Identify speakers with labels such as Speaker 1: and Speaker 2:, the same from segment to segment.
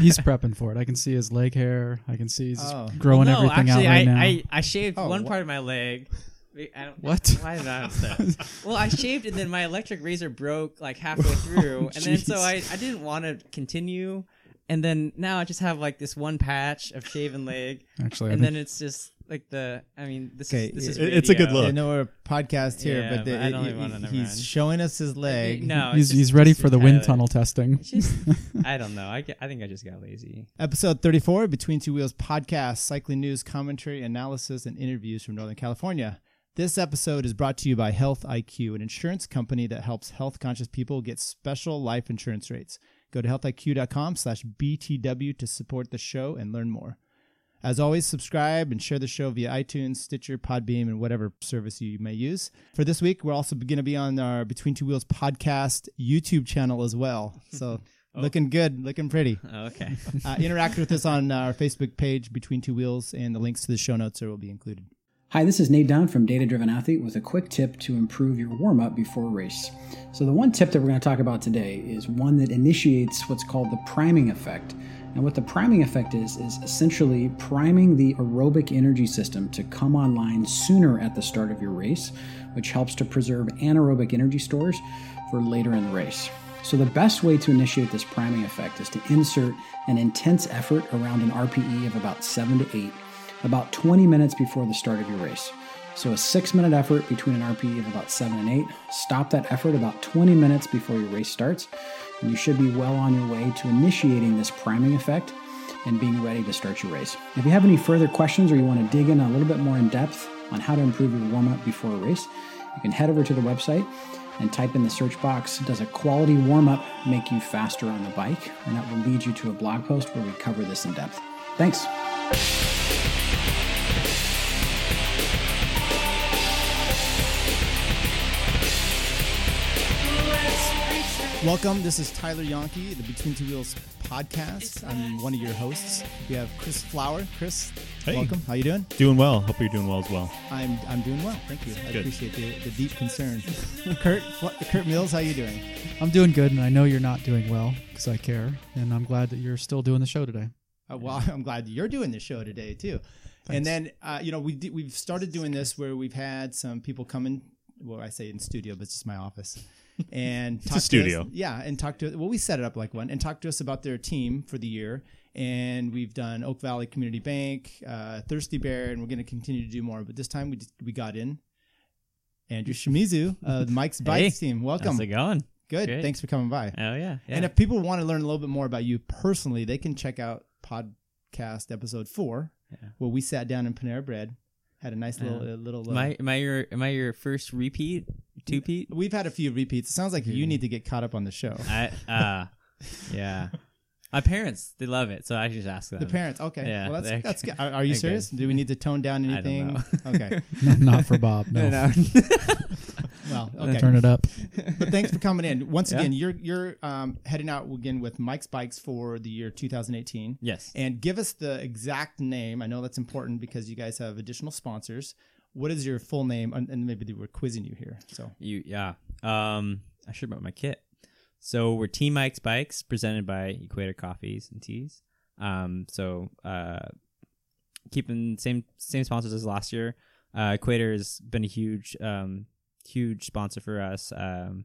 Speaker 1: He's prepping for it. I can see his leg hair. I can see he's just
Speaker 2: Oh.
Speaker 1: growing
Speaker 3: no,
Speaker 1: everything
Speaker 3: actually,
Speaker 1: out right
Speaker 3: I,
Speaker 1: now.
Speaker 3: I I shaved
Speaker 2: Oh,
Speaker 3: one
Speaker 2: wha-
Speaker 3: part of my leg. I don't,
Speaker 1: What?
Speaker 3: Why did I answer that? well, I shaved and then my electric razor broke like halfway through, and then so I
Speaker 1: Oh, jeez.
Speaker 3: I didn't want to continue, and then now I just have like this one patch of shaven leg,
Speaker 1: actually, I
Speaker 3: and
Speaker 1: think-
Speaker 3: then it's just like the. I mean, this
Speaker 2: Okay,
Speaker 3: is this is
Speaker 4: it- it's a good
Speaker 3: radio.
Speaker 4: look.
Speaker 2: I know we're a podcast here,
Speaker 3: Yeah,
Speaker 2: but, the,
Speaker 3: but I don't
Speaker 2: it-
Speaker 3: really wanna-
Speaker 2: he-
Speaker 3: never
Speaker 2: he's
Speaker 3: mind. Uh,
Speaker 2: showing us his leg.
Speaker 3: No, it's
Speaker 1: he's
Speaker 3: just-
Speaker 1: he's ready
Speaker 3: just
Speaker 1: for the wind
Speaker 3: entirely-
Speaker 1: tunnel testing.
Speaker 3: It's just I don't know. I, ge- I think I just got lazy.
Speaker 2: Episode 34, Between Two Wheels podcast, cycling news, commentary, analysis, and interviews from Northern California. This episode is brought to you by Health IQ, an insurance company that helps health conscious people get special life insurance rates. Go to healthiq.com slash BTW to support the show and learn more. As always, subscribe and share the show via iTunes, Stitcher, Podbeam, and whatever service you may use. For this week, we're also going to be on our Between Two Wheels podcast YouTube channel as well. So looking good, looking pretty
Speaker 3: Oh, okay.
Speaker 2: uh, interact with us on our Facebook page, Between Two Wheels, and the links to the show notes are will be included.
Speaker 5: Hi, this is Nate Dunn from Data Driven Athlete with a quick tip to improve your warm up before a race. So, the one tip that we're going to talk about today is one that initiates what's called the priming effect. And what the priming effect is, is essentially priming the aerobic energy system to come online sooner at the start of your race, which helps to preserve anaerobic energy stores for later in the race. So, the best way to initiate this priming effect is to insert an intense effort around an RPE of about 7 to 8 about 20 minutes before the start of your race. So, a six minute effort between an RPE of about seven and eight. Stop that effort about 20 minutes before your race starts, and you should be well on your way to initiating this priming effect and being ready to start your race. If you have any further questions or you want to dig in a little bit more in depth on how to improve your warm up before a race, you can head over to the website and type in the search box Does a quality warm up make you faster on the bike? And that will lead you to a blog post where we cover this in depth. Thanks.
Speaker 2: Welcome. This is Tyler Yonke, the Between Two Wheels podcast. I'm one of your hosts. We have Chris Flower. Chris,
Speaker 4: Hey.
Speaker 2: welcome. How you doing?
Speaker 4: Doing well. Hope you're doing well as well.
Speaker 2: I'm I'm doing well. Thank you. I
Speaker 4: Good.
Speaker 2: appreciate the, the deep concern. Kurt Fl- Kurt Mills, how you doing?
Speaker 1: I'm doing good, and I know you're not doing well because I care, and I'm glad that you're still doing the show today.
Speaker 2: Uh, well, I'm glad you're doing the show today too. And then uh, you know we d- we've started doing this where we've had some people come in. Well, I say in studio, but it's just my office. And talk to us-
Speaker 4: studio.
Speaker 2: yeah, and talk to well, we set it up like one and talk to us about their team for the year. And we've done Oak Valley Community Bank, uh, Thirsty Bear, and we're going to continue to do more. But this time we d- we got in Andrew Shimizu, of Mike's Bikes team. Welcome,
Speaker 3: How's it going?
Speaker 2: good.
Speaker 3: Great.
Speaker 2: Thanks for coming by.
Speaker 3: Oh yeah. yeah.
Speaker 2: And if people want to learn a little bit more about you personally, they can check out podcast episode four, where we sat down in Panera Bread, had a nice little uh, little. Uh,
Speaker 3: Am I, am I your am I your first repeat? Two peat?
Speaker 2: we've had a few repeats. It sounds like you need to get caught up on the show.
Speaker 3: Hmm. I uh yeah. My parents, they love it, so I should just ask them.
Speaker 2: The parents, okay.
Speaker 3: Yeah,
Speaker 2: well,
Speaker 3: they're-
Speaker 2: that's that's good. Are, are you
Speaker 3: okay.
Speaker 2: serious? Do we need to tone down
Speaker 3: I don't
Speaker 2: anything? Okay.
Speaker 1: not for Bob. No,
Speaker 2: Well, okay.
Speaker 1: turn it up.
Speaker 2: But thanks for coming in once again. You're you're um, heading out again with Mike's Bikes for the year 2018.
Speaker 3: Yes.
Speaker 2: And give us the exact name. I know that's important because you guys have additional sponsors. What is your full name? And, and maybe they we're quizzing you here. So
Speaker 3: You yeah. Um I should brought my kit. So we're Team Mike's Bikes presented by Equator Coffees and Teas. Um so uh keeping same same sponsors as last year. Uh Equator has been a huge um huge sponsor for us um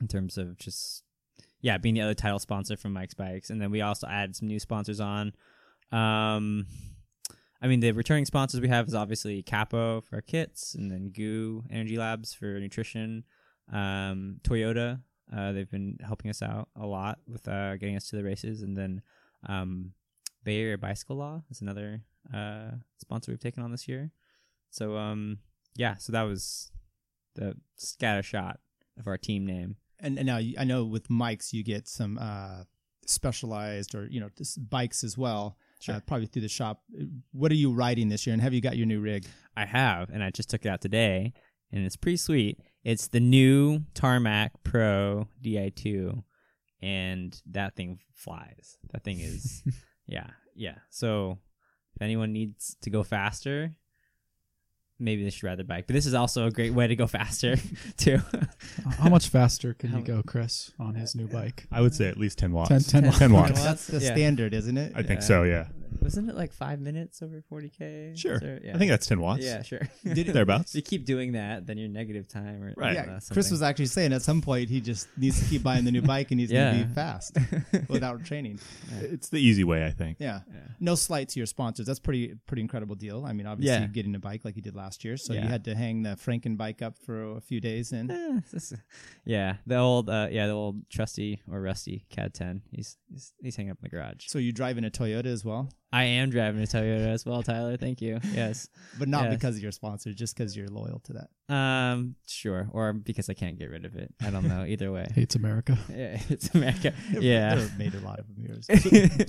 Speaker 3: in terms of just yeah, being the other title sponsor from Mike's Bikes and then we also added some new sponsors on. Um I mean, the returning sponsors we have is obviously Capo for our kits, and then Goo Energy Labs for nutrition. Um, Toyota, uh, they've been helping us out a lot with uh, getting us to the races, and then um, Bay Area Bicycle Law is another uh, sponsor we've taken on this year. So, um, yeah, so that was the scatter shot of our team name.
Speaker 2: and, and now you, I know with Mike's you get some uh, specialized or you know just bikes as well.
Speaker 3: Sure.
Speaker 2: Uh, probably through the shop. What are you riding this year? And have you got your new rig?
Speaker 3: I have, and I just took it out today, and it's pretty sweet. It's the new Tarmac Pro Di2, and that thing flies. That thing is, yeah, yeah. So if anyone needs to go faster, maybe they should ride their bike. But this is also a great way to go faster too.
Speaker 1: How much faster can you go, Chris, on his new bike?
Speaker 4: I would say at least 10 watts.
Speaker 1: 10, 10 watts.
Speaker 4: watts.
Speaker 2: Well, that's the
Speaker 3: Yeah.
Speaker 2: standard, isn't it?
Speaker 4: I think so, yeah.
Speaker 3: Wasn't it like five minutes over 40k?
Speaker 4: Sure.
Speaker 3: So, yeah.
Speaker 4: I think that's 10 watts.
Speaker 3: yeah, sure.
Speaker 4: Thereabouts.
Speaker 3: So you keep doing that, then your negative time or
Speaker 4: Right.
Speaker 3: uh,
Speaker 2: Yeah,
Speaker 3: something.
Speaker 2: Chris was actually saying at some point he just needs to keep buying the new bike and he's going to
Speaker 3: Yeah.
Speaker 2: be fast without training.
Speaker 4: It's the easy way, I think.
Speaker 2: Yeah. No slight to your sponsors. That's pretty pretty incredible deal. I mean, obviously
Speaker 3: Yeah.
Speaker 2: getting a bike like you did last year, so you
Speaker 3: Yeah.
Speaker 2: had to hang the Franken bike up for a few days and
Speaker 3: Eh, this is- yeah, the old uh, yeah the old trusty or rusty Cad 10. He's he's, he's hanging up in the garage.
Speaker 2: so you driving a Toyota as well,
Speaker 3: I am driving a Toyota as well, Tyler. Thank you. Yes.
Speaker 2: but not
Speaker 3: Yeah.
Speaker 2: because of your sponsor, just because you're loyal to that.
Speaker 3: Um, sure. Or because I can't get rid of it. I don't know. Either way.
Speaker 1: Hates America.
Speaker 3: Yeah, it's America. Yeah.
Speaker 2: They've made a lot of them yours.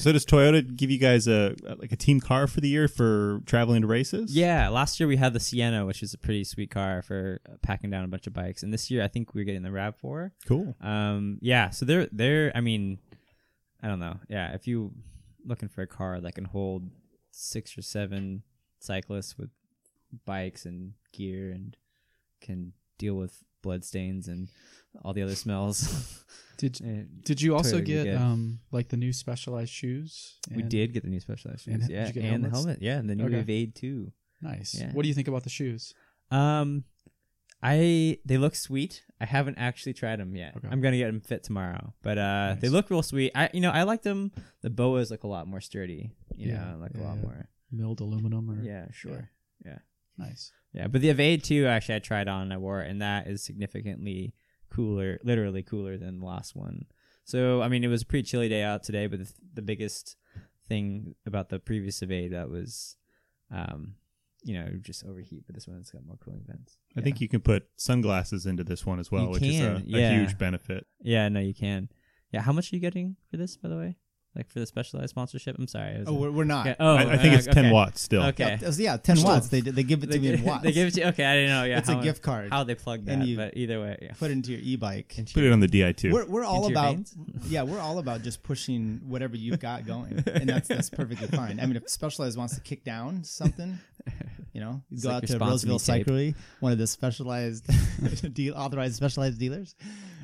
Speaker 4: So does Toyota give you guys a like a team car for the year for traveling to races?
Speaker 3: Yeah, last year we had the Sienna, which is a pretty sweet car for uh, packing down a bunch of bikes. And this year I think we're getting the RAV4.
Speaker 4: Cool.
Speaker 3: Um, yeah, so they're they're I mean, I don't know. Yeah, if you looking for a car that can hold six or seven cyclists with bikes and gear and can deal with blood stains and all the other smells.
Speaker 1: Did
Speaker 3: And
Speaker 1: did you also
Speaker 3: Toyota, you
Speaker 1: get,
Speaker 3: get-
Speaker 1: um like the new specialized shoes?
Speaker 3: we
Speaker 1: And-
Speaker 3: did get the new specialized
Speaker 1: and
Speaker 3: shoes.
Speaker 1: did
Speaker 3: Yeah,
Speaker 1: you get
Speaker 3: and the
Speaker 1: helmets?
Speaker 3: helmet. Yeah, and the new
Speaker 1: Okay.
Speaker 3: Evade too.
Speaker 1: Nice.
Speaker 3: Yeah.
Speaker 1: What do you think about the shoes?
Speaker 3: Um, I they look sweet. I haven't actually tried them yet.
Speaker 1: Okay.
Speaker 3: I'm gonna get them fit tomorrow, but uh, they
Speaker 1: Nice.
Speaker 3: look real sweet. I you know I like them. The boas look a lot more sturdy. You
Speaker 1: Yeah,
Speaker 3: know, like
Speaker 1: yeah,
Speaker 3: a lot
Speaker 1: yeah.
Speaker 3: more.
Speaker 1: Milled aluminum or
Speaker 3: Yeah, sure.
Speaker 1: nice.
Speaker 3: Yeah, but the evade too. Actually, I tried on. and I wore it, and that is significantly cooler, literally cooler than the last one. So I mean, it was a pretty chilly day out today, but the, the biggest thing about the previous evade that was, um, you know, just overheat. But this one's got more cooling vents.
Speaker 4: I think you can put sunglasses into this one as well,
Speaker 3: You
Speaker 4: which
Speaker 3: can,
Speaker 4: is a,
Speaker 3: yeah.
Speaker 4: a huge benefit.
Speaker 3: Yeah, no, you can. Yeah, how much are you getting for this, by the way? Like for the specialized sponsorship? I'm sorry. I was-
Speaker 2: oh, we're, we're not.
Speaker 3: Okay, oh,
Speaker 4: I, I think
Speaker 3: uh,
Speaker 4: it's 10
Speaker 3: okay.
Speaker 4: watts still.
Speaker 3: Okay.
Speaker 2: Yeah, yeah, ten
Speaker 1: Still.
Speaker 2: watts. They they give it to
Speaker 3: they,
Speaker 2: me
Speaker 3: give,
Speaker 2: in watts.
Speaker 3: they give it to Okay, I didn't know. Yeah,
Speaker 2: it's a
Speaker 3: how-
Speaker 2: gift card.
Speaker 3: How they plug
Speaker 2: And
Speaker 3: that,
Speaker 2: you
Speaker 3: but either way, yeah.
Speaker 2: Put it into your e-bike.
Speaker 3: Into
Speaker 4: Put
Speaker 3: your-
Speaker 4: it on the DI2.
Speaker 2: We're, we're all
Speaker 3: into your
Speaker 2: about
Speaker 3: veins?
Speaker 2: yeah we're all about just pushing whatever you've got going and that's that's perfectly fine. I mean if Specialized wants to kick down something, you know, you
Speaker 3: It's
Speaker 2: go
Speaker 3: like
Speaker 2: out
Speaker 3: your
Speaker 2: to
Speaker 3: sponsor
Speaker 2: Roseville
Speaker 3: tape.
Speaker 2: Cyclery, one of the specialized deal, authorized specialized dealers.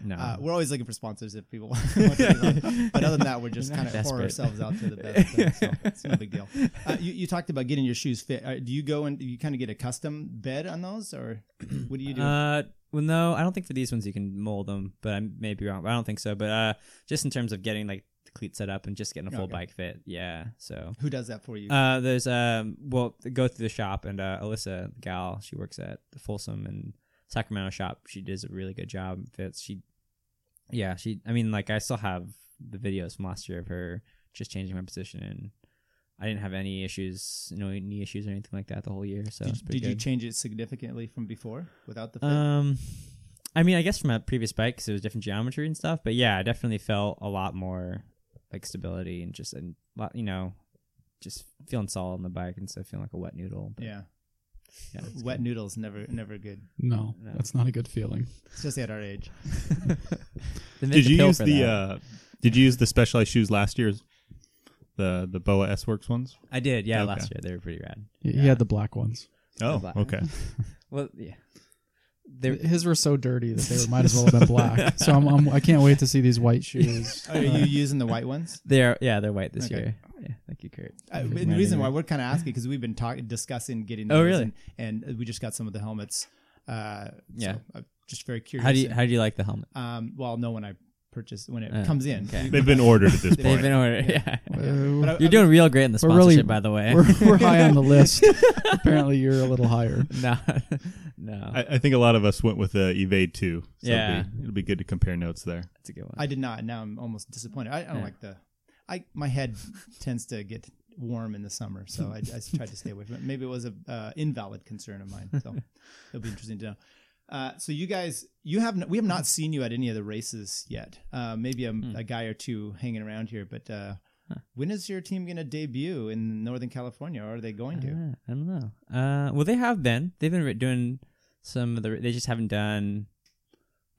Speaker 3: No.
Speaker 2: Uh, we're always looking for sponsors if people want to be on. But other than that, we're just
Speaker 3: Not
Speaker 2: kind of pour
Speaker 3: desperate.
Speaker 2: ourselves out to the best. thing, so it's no big deal. Uh, you, you talked about getting your shoes fit. Uh, do you go and do you kind of get a custom bed on those, or what do you do?
Speaker 3: Uh, well, no, I don't think for these ones you can mold them, but I may be wrong. But I don't think so. But uh, just in terms of getting like the cleat set up and just getting a full
Speaker 2: Okay.
Speaker 3: bike fit, yeah. So
Speaker 2: Who does that for you?
Speaker 3: Uh, there's um, well, go through the shop and uh, Alyssa, the gal, she works at the Folsom and Sacramento shop. She does a really good job. Fits she, yeah, she. I mean, like I still have the videos from last year of her just changing my position, and I didn't have any issues, no knee issues or anything like that the whole year. So it's
Speaker 2: did
Speaker 3: pretty
Speaker 2: did you
Speaker 3: good.
Speaker 2: change it significantly from before without the fit?
Speaker 3: Um, I mean, I guess from a previous bike, 'cause it was different geometry and stuff. But yeah, I definitely felt a lot more like stability and just a lot, you know, just feeling solid on the bike instead of feeling like a wet noodle. But,
Speaker 2: yeah,
Speaker 3: yeah, it's
Speaker 2: wet
Speaker 3: good.
Speaker 2: noodles never never good.
Speaker 1: No,
Speaker 3: No.
Speaker 1: that's not a good feeling.
Speaker 2: Especially at our age.
Speaker 3: They made
Speaker 4: Did
Speaker 3: the
Speaker 4: you
Speaker 3: pill
Speaker 4: use
Speaker 3: for
Speaker 4: the
Speaker 3: that.
Speaker 4: uh, did you use the specialized shoes last year's the the Boa S Works ones?
Speaker 3: I did, yeah,
Speaker 4: okay.
Speaker 3: last year they were pretty rad.
Speaker 1: He, he had the black ones.
Speaker 4: Oh,
Speaker 3: black-
Speaker 4: okay.
Speaker 3: Well, yeah, they were-
Speaker 1: His were so dirty that they were, might as well have been black. So I'm, I'm I can't wait to see these white shoes.
Speaker 2: Oh, Are you using the white ones?
Speaker 3: they're yeah they're white this
Speaker 2: Okay.
Speaker 3: year. Yeah, thank you, Kurt.
Speaker 2: Uh,
Speaker 3: Thank you.
Speaker 2: and the reason why we're kind of asking because we've been talking discussing getting.
Speaker 3: Oh,
Speaker 2: those
Speaker 3: really?
Speaker 2: And, and we just got some of the helmets. Uh,
Speaker 3: Yeah.
Speaker 2: so I'm just very curious.
Speaker 3: how do you how do you like the helmet?
Speaker 2: Um, well, no, when I purchase when it
Speaker 3: Oh,
Speaker 2: comes in.
Speaker 3: okay.
Speaker 4: They've been ordered at
Speaker 2: They've
Speaker 4: this
Speaker 3: They've
Speaker 4: point.
Speaker 3: been ordered. Yeah.
Speaker 1: Whoa.
Speaker 2: But I-
Speaker 3: You're doing real great in the
Speaker 1: We're really-
Speaker 3: sponsorship, by the way.
Speaker 1: Uh, we're, we're high on the list. Apparently, you're a little higher.
Speaker 3: no, no,
Speaker 4: I, I think a lot of us went with the Evade 2. So
Speaker 3: Yeah.
Speaker 4: It'll be, it'll be good to compare notes there.
Speaker 3: that's a good one.
Speaker 2: I did not. Now I'm almost disappointed. I, I don't
Speaker 3: Yeah.
Speaker 2: like the. I my head tends to get warm in the summer, so I, I s- tried to stay away from it. Maybe it was a uh, invalid concern of mine. So it'll be interesting to know. Uh, so you guys, you have n- we have not seen you at any of the races yet. Uh, maybe a,
Speaker 3: Hmm.
Speaker 2: a guy or two hanging around here, but uh, when is your team going to debut in Northern California? Or are they going to?
Speaker 3: Uh, I don't know. Uh, well, they have been. They've been re- doing some of the. They just haven't done.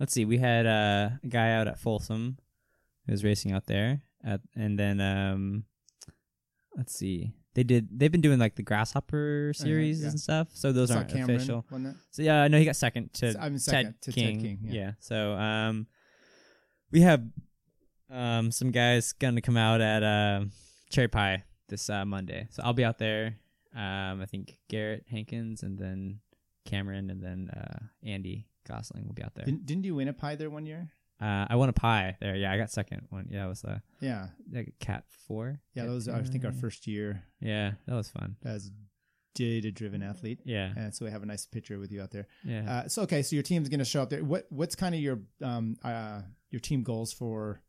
Speaker 3: Let's see. We had uh, a guy out at Folsom who was racing out there, at, and then um, let's see. They did. They've been doing like the grasshopper series
Speaker 2: Oh, yeah.
Speaker 3: and stuff. So those
Speaker 2: Saw
Speaker 3: aren't
Speaker 2: Cameron,
Speaker 3: official.
Speaker 2: wasn't it?
Speaker 3: So yeah, no, he got second to
Speaker 2: S- I mean, second
Speaker 3: Ted
Speaker 2: to Ted
Speaker 3: King.
Speaker 2: King,
Speaker 3: yeah.
Speaker 2: yeah.
Speaker 3: So um, we have um some guys gonna come out at uh, Cherry Pie this uh, Monday. So I'll be out there. Um, I think Garrett Hankins and then Cameron and then uh, Andy Gosling will be out there.
Speaker 2: Didn't, didn't you win a pie there one year?
Speaker 3: Uh, I won a pie there. Yeah, I got second one. Yeah, it was uh,
Speaker 2: Yeah,
Speaker 3: like cat four.
Speaker 2: yeah.
Speaker 3: Cat
Speaker 2: That was I think our first year
Speaker 3: Yeah, that was fun.
Speaker 2: as data-driven athlete,
Speaker 3: Yeah,
Speaker 2: and so we have a nice picture with you out there.
Speaker 3: yeah.
Speaker 2: Uh, so okay, so your team's going to show up there. What what's kind of your um uh your team goals for?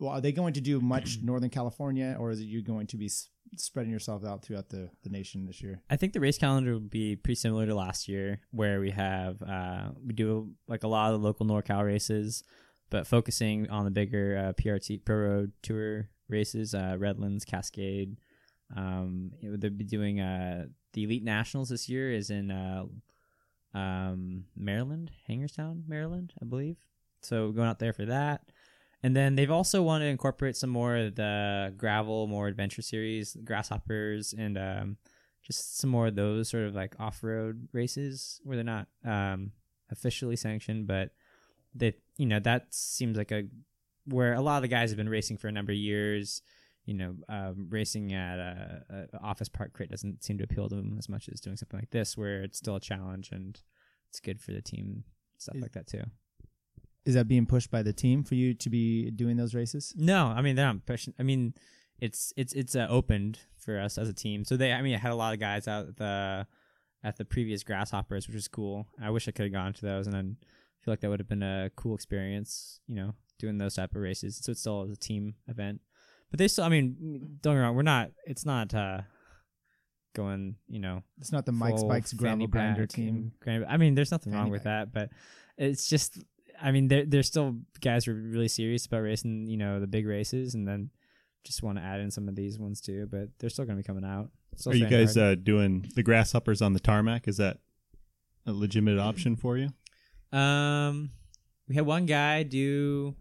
Speaker 2: Well, are they going to do much Northern California, or is it you going to be s- spreading yourself out throughout the the nation this year?
Speaker 3: I think the race calendar will be pretty similar to last year, where we have uh, we do like a lot of the local NorCal races, but focusing on the bigger uh, PRT Pro Road Tour races, uh, Redlands, Cascade. Um, you know, they'll be doing uh, the Elite Nationals this year is in uh, um, Maryland, Hagerstown, Maryland, I believe. So going out there for that. And then they've also wanted to incorporate some more of the gravel, more adventure series, grasshoppers, and um, just some more of those sort of like off-road races where they're not um, officially sanctioned, but that you know that seems like a where a lot of the guys have been racing for a number of years. You know, um, racing at a, a office park crit doesn't seem to appeal to them as much as doing something like this, where it's still a challenge and it's good for the team stuff like that too.
Speaker 2: Is that being pushed by the team for you to be doing those races?
Speaker 3: No, I mean they're not pushing. I mean, it's it's it's uh, opened for us as a team. So they, I mean, I had a lot of guys out at the at the previous grasshoppers, which was cool. I wish I could have gone to those, and then I feel like that would have been a cool experience, you know, doing those type of races. So it's still a team event, but they still. I mean, don't get me wrong, we're not. It's not uh going, you know,
Speaker 2: It's not the Mike's
Speaker 3: full
Speaker 2: Bikes Gravel
Speaker 3: fanny
Speaker 2: Grinder
Speaker 3: pack
Speaker 2: team.
Speaker 3: and gran- I mean, there's nothing
Speaker 2: Fanny
Speaker 3: wrong with that, but it's just, I mean, there there's still guys who are really serious about racing, you know, the big races, and then just want to add in some of these ones too. But they're still going to be coming out. Still
Speaker 4: Are you
Speaker 3: staying
Speaker 4: guys
Speaker 3: hard.
Speaker 4: uh, doing the grasshoppers on the tarmac? Is that a legitimate option for you? uh,
Speaker 3: um, we had one guy do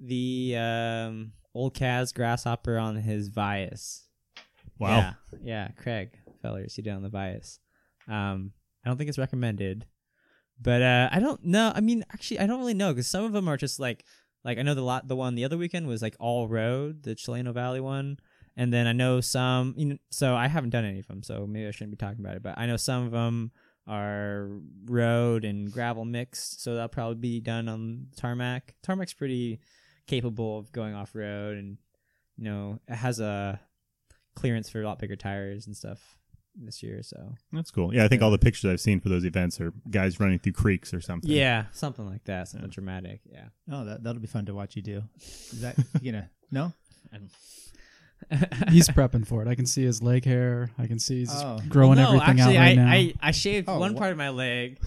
Speaker 3: the um old Kaz grasshopper on his Vias.
Speaker 4: Wow.
Speaker 3: Yeah, yeah, Craig Fellers, you did on the bias. Um, I don't think it's recommended, but uh, I don't know. I mean, actually, I don't really know because some of them are just like, like I know the lot the one the other weekend was like all road, the Chileno Valley one, and then I know some. You know, so I haven't done any of them, so maybe I shouldn't be talking about it. But I know some of them are road and gravel mixed, so that'll probably be done on tarmac. Tarmac's pretty capable of going off road, and you know, it has a clearance for a lot bigger tires and stuff this year. So
Speaker 4: That's cool. Yeah, I think all the pictures I've seen for those events are guys running through creeks or something.
Speaker 3: yeah, something like that, something dramatic. Yeah,
Speaker 2: Oh, that that'll be fun to watch you do. Is that you know? No.
Speaker 1: He's prepping for it. I can see his leg hair. I can see he's just
Speaker 2: Oh.
Speaker 1: growing
Speaker 3: no,
Speaker 1: everything
Speaker 3: actually,
Speaker 1: out right
Speaker 3: I,
Speaker 1: now.
Speaker 3: I I shaved
Speaker 2: Oh,
Speaker 3: one
Speaker 2: wha-
Speaker 3: part of my leg.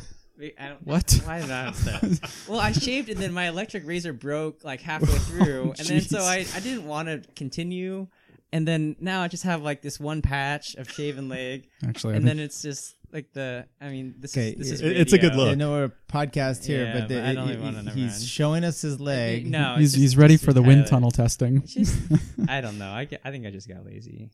Speaker 3: I don't,
Speaker 1: What?
Speaker 3: Why did I understand? well, I shaved and then my electric razor broke like halfway through, and then so I
Speaker 1: jeez.
Speaker 3: I didn't want to continue, and then now I just have like this one patch of shaven leg,
Speaker 1: actually, I
Speaker 3: and
Speaker 1: think
Speaker 3: then it's just like the I mean this
Speaker 2: Okay,
Speaker 3: is this is
Speaker 4: it- it's a good
Speaker 3: radio.
Speaker 4: look.
Speaker 2: I know we're a podcast here,
Speaker 3: Yeah,
Speaker 2: but, the,
Speaker 3: but I don't
Speaker 2: he-
Speaker 3: wanna
Speaker 2: he-
Speaker 3: know,
Speaker 2: he's
Speaker 3: man.
Speaker 2: showing us his leg.
Speaker 3: No, it's
Speaker 1: he's,
Speaker 3: just-
Speaker 1: he's ready
Speaker 3: just
Speaker 1: for the
Speaker 3: kind
Speaker 1: wind
Speaker 3: of-
Speaker 1: tunnel testing.
Speaker 3: it's Just I don't know. I, ge- I think I just got lazy.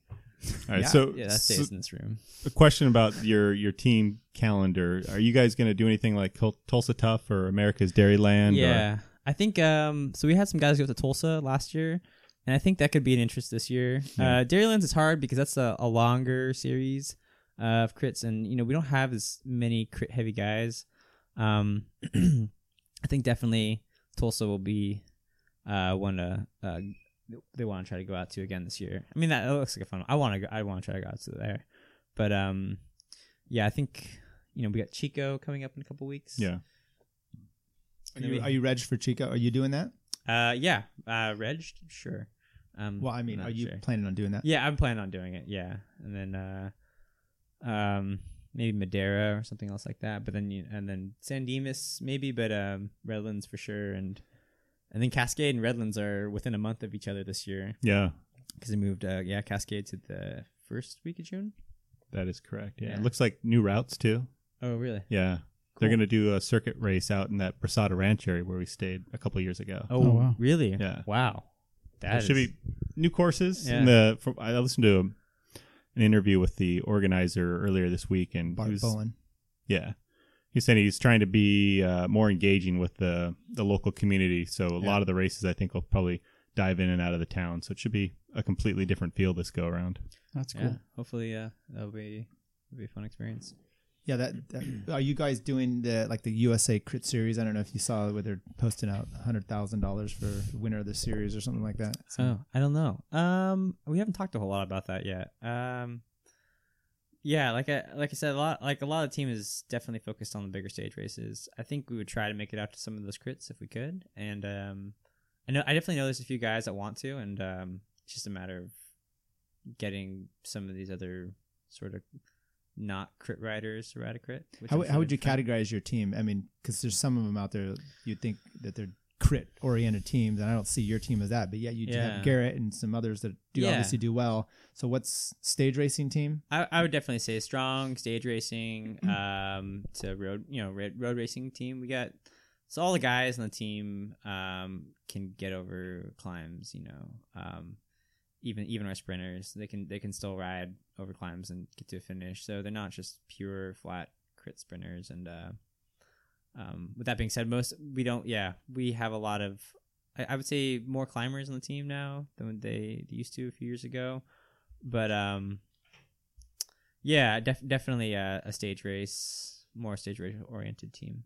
Speaker 4: All right.
Speaker 2: Yeah.
Speaker 4: So,
Speaker 3: Yeah, that
Speaker 4: so
Speaker 3: stays in this room.
Speaker 4: a question about your your team calendar. Are you guys going to do anything like Tul- Tulsa Tough or America's Dairyland? Or,
Speaker 3: Yeah, I think um. So we had some guys go to Tulsa last year, and I think that could be an interest this year. Uh, Dairylands is hard because that's a, a longer series uh, of crits, and you know we don't have as many crit heavy guys. Um, I think definitely Tulsa will be uh one to uh they want to try to go out to again this year. I mean that, that looks like a fun. One. I want to go. I want to try to go out to there, but um, yeah, I think you know we got Chico coming up in a couple weeks.
Speaker 4: yeah.
Speaker 2: Are you, are you reg for Chico? Are you doing that?
Speaker 3: Uh, yeah. Uh, reg, sure. Um,
Speaker 2: Well, I mean,
Speaker 3: not
Speaker 2: are you
Speaker 3: sure.
Speaker 2: planning on doing that?
Speaker 3: Yeah, I'm planning on doing it. Yeah, and then uh, um, maybe Madeira or something else like that. But then you and then San Dimas maybe, but um, Redlands for sure, and and then Cascade and Redlands are within a month of each other this year
Speaker 4: Yeah.
Speaker 3: because they moved. Uh, yeah, Cascade to the first week of June.
Speaker 4: That is correct. Yeah.
Speaker 3: Yeah.
Speaker 4: It looks like new routes too.
Speaker 3: Oh, really?
Speaker 4: Yeah. They're going to do a circuit race out in that Brasada Ranch area where we stayed a couple years ago.
Speaker 3: Oh,
Speaker 1: Oh, wow.
Speaker 3: really?
Speaker 4: Yeah.
Speaker 3: Wow. That
Speaker 4: There should
Speaker 3: is-
Speaker 4: be new courses.
Speaker 3: Yeah.
Speaker 4: in the- from- I listened to an interview with the organizer earlier this week, and
Speaker 2: Bart
Speaker 4: he was,
Speaker 2: Bowen.
Speaker 4: yeah, he said he's trying to be uh, more engaging with the the local community. So a
Speaker 2: Yeah.
Speaker 4: lot of the races, I think, will probably dive in and out of the town. So it should be a completely different feel this go around.
Speaker 1: That's
Speaker 3: Yeah,
Speaker 1: cool.
Speaker 3: hopefully uh, that'll be that'll be a fun experience.
Speaker 2: Yeah, that, that- are you guys doing the like the USA Crit Series? I don't know if you saw where they're posting out hundred thousand dollars for winner of the series or something like that.
Speaker 3: Oh, I don't know. Um, we haven't talked a whole lot about that yet. Um, yeah, like I like I said, a lot like a lot of the team is definitely focused on the bigger stage races. I think we would try to make it out to some of those crits if we could, and um, I know I definitely know there's a few guys that want to, and um, it's just a matter of getting some of these other sort of not crit riders to ride a crit. which
Speaker 2: How,
Speaker 3: I'm
Speaker 2: how
Speaker 3: sure
Speaker 2: would you
Speaker 3: they'd find-
Speaker 2: categorize your team? I mean, because there's some of them out there you'd think that they're crit oriented teams, and I don't see your team as that. But yet you do
Speaker 3: Yeah.
Speaker 2: have Garrett and some others that do
Speaker 3: Yeah.
Speaker 2: obviously do well. So what's stage racing team?
Speaker 3: I, I would definitely say strong stage racing um, to road, you know, road, road racing team. We got so all the guys on the team um, can get over climbs. You know, um, even even our sprinters, they can they can still ride over climbs and get to a finish. So they're not just pure flat crit sprinters. And uh, um, with that being said, most we don't. Yeah, we have a lot of. I, I would say more climbers on the team now than they used to a few years ago, but um, yeah, def- definitely a, a stage race, more stage race oriented team.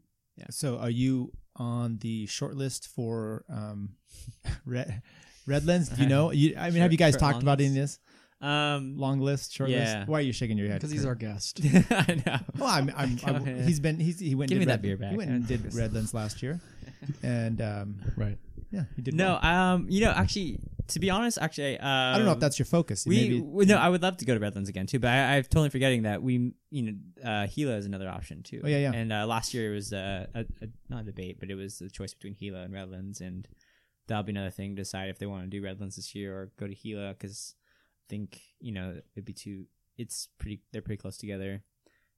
Speaker 2: So are you on the short list for um, Red Redlands? Do you know? You, I mean,
Speaker 3: Short-
Speaker 2: have you guys
Speaker 3: short,
Speaker 2: talked
Speaker 3: long
Speaker 2: about any of
Speaker 3: list?
Speaker 2: this?
Speaker 3: Um,
Speaker 2: Long list, short
Speaker 3: Yeah.
Speaker 2: list. Why are you shaking your head?
Speaker 1: Because he's
Speaker 2: Kurt?
Speaker 1: our guest.
Speaker 3: I know.
Speaker 2: Well, I'm, I'm,
Speaker 3: Go
Speaker 2: I'm,
Speaker 3: ahead.
Speaker 2: he's been he's, he went and
Speaker 3: Give me
Speaker 2: did
Speaker 3: that
Speaker 2: Red-
Speaker 3: beer back.
Speaker 2: He went
Speaker 3: I
Speaker 2: and
Speaker 3: don't
Speaker 2: did
Speaker 3: think-
Speaker 2: Redlands last year, and um,
Speaker 1: right.
Speaker 2: yeah, he did.
Speaker 3: no,
Speaker 2: well.
Speaker 3: um, you know, actually, to be honest, actually, um,
Speaker 2: I don't know if that's your focus.
Speaker 3: we.
Speaker 2: Maybe Mm.
Speaker 3: w- no, I would love to go to Redlands again too, but I, I'm totally forgetting that we, you know, uh, Gila is another option too.
Speaker 2: Oh, yeah, yeah.
Speaker 3: And uh, last year it was uh, a, a not a debate, but it was the choice between Gila and Redlands, and that'll be another thing to decide if they want to do Redlands this year or go to Gila because I think you know it'd be too. It's pretty. They're pretty close together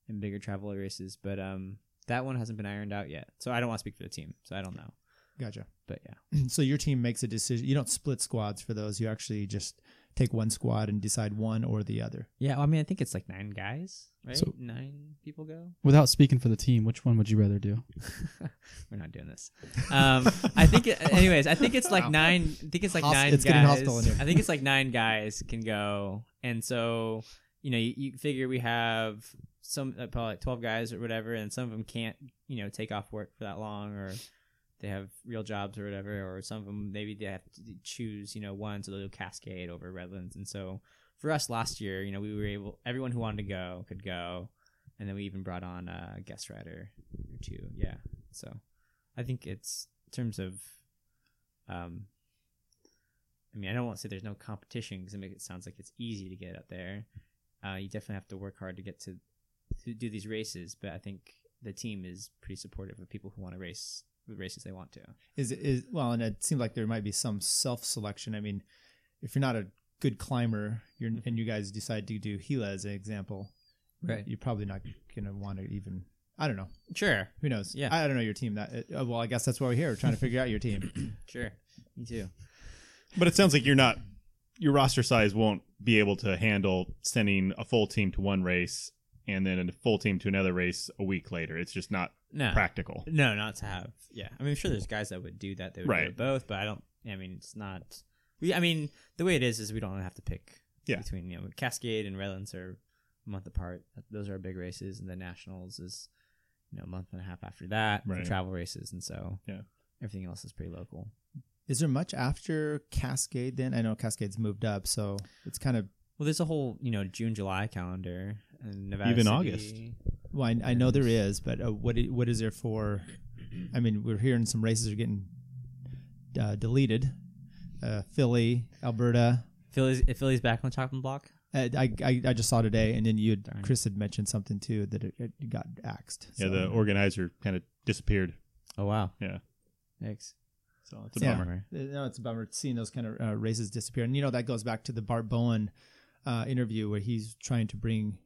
Speaker 3: in bigger travel races, but um, that one hasn't been ironed out yet. So I don't want to speak for the team, so I don't know.
Speaker 2: gotcha.
Speaker 3: But yeah,
Speaker 2: So your team makes a decision. You don't split squads for those. You actually just take one squad and decide one or the other.
Speaker 3: yeah. I mean, I think it's like nine guys, right?
Speaker 1: So-
Speaker 3: nine people go.
Speaker 1: Without speaking for the team, which one would you rather do?
Speaker 3: We're not doing this. Um, I think, it, anyways, I think it's like nine. I think it's like
Speaker 2: Hos-
Speaker 3: nine.
Speaker 2: it's
Speaker 3: guys.
Speaker 2: getting hostile in here.
Speaker 3: I think it's like nine guys can go, and so you know, you, you figure we have some uh, probably like twelve guys or whatever, and some of them can't, you know, take off work for that long, or they have real jobs or whatever, or some of them maybe they have to choose, you know, one, so they'll do Cascade over Redlands, and so for us last year, you know, we were able, everyone who wanted to go could go. And then we even brought on a guest writer or two. Yeah. So I think it's in terms of, um, I mean, I don't want to say there's no competition because it makes it sounds like it's easy to get up there. Uh, you definitely have to work hard to get to, to do these races, but I think the team is pretty supportive of people who want to race the races they want to.
Speaker 2: Is is well, and it seemed like there might be some self selection. I mean, if you're not a good climber, you're and you guys decide to do Gila as an example,
Speaker 3: Mm-hmm. Right.
Speaker 2: You're probably not gonna want to even. I don't know.
Speaker 3: Sure.
Speaker 2: Who knows?
Speaker 3: Yeah.
Speaker 2: I, I don't know your team. That uh, well, I guess that's why we're here, trying to figure out your team.
Speaker 3: Sure. Me too.
Speaker 4: But it sounds like you're not your roster size won't be able to handle sending a full team to one race and then a full team to another race a week later. It's just not
Speaker 3: No.
Speaker 4: practical.
Speaker 3: No, not to have. Yeah, I mean, I'm sure there's guys that would do that. They would
Speaker 4: Right.
Speaker 3: do both, but I don't. I mean, it's not. We, I mean, the way it is is we don't have to pick
Speaker 4: Yeah.
Speaker 3: between you know Cascade and Redlands are a month apart. Those are our big races, and the Nationals is you know a month and a half after that for
Speaker 4: Right.
Speaker 3: travel races, and so
Speaker 4: Yeah.
Speaker 3: everything else is pretty local.
Speaker 2: Is there much after Cascade? Then I know Cascade's moved up, so it's kind of.
Speaker 3: Well, there's a whole you know June July calendar and Nevada
Speaker 4: Even
Speaker 3: City.
Speaker 4: August.
Speaker 2: Well, I, I know there is, but uh, what i- what is there for? I mean, we're hearing some races are getting uh, deleted. Uh, Philly, Alberta.
Speaker 3: Philly's Philly's back on the chopping block.
Speaker 2: Uh, I, I I just saw today, and then you had,
Speaker 3: Darn.
Speaker 2: Chris had mentioned something too that it, it got axed.
Speaker 4: Yeah,
Speaker 2: so.
Speaker 4: the organizer kind of disappeared.
Speaker 3: Oh wow.
Speaker 4: Yeah.
Speaker 3: Thanks.
Speaker 4: So it's a
Speaker 2: Yeah.
Speaker 4: bummer.
Speaker 2: Uh, No, it's a bummer seeing those kind of uh, races disappear. And, you know, that goes back to the Bart Bowen uh, interview where he's trying to bring,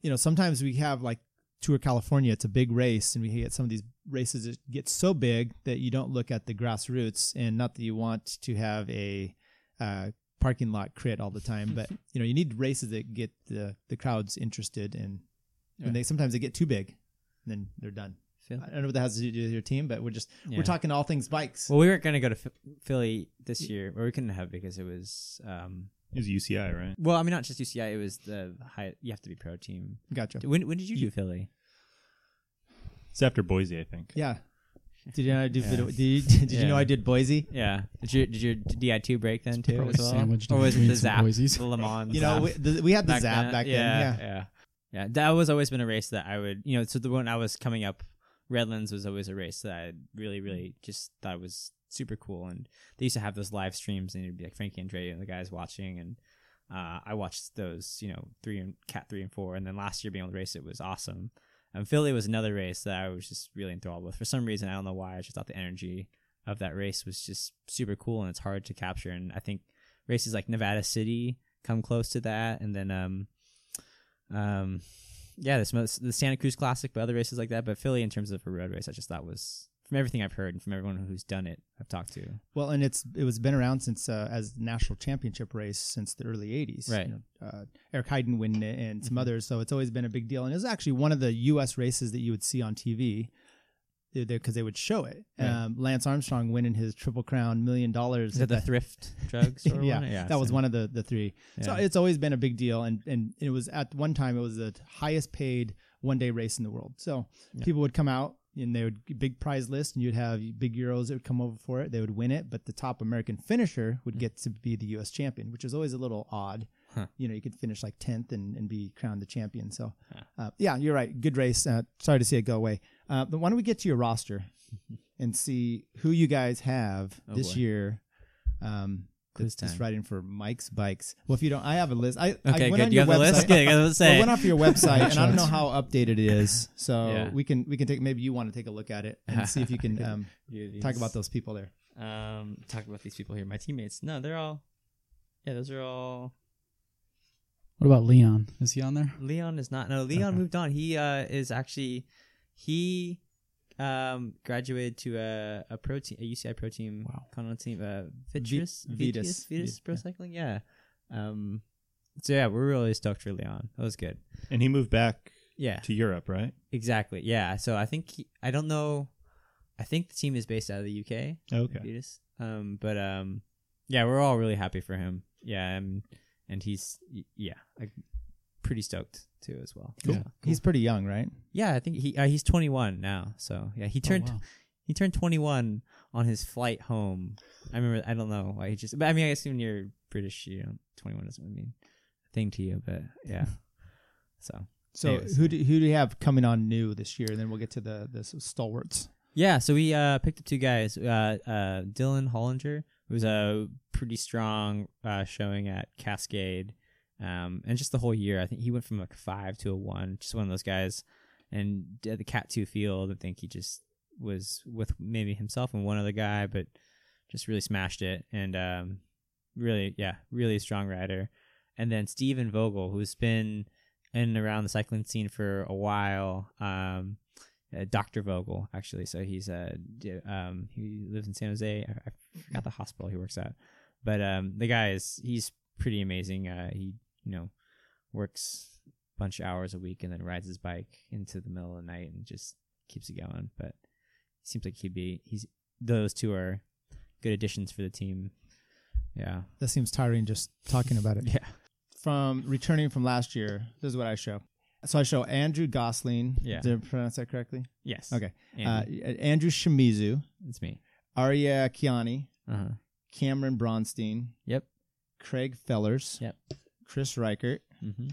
Speaker 2: you know, sometimes we have like Tour California, it's a big race, and we get some of these races that get so big that you don't look at the grassroots. And not that you want to have a uh, parking lot crit all the time, but you know you need races that get the the crowds interested and and they sometimes they get too big, and then they're done.
Speaker 3: Phil?
Speaker 2: I don't know what that has to do with your team, but we're just
Speaker 3: Yeah.
Speaker 2: we're talking all things bikes.
Speaker 3: Well, we weren't going to go to Ph- Philly this year, or we couldn't have because it was. Um,
Speaker 4: It was UCI, right?
Speaker 3: well, I mean, not just UCI. It was the high. You have to be pro team.
Speaker 2: gotcha.
Speaker 3: When when did you do Philly?
Speaker 4: It's after Boise, I think.
Speaker 2: Yeah. Did you know I did?
Speaker 3: Yeah.
Speaker 2: Did you, did you
Speaker 3: Yeah.
Speaker 2: know I did Boise?
Speaker 3: Yeah. Did you did your DI two break then too?
Speaker 1: probably
Speaker 3: as well?
Speaker 1: sandwiched
Speaker 3: or was it
Speaker 1: between
Speaker 3: the
Speaker 1: some
Speaker 3: Zap,
Speaker 1: Boises.
Speaker 3: the Le Mans?
Speaker 2: You know,
Speaker 3: Zap?
Speaker 2: we, the, we had the zap back then.
Speaker 3: Yeah,
Speaker 2: Yeah.
Speaker 3: yeah, yeah. That was always been a race that I would, you know, so the when I was coming up, Redlands was always a race that I really, really just thought was super cool. And they used to have those live streams, and it'd be like Frankie Andrea and the guys watching, and uh, I watched those, you know, three and cat three and four, and then last year being able to race it was awesome. And Philly was another race that I was just really enthralled with. For some reason, I don't know why, I just thought the energy of that race was just super cool, and it's hard to capture. And I think races like Nevada City come close to that, and then um, um, yeah, this mo- the Santa Cruz Classic, but other races like that. But Philly, in terms of a road race, I just thought was from everything I've heard and from everyone who's done it, I've talked to.
Speaker 2: Well, and it's it was been around since uh, as the national championship race since the early '80s.
Speaker 3: Right. Mm-hmm.
Speaker 2: You know, uh, Eric Heiden win it and some others, so it's always been a big deal. And it was actually one of the U.S. races that you would see on TV because they would show it.
Speaker 3: Right.
Speaker 2: Um, Lance Armstrong winning his triple crown million dollars.
Speaker 3: Is that the
Speaker 2: at
Speaker 3: thrift drugs? Or
Speaker 2: yeah,
Speaker 3: one?
Speaker 2: that was
Speaker 3: so-
Speaker 2: one of the the three. So
Speaker 3: Yeah.
Speaker 2: it's always been a big deal, and and it was at one time it was the highest paid one day race in the world. So
Speaker 3: Yeah.
Speaker 2: people would come out and they would big prize list, and you'd have big euros that would come over for it. They would win it, but the top American finisher would get to be the U.S. champion, which is always a little odd.
Speaker 3: Hmm. Huh.
Speaker 2: You know, you could finish like tenth and, and be crowned the champion. So,
Speaker 3: Huh.
Speaker 2: uh, yeah, you're right. Good race. Uh, sorry to see it go away. Uh, but why don't we get to your roster and see who you guys have
Speaker 3: Oh,
Speaker 2: this
Speaker 3: boy.
Speaker 2: year? Um,
Speaker 3: Quiz
Speaker 2: that's just
Speaker 3: time.
Speaker 2: writing for Mike's bikes. Well, if you don't, I have a list. I, I
Speaker 3: Okay,
Speaker 2: went
Speaker 3: good.
Speaker 2: On
Speaker 3: You
Speaker 2: your
Speaker 3: have the
Speaker 2: website.
Speaker 3: list. Good. I was gonna
Speaker 2: I
Speaker 3: say.
Speaker 2: went off your website, and I
Speaker 1: Shots.
Speaker 2: don't know how updated it is. So
Speaker 3: Yeah.
Speaker 2: we can we can take maybe you want to take a look at it and see if you can um, talk about those people there.
Speaker 3: Um, talk about these people here. My teammates. No, they're all. Yeah, those are all.
Speaker 1: What about Leon? Is he on there?
Speaker 3: Leon is not. No, Leon moved on. He uh is actually he um graduated to a a pro team, a UCI pro team,
Speaker 1: Wow.
Speaker 3: Continental team, uh, Vitus,
Speaker 2: Vitus.
Speaker 3: Vitus,
Speaker 2: Vitus,
Speaker 3: Vitus Pro Cycling. Yeah. Um. So yeah, we're really stoked for Leon. That was good.
Speaker 4: And he moved back
Speaker 3: Yeah.
Speaker 4: to Europe, right?
Speaker 3: Exactly. Yeah. So I think he, I don't know. I think the team is based out of the UK.
Speaker 4: Okay.
Speaker 3: Vitus. Um. But um. Yeah, we're all really happy for him. Yeah. And and he's y- yeah, like pretty stoked too as well.
Speaker 1: Cool.
Speaker 3: So-
Speaker 2: He's pretty young, right?
Speaker 3: yeah, I think he uh, he's 21 now. So yeah, he turned
Speaker 1: Oh, wow.
Speaker 3: he turned 21 on his flight home. I remember I don't know why he just. But I mean, I guess when you're British, you know, 21 doesn't really mean a thing to you. But yeah, so
Speaker 2: So
Speaker 3: Anyways.
Speaker 2: who do, who do you have coming on new this year? And then we'll get to the the stalwarts.
Speaker 3: yeah, so we uh, picked up two guys, uh, uh, Dylan Hollinger, who was a pretty strong uh, showing at Cascade, um, and just the whole year. I think he went from like a five to a one, just one of those guys. And at the Cat Two field, I think he just was with maybe himself and one other guy, but just really smashed it and um, really, yeah, really a strong rider. And then Steven Vogel, who's been in and around the cycling scene for a while, um, uh, Dr. Vogel actually. So he's uh, d- um, he lives in San Jose. I, I forgot the hospital he works at, but um, the guy is he's pretty amazing. Uh, he you know works a bunch of hours a week and then rides his bike into the middle of the night and just keeps it going. But seems like he'd be he's those two are good additions for the team. Yeah,
Speaker 2: That seems tiring just talking about it.
Speaker 3: yeah,
Speaker 2: From returning from last year, this is what I show. So I show Andrew Gosling.
Speaker 3: Yeah.
Speaker 2: Did I pronounce that correctly?
Speaker 3: yes.
Speaker 2: Okay. Uh,
Speaker 3: Andy,
Speaker 2: Andrew Shimizu,
Speaker 3: it's me.
Speaker 2: Arya Kiani,
Speaker 3: Uh huh.
Speaker 2: Cameron Bronstein,
Speaker 3: Yep.
Speaker 2: Craig Fellers,
Speaker 3: Yep.
Speaker 2: Chris Reichert,
Speaker 3: Mm-hmm.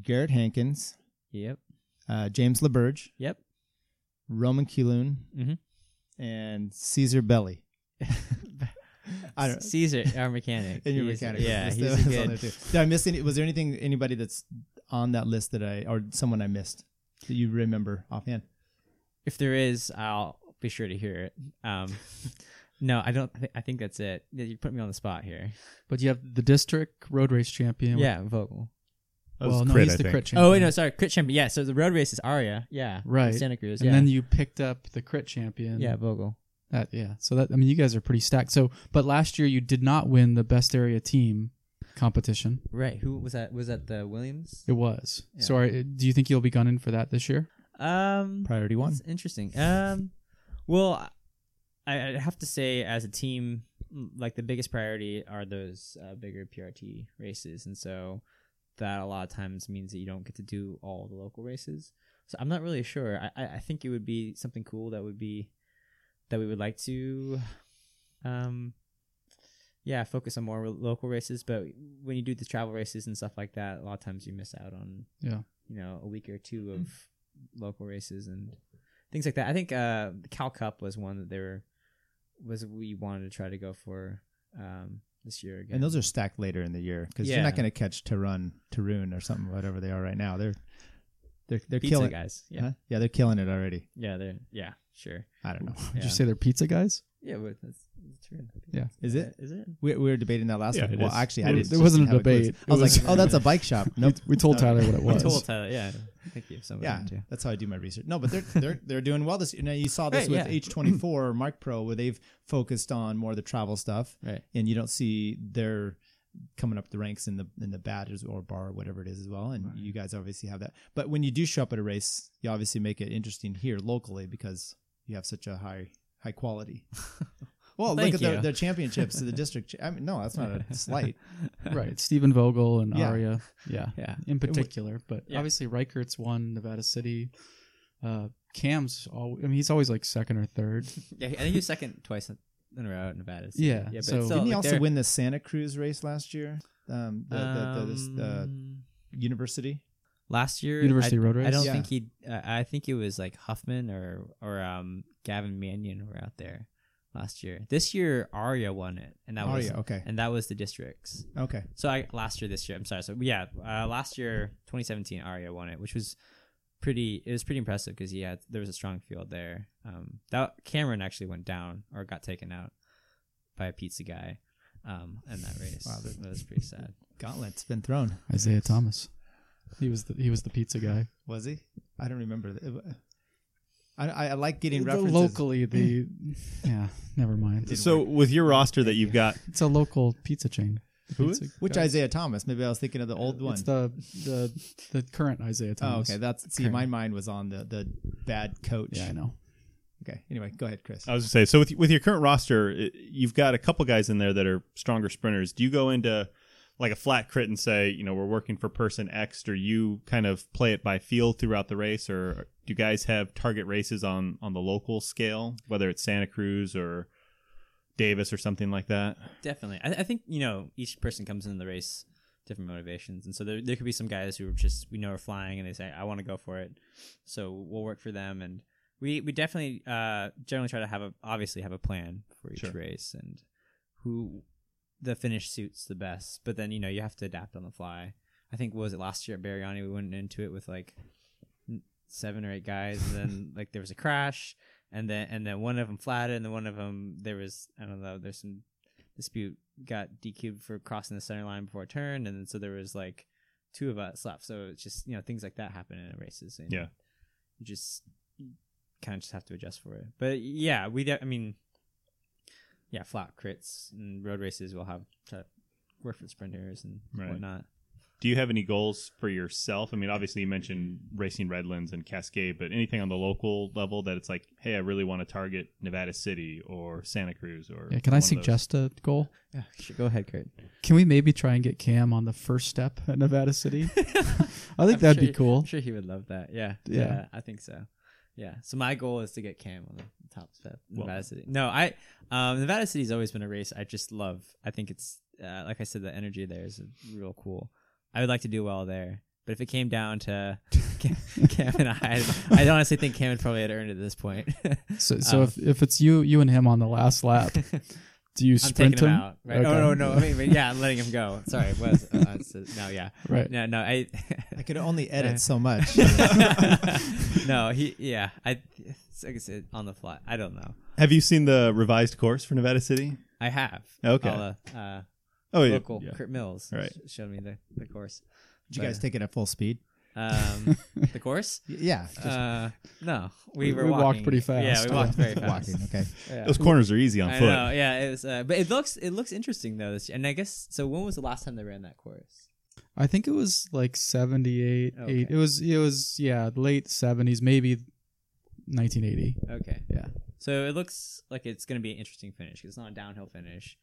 Speaker 2: Garrett Hankins,
Speaker 3: Yep.
Speaker 2: uh, James LeBurge,
Speaker 3: Yep.
Speaker 2: Roman Keeloon,
Speaker 3: Mhm.
Speaker 2: and Caesar Belli. I don't-
Speaker 3: Caesar, our mechanic.
Speaker 2: And your
Speaker 3: He's-
Speaker 2: mechanic.
Speaker 3: Yeah,
Speaker 2: was-
Speaker 3: he's
Speaker 2: was
Speaker 3: a
Speaker 2: on
Speaker 3: good.
Speaker 2: there too. Did I miss any? Was there anything anybody that's on that list that I or someone I missed that you remember offhand?
Speaker 3: If there is, I'll be sure to hear it. Um, no, I don't. Th- I think that's it. Yeah, You put me on the spot here.
Speaker 1: But you have the district road race champion.
Speaker 3: Yeah, Vogel.
Speaker 4: That
Speaker 1: well,
Speaker 4: was
Speaker 1: no,
Speaker 4: crit,
Speaker 1: he's
Speaker 4: I
Speaker 1: the
Speaker 4: think.
Speaker 1: crit champion.
Speaker 3: Oh wait, no, sorry, crit champion. Yeah, so the road race is Aria. Yeah,
Speaker 1: Right.
Speaker 3: Santa Cruz.
Speaker 1: And
Speaker 3: Yeah,
Speaker 1: then you picked up the crit champion.
Speaker 3: yeah, Vogel.
Speaker 1: That yeah. So that I mean, you guys are pretty stacked. So, but last year you did not win the best area team competition.
Speaker 3: Right. Who was that? Was that the Williams?
Speaker 1: It was.
Speaker 3: Yeah.
Speaker 1: So, are, do you think you'll be gunning for that this year?
Speaker 3: Um,
Speaker 2: Priority one.
Speaker 3: That's interesting. Um, well, I, I have to say, as a team, m- like the biggest priority are those uh, bigger PRT races, and so that a lot of times means that you don't get to do all the local races. So I'm not really sure. I, I I think it would be something cool that would be that we would like to, um, yeah, focus on more local races. But when you do the travel races and stuff like that, a lot of times you miss out on
Speaker 1: Yeah.
Speaker 3: you know a week or two of local races and things like that. I think uh, the Cal Cup was one that they were was we wanted to try to go for um, this year again.
Speaker 2: And those are stacked later in the year because you're not
Speaker 3: Yeah.
Speaker 2: going to catch Tarun, Tarun or something, whatever they are right now. They're they're they're
Speaker 3: pizza
Speaker 2: killing.
Speaker 3: guys. Yeah,
Speaker 2: Huh? Yeah, they're killing it already.
Speaker 3: yeah, they're yeah, sure.
Speaker 2: I don't know.
Speaker 1: Did
Speaker 3: Yeah.
Speaker 1: you say they're pizza guys?
Speaker 3: Yeah, but that's, that's true.
Speaker 1: Yeah.
Speaker 2: Is it?
Speaker 3: Is it?
Speaker 2: We, we were debating that last
Speaker 4: Yeah,
Speaker 2: week.
Speaker 4: it
Speaker 2: Well,
Speaker 4: is.
Speaker 2: actually, I
Speaker 1: It
Speaker 2: didn't.
Speaker 1: was- it wasn't a
Speaker 2: how it was.
Speaker 1: debate.
Speaker 2: I was,
Speaker 1: It was-
Speaker 2: like, oh, that's a bike shop. Nope.
Speaker 1: We told Tyler what it
Speaker 3: We
Speaker 1: was.
Speaker 3: told Tyler. Yeah, thank you so much.
Speaker 2: Yeah, that's how I do my research. No, but they're they're they're doing well this. Now you saw this
Speaker 3: Right,
Speaker 2: with
Speaker 3: yeah.
Speaker 2: H twenty four Mark Pro, where they've focused on more of the travel stuff,
Speaker 3: Right.
Speaker 2: and you don't see their coming up the ranks in the in the batters or bar whatever it is as well. And you guys obviously have that. But when you do show up at a race, you obviously make it interesting here locally because you have such a high high quality. Well, look
Speaker 3: Thank
Speaker 2: at their,
Speaker 3: you.
Speaker 2: their championships to the district. cha- I mean, no, that's not a slight.
Speaker 1: right. Stephen Vogel and
Speaker 2: Yeah.
Speaker 1: Aria. Yeah.
Speaker 3: Yeah.
Speaker 1: In particular, but
Speaker 3: Yeah.
Speaker 1: obviously Reichert's won Nevada City. Uh, Cam's all. I mean, he's always like second or third.
Speaker 3: Yeah, I think he was second twice in a row at Nevada. so-
Speaker 1: Yeah,
Speaker 3: yeah. But
Speaker 1: so-
Speaker 3: still,
Speaker 2: Didn't he
Speaker 3: like,
Speaker 2: also
Speaker 3: they're-
Speaker 2: win the Santa Cruz race last year? Um, the, the, the, this, uh,
Speaker 3: um,
Speaker 2: university.
Speaker 3: last year
Speaker 1: University
Speaker 3: I,
Speaker 1: Road
Speaker 3: I
Speaker 1: Race?
Speaker 3: don't
Speaker 2: Yeah.
Speaker 3: think he. Uh, I think it was like Huffman or or um, Gavin Mannion were out there last year. This year Arya won it, and that
Speaker 2: Oh
Speaker 3: was
Speaker 2: yeah, okay,
Speaker 3: and that was the districts.
Speaker 2: okay.
Speaker 3: So I last year, this year. I'm sorry. So yeah, uh, last year, 2017, Arya won it, which was pretty. It was pretty impressive because he had there was a strong field there. Um, that Cameron actually went down or got taken out by a pizza guy. Um, in that race,
Speaker 2: Wow, that-
Speaker 3: that was pretty sad.
Speaker 2: Gauntlet's been thrown.
Speaker 1: Isaiah Thomas. He was the he was the pizza guy.
Speaker 2: Was he? I don't remember. the- I, I, I like getting
Speaker 1: The
Speaker 2: references.
Speaker 1: locally, the yeah. Never mind.
Speaker 4: So with your roster that you've got,
Speaker 1: It's a local pizza chain. The
Speaker 4: Who is-
Speaker 1: pizza
Speaker 2: Which
Speaker 1: guy.
Speaker 2: Isaiah Thomas? Maybe I was thinking of the old one.
Speaker 1: It's the the the current Isaiah
Speaker 2: oh,
Speaker 1: Thomas.
Speaker 2: okay. That's see, my mind was on the the bad coach.
Speaker 1: yeah, I know.
Speaker 2: Okay. Anyway, go ahead, Chris.
Speaker 4: I was gonna say, so with with your current roster, i- you've got a couple guys in there that are stronger sprinters. Do you go into like a flat crit and say, you know, we're working for person X? Do you kind of play it by feel throughout the race, or do you guys have target races on on the local scale, whether it's Santa Cruz or Davis or something like that?
Speaker 3: Definitely. I, I think, you know, each person comes into the race different motivations. And so there, there could be some guys who are just, we know, are flying and they say, I want to go for it. So we'll work for them. And we, we definitely uh, generally try to have a, obviously have a plan for each
Speaker 4: Sure.
Speaker 3: race and who the finish suits the best. But then, you know, you have to adapt on the fly. I think, what was it last year at Bariani? We went into it with like n- seven or eight guys. And then, like, there was a crash. And then, and then one of them flatted, and then one of them there was I don't know. There's some dispute got DQ'd for crossing the center line before a turn, and then so there was like two of us left. So it's just you know things like that happen in races. And
Speaker 4: Yeah.
Speaker 3: you just kind of just have to adjust for it. But yeah, we de- I mean, yeah, flat crits and road races will have to work for sprinters and
Speaker 4: Right.
Speaker 3: whatnot.
Speaker 4: Do you have any goals for yourself? I mean, obviously you mentioned racing Redlands and Cascade, but anything on the local level that it's like, hey, I really want to target Nevada City or Santa Cruz or
Speaker 1: Yeah, can I
Speaker 4: one of those?
Speaker 1: suggest a goal?
Speaker 3: Yeah, sure. go ahead, Kurt.
Speaker 1: Can we maybe try and get Cam on the first step at Nevada City? I think that'd be
Speaker 3: I'm
Speaker 1: cool.
Speaker 3: sure he would love that. Yeah,
Speaker 1: Yeah.
Speaker 3: yeah, I think so. Yeah. So my goal is to get Cam on the top step.
Speaker 4: Well-
Speaker 3: Nevada City. No, I um, Nevada City's always been a race I just love. I think it's uh, like I said, the energy there is real cool. I would like to do well there, but if it came down to Cam, Cam and I, I honestly think Cam would probably had earned it at this point.
Speaker 1: So, so
Speaker 3: Um,
Speaker 1: if, if it's you you and him on the last lap, do you
Speaker 3: I'm
Speaker 1: sprint
Speaker 3: taking him,
Speaker 1: him?
Speaker 3: out. Right?
Speaker 1: Okay.
Speaker 3: Oh no, no. I mean, but yeah, I'm letting him go. Sorry, it was uh, it's, uh, no, yeah,
Speaker 1: Right.
Speaker 3: no, no. I
Speaker 2: I could only
Speaker 3: Yeah.
Speaker 2: edit so much.
Speaker 3: no, he yeah. I it's like I said, on the fly. I don't know.
Speaker 4: Have you seen the revised course for Nevada City?
Speaker 3: I have.
Speaker 4: Okay.
Speaker 3: All the, uh,
Speaker 4: Oh, yeah.
Speaker 3: local
Speaker 4: yeah.
Speaker 3: Kurt Mills
Speaker 4: Right.
Speaker 3: sh- showed me the, the course.
Speaker 2: Did you guys take it at full speed?
Speaker 3: um, the course.
Speaker 2: Y- Yeah. Just
Speaker 3: Uh, no, we,
Speaker 1: We-
Speaker 3: were
Speaker 1: we walked
Speaker 3: walking.
Speaker 1: pretty
Speaker 3: Yeah,
Speaker 1: fast.
Speaker 3: we walked very fast.
Speaker 2: walking. Okay.
Speaker 3: Yeah.
Speaker 4: Those corners are easy on
Speaker 3: I
Speaker 4: foot.
Speaker 3: know. Yeah, it was, uh, but it looks it looks interesting though. This year. And I guess so. When was the last time they ran that course?
Speaker 1: I think it was like 78,
Speaker 3: Okay.
Speaker 1: eight. It was it was yeah, late 70s, maybe 1980.
Speaker 3: Okay.
Speaker 1: Yeah.
Speaker 3: So it looks like it's going to be an interesting finish 'cause it's not a downhill finish.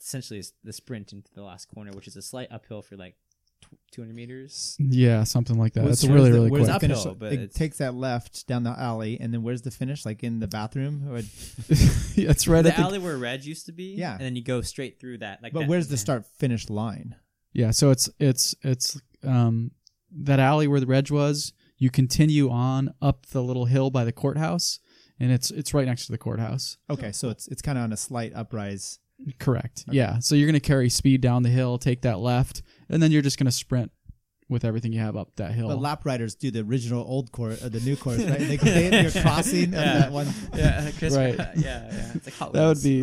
Speaker 3: Essentially, it's the sprint into the last corner, which is a slight uphill for like tw- 200 meters.
Speaker 1: Yeah, something like that.
Speaker 2: Where's-
Speaker 1: It's
Speaker 2: where's
Speaker 1: really
Speaker 2: the-
Speaker 1: really
Speaker 2: where's
Speaker 1: quick.
Speaker 2: the
Speaker 3: quick.
Speaker 2: finish?
Speaker 3: Uphill, but
Speaker 2: it
Speaker 3: it's-
Speaker 2: takes that left down the alley, and then where's the finish? Like in the bathroom? Or,
Speaker 1: Yeah, it's right at the
Speaker 3: the alley where Reg used to be.
Speaker 2: Yeah.
Speaker 3: And then you go straight through that. Like,
Speaker 2: but
Speaker 3: that-
Speaker 2: where's the start finish line?
Speaker 1: Yeah, so it's it's it's um that alley where the reg was, you continue on up the little hill by the courthouse and it's it's right next to the courthouse.
Speaker 2: Okay, so it's it's kind of on a slight uprise.
Speaker 1: Correct. Yeah. So you're going to carry speed down the hill, take that left, and then you're just going to sprint with everything you have up that hill.
Speaker 2: But lap riders do the original old course or the new course, right? They play it, you're crossing of
Speaker 3: Yeah.
Speaker 2: that one.
Speaker 3: Yeah, Chris,
Speaker 1: Right.
Speaker 3: Yeah, yeah. It's like Hot
Speaker 1: that would
Speaker 3: Wheels.
Speaker 1: be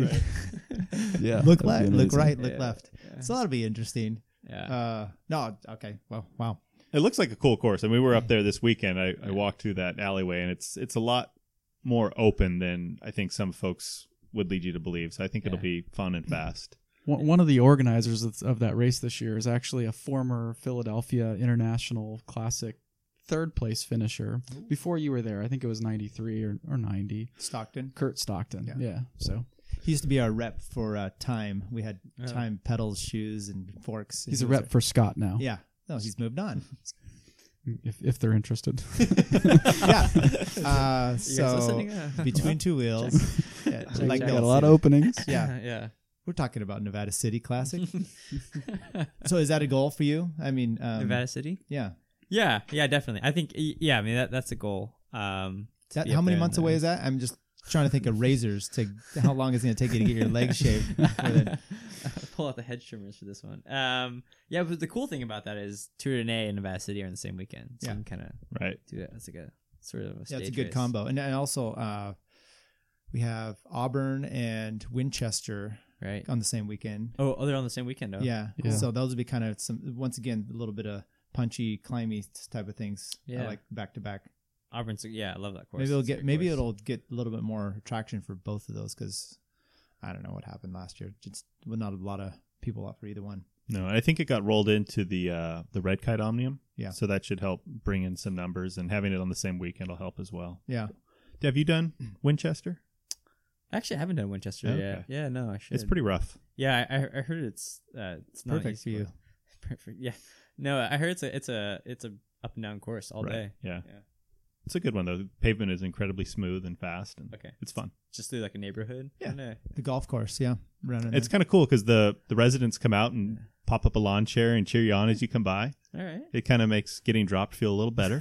Speaker 3: Right.
Speaker 1: Yeah.
Speaker 2: look
Speaker 1: that'd be
Speaker 2: left, look
Speaker 1: amazing.
Speaker 2: right, look
Speaker 3: Yeah.
Speaker 2: left. So that'll be interesting.
Speaker 3: Yeah.
Speaker 2: Uh, no, okay, well, wow.
Speaker 4: It looks like a cool course, and we were up there this weekend. I, I walked through that alleyway, and it's it's a lot more open than I think some folks would lead you to believe. So I think it'll
Speaker 3: Yeah. Mm-hmm.
Speaker 4: be fun and fast.
Speaker 1: One one of the organizers of- of that race this year is actually a former Philadelphia International Classic third place finisher. Before you were there, I think it was 93 or, or 90.
Speaker 2: Stockton.
Speaker 1: Kurt Stockton.
Speaker 2: Yeah.
Speaker 1: Yeah. So
Speaker 2: He used to be our rep for uh, Time. We had
Speaker 3: Yeah.
Speaker 2: Time pedals, shoes, and forks. and
Speaker 1: he's
Speaker 2: he
Speaker 1: a
Speaker 2: was
Speaker 1: rep for Scott now.
Speaker 2: Yeah. No, he's moved on.
Speaker 1: If, if they're interested.
Speaker 2: yeah. Uh, so
Speaker 3: listening? Yeah.
Speaker 2: between two wheels, yeah,
Speaker 3: Check,
Speaker 1: like
Speaker 3: check.
Speaker 1: got
Speaker 2: Bill
Speaker 1: a lot of
Speaker 2: said,
Speaker 1: openings.
Speaker 2: Yeah,
Speaker 3: yeah.
Speaker 2: we're talking about Nevada City Classic. so is that a goal for you? I mean, um,
Speaker 3: Nevada City.
Speaker 2: Yeah.
Speaker 3: Yeah, yeah, definitely. I think, y- yeah, I mean, that, that's a goal. Um,
Speaker 2: Is that,
Speaker 3: be
Speaker 2: how
Speaker 3: up
Speaker 2: many
Speaker 3: there
Speaker 2: months
Speaker 3: in
Speaker 2: away
Speaker 3: the-
Speaker 2: is that? I'm just trying to think of razors to how long is it going to take you to get your legs shaved. before then.
Speaker 3: Pull out the head trimmers for this one. Um, yeah, but the cool thing about that is Tournai and Nevada City are in the same weekend, so
Speaker 2: Yeah.
Speaker 3: you can kind of
Speaker 4: Right.
Speaker 3: do that. That's like a sort of a
Speaker 2: Yeah,
Speaker 3: stage
Speaker 2: it's a good
Speaker 3: race.
Speaker 2: combo. And, and also, uh, we have Auburn and Winchester
Speaker 3: right?
Speaker 2: on the same weekend.
Speaker 3: Oh, oh, they're on the same weekend. Oh.
Speaker 2: Yeah.
Speaker 1: Cool.
Speaker 2: So those would be kind of some once again a little bit of punchy, climby type of things. I
Speaker 3: Yeah.
Speaker 2: like back to back.
Speaker 3: Auburn's. Yeah, I love that course.
Speaker 2: Maybe it'll
Speaker 3: It's a
Speaker 2: get
Speaker 3: good
Speaker 2: maybe
Speaker 3: course.
Speaker 2: it'll get a little bit more traction for both of those because I don't know what happened last year. Just well, not a lot of people up for either one.
Speaker 4: No, I think it got rolled into the uh, the Red Kite Omnium.
Speaker 2: Yeah.
Speaker 4: So that should help bring in some numbers, and having it on the same weekend will help as well.
Speaker 2: Yeah.
Speaker 4: Have you done Winchester?
Speaker 3: Actually, I haven't done Winchester
Speaker 4: Okay.
Speaker 3: yet. Yeah, no, I should.
Speaker 4: It's pretty rough.
Speaker 3: Yeah, I- I, I heard it's uh, it's not an
Speaker 2: Perfect
Speaker 3: easy
Speaker 2: for you.
Speaker 3: one. Perfect. Yeah. No, I heard it's a it's a it's a up and down course all
Speaker 4: right?
Speaker 3: day.
Speaker 4: Yeah.
Speaker 3: Yeah.
Speaker 4: It's a good one though. The pavement is incredibly smooth and fast, and
Speaker 3: Okay.
Speaker 4: it's fun.
Speaker 3: Just through like a neighborhood.
Speaker 2: Yeah.
Speaker 3: I dunno.
Speaker 2: The golf course, yeah. Running
Speaker 4: It's kind of cool because the the residents come out and pop up a lawn chair and cheer you on as you come by.
Speaker 3: All right.
Speaker 4: It kind of makes getting dropped feel a little better.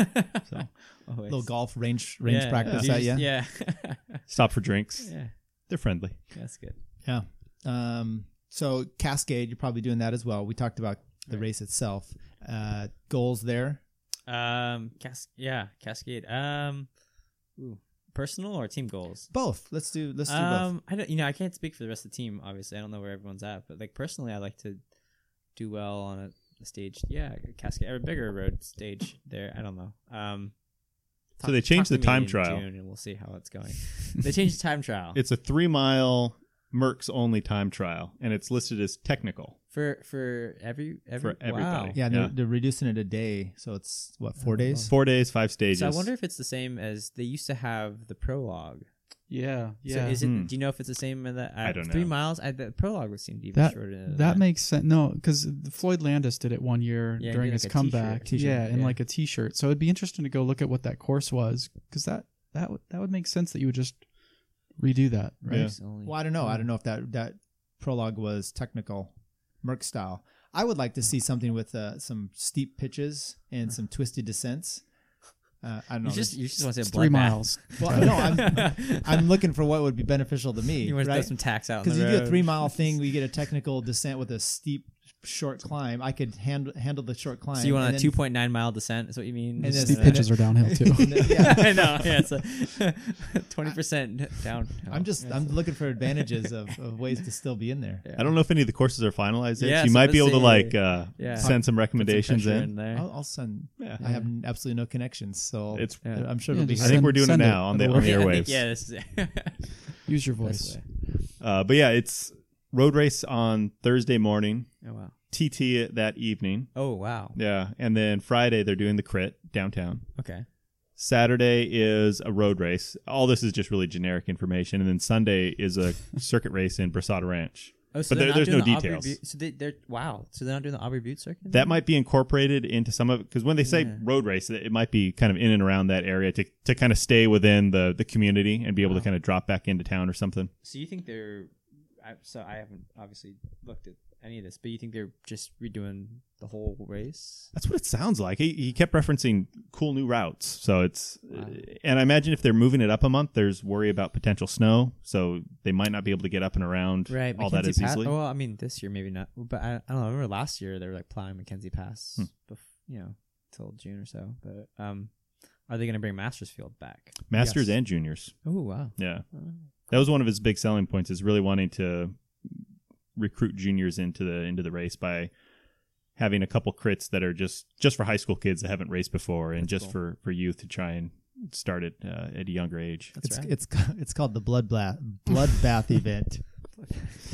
Speaker 3: so
Speaker 2: a little golf range range practice at you.
Speaker 3: Yeah.
Speaker 4: Stop for drinks.
Speaker 3: yeah.
Speaker 4: They're friendly.
Speaker 3: That's good.
Speaker 2: Yeah. Um, so Cascade, you're probably doing that as well. We talked about the race itself. Uh, goals there.
Speaker 3: Um, cas- yeah, Cascade. Um, ooh, personal or team goals?
Speaker 2: Both. Let's do let's do both.
Speaker 3: Um, I don't. You know, I can't speak for the rest of the team. Obviously, I don't know where everyone's at, but like personally, I like to do well on a, a stage. Yeah, a Cascade or a bigger road stage. There, I don't know. Um,
Speaker 4: So they changed
Speaker 3: to
Speaker 4: the
Speaker 3: me
Speaker 4: time
Speaker 3: in
Speaker 4: trial.
Speaker 3: June and we'll see how it's going. they changed the time trial
Speaker 4: It's a three mile Merck's only time trial, and it's listed as technical.
Speaker 3: for for every every
Speaker 4: For everybody.
Speaker 3: Wow.
Speaker 2: Yeah,
Speaker 4: yeah.
Speaker 2: They're, they're reducing it a day, so it's what four days.
Speaker 4: Four days, five stages.
Speaker 3: So I wonder if it's the same as they used to have the prologue.
Speaker 1: Yeah.
Speaker 3: So is it?
Speaker 4: Hmm.
Speaker 3: Do you know if it's the same in the? Uh,
Speaker 4: I don't
Speaker 3: Three
Speaker 4: know.
Speaker 3: miles. I, the prologue would seem to be
Speaker 1: that
Speaker 3: shorter. Than
Speaker 1: that, makes sense. No, because Floyd Landis did it one year
Speaker 3: uh, Yeah, he
Speaker 1: during
Speaker 3: did
Speaker 1: his
Speaker 3: like a
Speaker 1: comeback.
Speaker 3: t-shirt-
Speaker 1: yeah,
Speaker 3: t-shirt,
Speaker 1: in
Speaker 3: yeah.
Speaker 1: like a T-shirt. So it'd be interesting to go look at what that course was, because that that would that would make sense that you would just redo that, right?
Speaker 4: Yeah.
Speaker 2: Well, I don't know. I don't know if that that prologue was technical, Merck style. I would like to see something with uh, some steep pitches and some twisty descents. Uh, I don't know.
Speaker 3: You just you just want to say
Speaker 1: It's three
Speaker 3: bloodbath.
Speaker 1: miles.
Speaker 2: well, no, I'm I'm looking for what would be beneficial to me.
Speaker 3: you want to
Speaker 2: right?
Speaker 3: throw some tax out on
Speaker 2: Because
Speaker 3: the
Speaker 2: you do a
Speaker 3: road.
Speaker 2: three mile thing, we get a technical descent with a steep short climb. I could handle handle the short climb.
Speaker 3: So you want
Speaker 2: and
Speaker 3: a
Speaker 2: then-
Speaker 3: two point nine mile descent? Is what you mean?
Speaker 2: And then-
Speaker 1: Steep
Speaker 2: and then-
Speaker 1: pitches are downhill too.
Speaker 2: and then- yeah.
Speaker 3: I know. Yeah, it's twenty percent down. Oh,
Speaker 2: I'm just I'm looking for advantages of, of ways to still be in there.
Speaker 4: I don't know if any of the courses are finalized yet.
Speaker 3: Yeah,
Speaker 4: so you
Speaker 3: so
Speaker 4: might be
Speaker 3: let's
Speaker 4: able to like
Speaker 3: see.
Speaker 4: uh,
Speaker 3: Yeah.
Speaker 4: send some recommendations in.
Speaker 3: there.
Speaker 2: I'll, I'll send.
Speaker 4: Yeah.
Speaker 2: I have absolutely no connections, so
Speaker 4: It's-
Speaker 3: Yeah.
Speaker 2: I'm sure
Speaker 1: Yeah,
Speaker 2: it'll be.
Speaker 1: just
Speaker 4: I think
Speaker 1: Send-
Speaker 4: we're doing it
Speaker 1: send it.
Speaker 4: now on the
Speaker 1: It'll
Speaker 4: on
Speaker 1: work.
Speaker 3: Yeah, I
Speaker 4: the
Speaker 3: think-
Speaker 4: airwaves.
Speaker 3: yeah, this is it.
Speaker 1: Use your voice.
Speaker 3: This way.
Speaker 4: Uh, but yeah, it's road race on Thursday morning,
Speaker 3: Oh wow.
Speaker 4: TT that evening.
Speaker 3: Oh wow.
Speaker 4: Yeah, and then Friday they're doing the crit downtown.
Speaker 3: Okay.
Speaker 4: Saturday is a road race. All this is just really generic information, and then Sunday is a circuit race in Brasada Ranch.
Speaker 3: Oh, so
Speaker 4: But
Speaker 3: they're
Speaker 4: there-
Speaker 3: not
Speaker 4: there's
Speaker 3: doing
Speaker 4: no
Speaker 3: the Aubrey
Speaker 4: details.
Speaker 3: Butte- so they, they're wow. So they're not doing the Aubrey Butte circuit.
Speaker 4: That might be incorporated into some of because when they say road race, it might be kind of in and around that area to, to kind of stay within the the community and be able to kind of drop back into town or something.
Speaker 3: So you think they're? I, so I haven't obviously looked at any of this, but you think they're just redoing the whole race?
Speaker 4: That's what it sounds like. He, he kept referencing cool new routes. So it's, and I imagine if they're moving it up a month, there's worry about potential snow. So they might not be able to get up and around all that as
Speaker 3: Mackenzie Pass.
Speaker 4: easily.
Speaker 3: Oh, well, I mean, this year maybe not, but I, I don't know. I remember last year they were like plowing Mackenzie Pass,
Speaker 4: Hmm.
Speaker 3: bef- you know, till June or so. But um, are they going to bring Mastersfield back?
Speaker 4: Masters
Speaker 2: Yes.
Speaker 4: and juniors.
Speaker 3: Oh wow.
Speaker 4: Yeah. That was one of his big selling points is really wanting to recruit juniors into the, into the race by having a couple crits that are just, just for high school kids that haven't raced before and just for, for youth to try and start it uh, at a younger age.
Speaker 2: It's
Speaker 3: That's right.
Speaker 2: it's ca- it's called the bloodbath bloodbath event.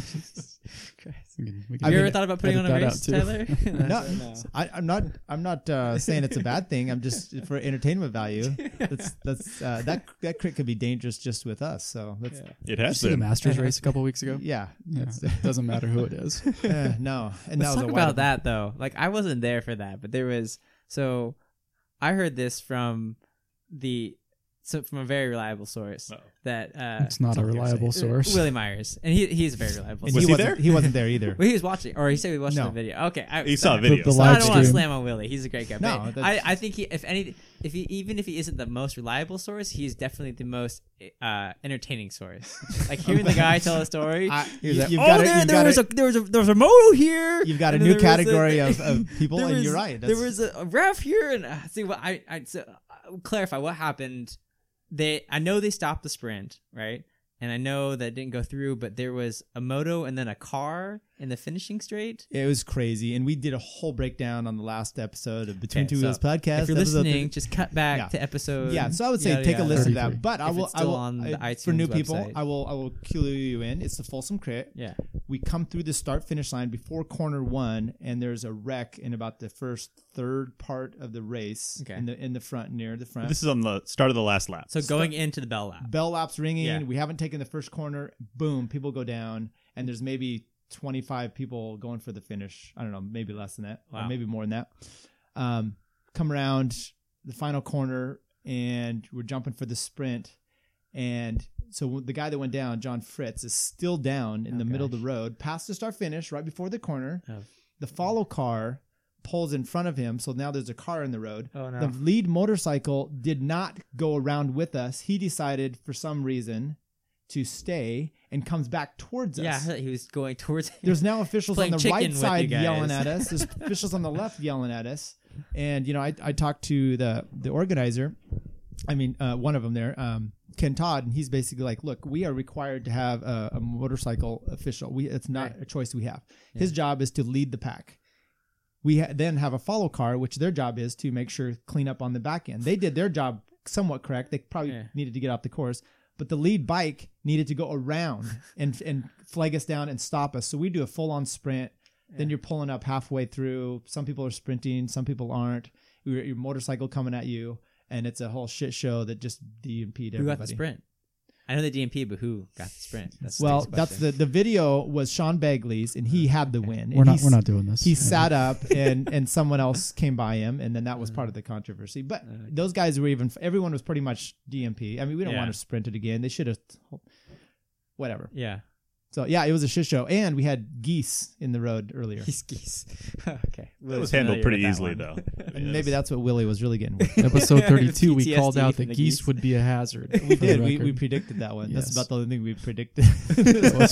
Speaker 3: Christ.
Speaker 1: I mean, we
Speaker 3: Have
Speaker 1: can edit-
Speaker 3: you ever thought about putting on
Speaker 1: edit
Speaker 3: a
Speaker 1: that out
Speaker 3: race,
Speaker 1: too.
Speaker 3: Tyler?
Speaker 2: No, I, I'm not. I'm not uh, saying it's a bad thing. I'm just for entertainment value. That's that's uh, that that crit could be dangerous just with us. So that's
Speaker 3: Yeah.
Speaker 4: It
Speaker 1: Did you
Speaker 4: has
Speaker 1: see the
Speaker 4: been.
Speaker 1: Masters race a couple weeks ago.
Speaker 2: yeah.
Speaker 1: Yeah,
Speaker 2: That's-
Speaker 1: it doesn't matter who it is.
Speaker 2: uh, no, and that was
Speaker 3: Let's talk
Speaker 2: a
Speaker 3: about that though. Like I wasn't there for that, but there was so I heard this from the so from a very reliable source
Speaker 4: Uh-oh.
Speaker 3: that uh,
Speaker 1: It's not a reliable source.
Speaker 3: Willie Myers, and he he's a very reliable.
Speaker 2: And
Speaker 4: Was
Speaker 2: he,
Speaker 4: he
Speaker 2: wasn't,
Speaker 4: there?
Speaker 2: He wasn't there either.
Speaker 3: Well, he was watching, or he said he watched
Speaker 2: No.
Speaker 3: the video. Okay, I,
Speaker 4: He saw a
Speaker 3: sorry.
Speaker 4: video.
Speaker 1: The
Speaker 4: so-
Speaker 1: live
Speaker 3: I don't want to
Speaker 1: stream.
Speaker 3: slam on Willie. He's a great guy.
Speaker 2: No,
Speaker 3: but I,
Speaker 2: that's-
Speaker 3: I think he, if anything, if he even if he isn't the most reliable source, he's definitely the most uh, entertaining source. Like hearing the guy tell a story.
Speaker 2: I-
Speaker 3: you-
Speaker 2: you've
Speaker 3: you- oh,
Speaker 2: got a-
Speaker 3: there,
Speaker 2: you've
Speaker 3: there
Speaker 2: got
Speaker 3: was
Speaker 2: a-
Speaker 3: a there was a there was a moto here.
Speaker 2: You've got a
Speaker 3: and
Speaker 2: new
Speaker 3: there was
Speaker 2: category of- of people,
Speaker 3: there
Speaker 2: and you're
Speaker 3: was-
Speaker 2: right.
Speaker 3: There
Speaker 2: That's-
Speaker 3: was a, a ref here, and uh, see what I I so, uh, clarify what happened. They I know they stopped the sprint right. And I know that didn't go through, but there was a moto and then a car in the finishing straight.
Speaker 2: It was crazy, and we did a whole breakdown on the last episode of Between
Speaker 3: Okay,
Speaker 2: Two
Speaker 3: so
Speaker 2: Wheels podcast.
Speaker 3: If you're
Speaker 2: episode
Speaker 3: listening,
Speaker 2: thirty-
Speaker 3: just cut back
Speaker 2: Yeah.
Speaker 3: to episode.
Speaker 2: yeah, so I would say
Speaker 3: yada,
Speaker 2: take a
Speaker 3: yada.
Speaker 2: listen to
Speaker 1: 33.
Speaker 2: that. But I
Speaker 3: If
Speaker 2: will,
Speaker 3: it's
Speaker 2: I
Speaker 3: still
Speaker 2: will
Speaker 3: on the
Speaker 2: I- for
Speaker 3: iTunes
Speaker 2: new people,
Speaker 3: website.
Speaker 2: I will, I will clue you in. It's the Folsom Crit.
Speaker 3: Yeah.
Speaker 2: we come through the start finish line before corner one, and there's a wreck in about the first third part of the race
Speaker 3: Okay.
Speaker 2: in the in the front near the front.
Speaker 4: This is on the start of the last lap.
Speaker 3: So going into the bell lap.
Speaker 2: Bell laps ringing.
Speaker 3: Yeah.
Speaker 2: We haven't taken the first corner. Boom, people go down, and there's maybe 25 people going for the finish. I don't know, maybe less than that, or
Speaker 3: Wow.
Speaker 2: maybe more than that. Um, come around the final corner, and we're jumping for the sprint. And so the guy that went down, John Fritz, is still down in the middle of the road, past the start finish, right before the corner.
Speaker 3: Oh.
Speaker 2: The follow car pulls in front of him, so now there's a car in the road.
Speaker 3: Oh, no.
Speaker 2: The lead motorcycle did not go around with us. He decided for some reason to stay and comes back towards us.
Speaker 3: Yeah, I heard he was going towards.
Speaker 2: There's now officials on
Speaker 3: Playing
Speaker 2: the
Speaker 3: chicken
Speaker 2: right
Speaker 3: with
Speaker 2: side
Speaker 3: you guys.
Speaker 2: yelling at us. There's officials on the left yelling at us. And you know, I, I talked to the the organizer. I mean, uh, one of them there, um, Ken Todd, and he's basically like, "Look, we are required to have a, a motorcycle official. We it's not a choice we have. His job is to lead the pack. We ha- then have a follow car, which their job is to make sure clean up on the back end. They did their job somewhat correct. They probably
Speaker 3: Yeah.
Speaker 2: needed to get off the course, but the lead bike needed to go around and and flag us down and stop us. So we do a full on sprint. Then you're pulling up halfway through. Some people are sprinting, some people aren't. Your, your motorcycle coming at you, and it's a whole shit show that just DMP'd everybody.
Speaker 3: who got the sprint? I know the DMP, but who got the sprint? That's the
Speaker 2: Well,
Speaker 3: next
Speaker 2: that's
Speaker 3: question.
Speaker 2: the the video was Sean Bagley's, and he had the win.
Speaker 1: We're
Speaker 2: And
Speaker 1: not.
Speaker 2: he
Speaker 1: We're not doing this.
Speaker 2: he sat up and and someone else came by him and then that was part of the controversy but those guys were even everyone was pretty much dmp i mean we don't
Speaker 3: Yeah.
Speaker 2: want to sprint it again they should have whatever
Speaker 3: yeah.
Speaker 2: So yeah, it was a shit show, and we had geese in the road earlier.
Speaker 3: Geese, geese. okay.
Speaker 4: That was handled pretty easily, though.
Speaker 2: And maybe that's what Willie was really getting. With.
Speaker 1: Episode 32, we
Speaker 3: PTSD
Speaker 1: called out
Speaker 3: from
Speaker 1: that
Speaker 3: the
Speaker 1: geese
Speaker 3: geese.
Speaker 1: would be a hazard.
Speaker 2: we did. We, we predicted that one.
Speaker 1: Yes.
Speaker 2: That's about the only thing we predicted. in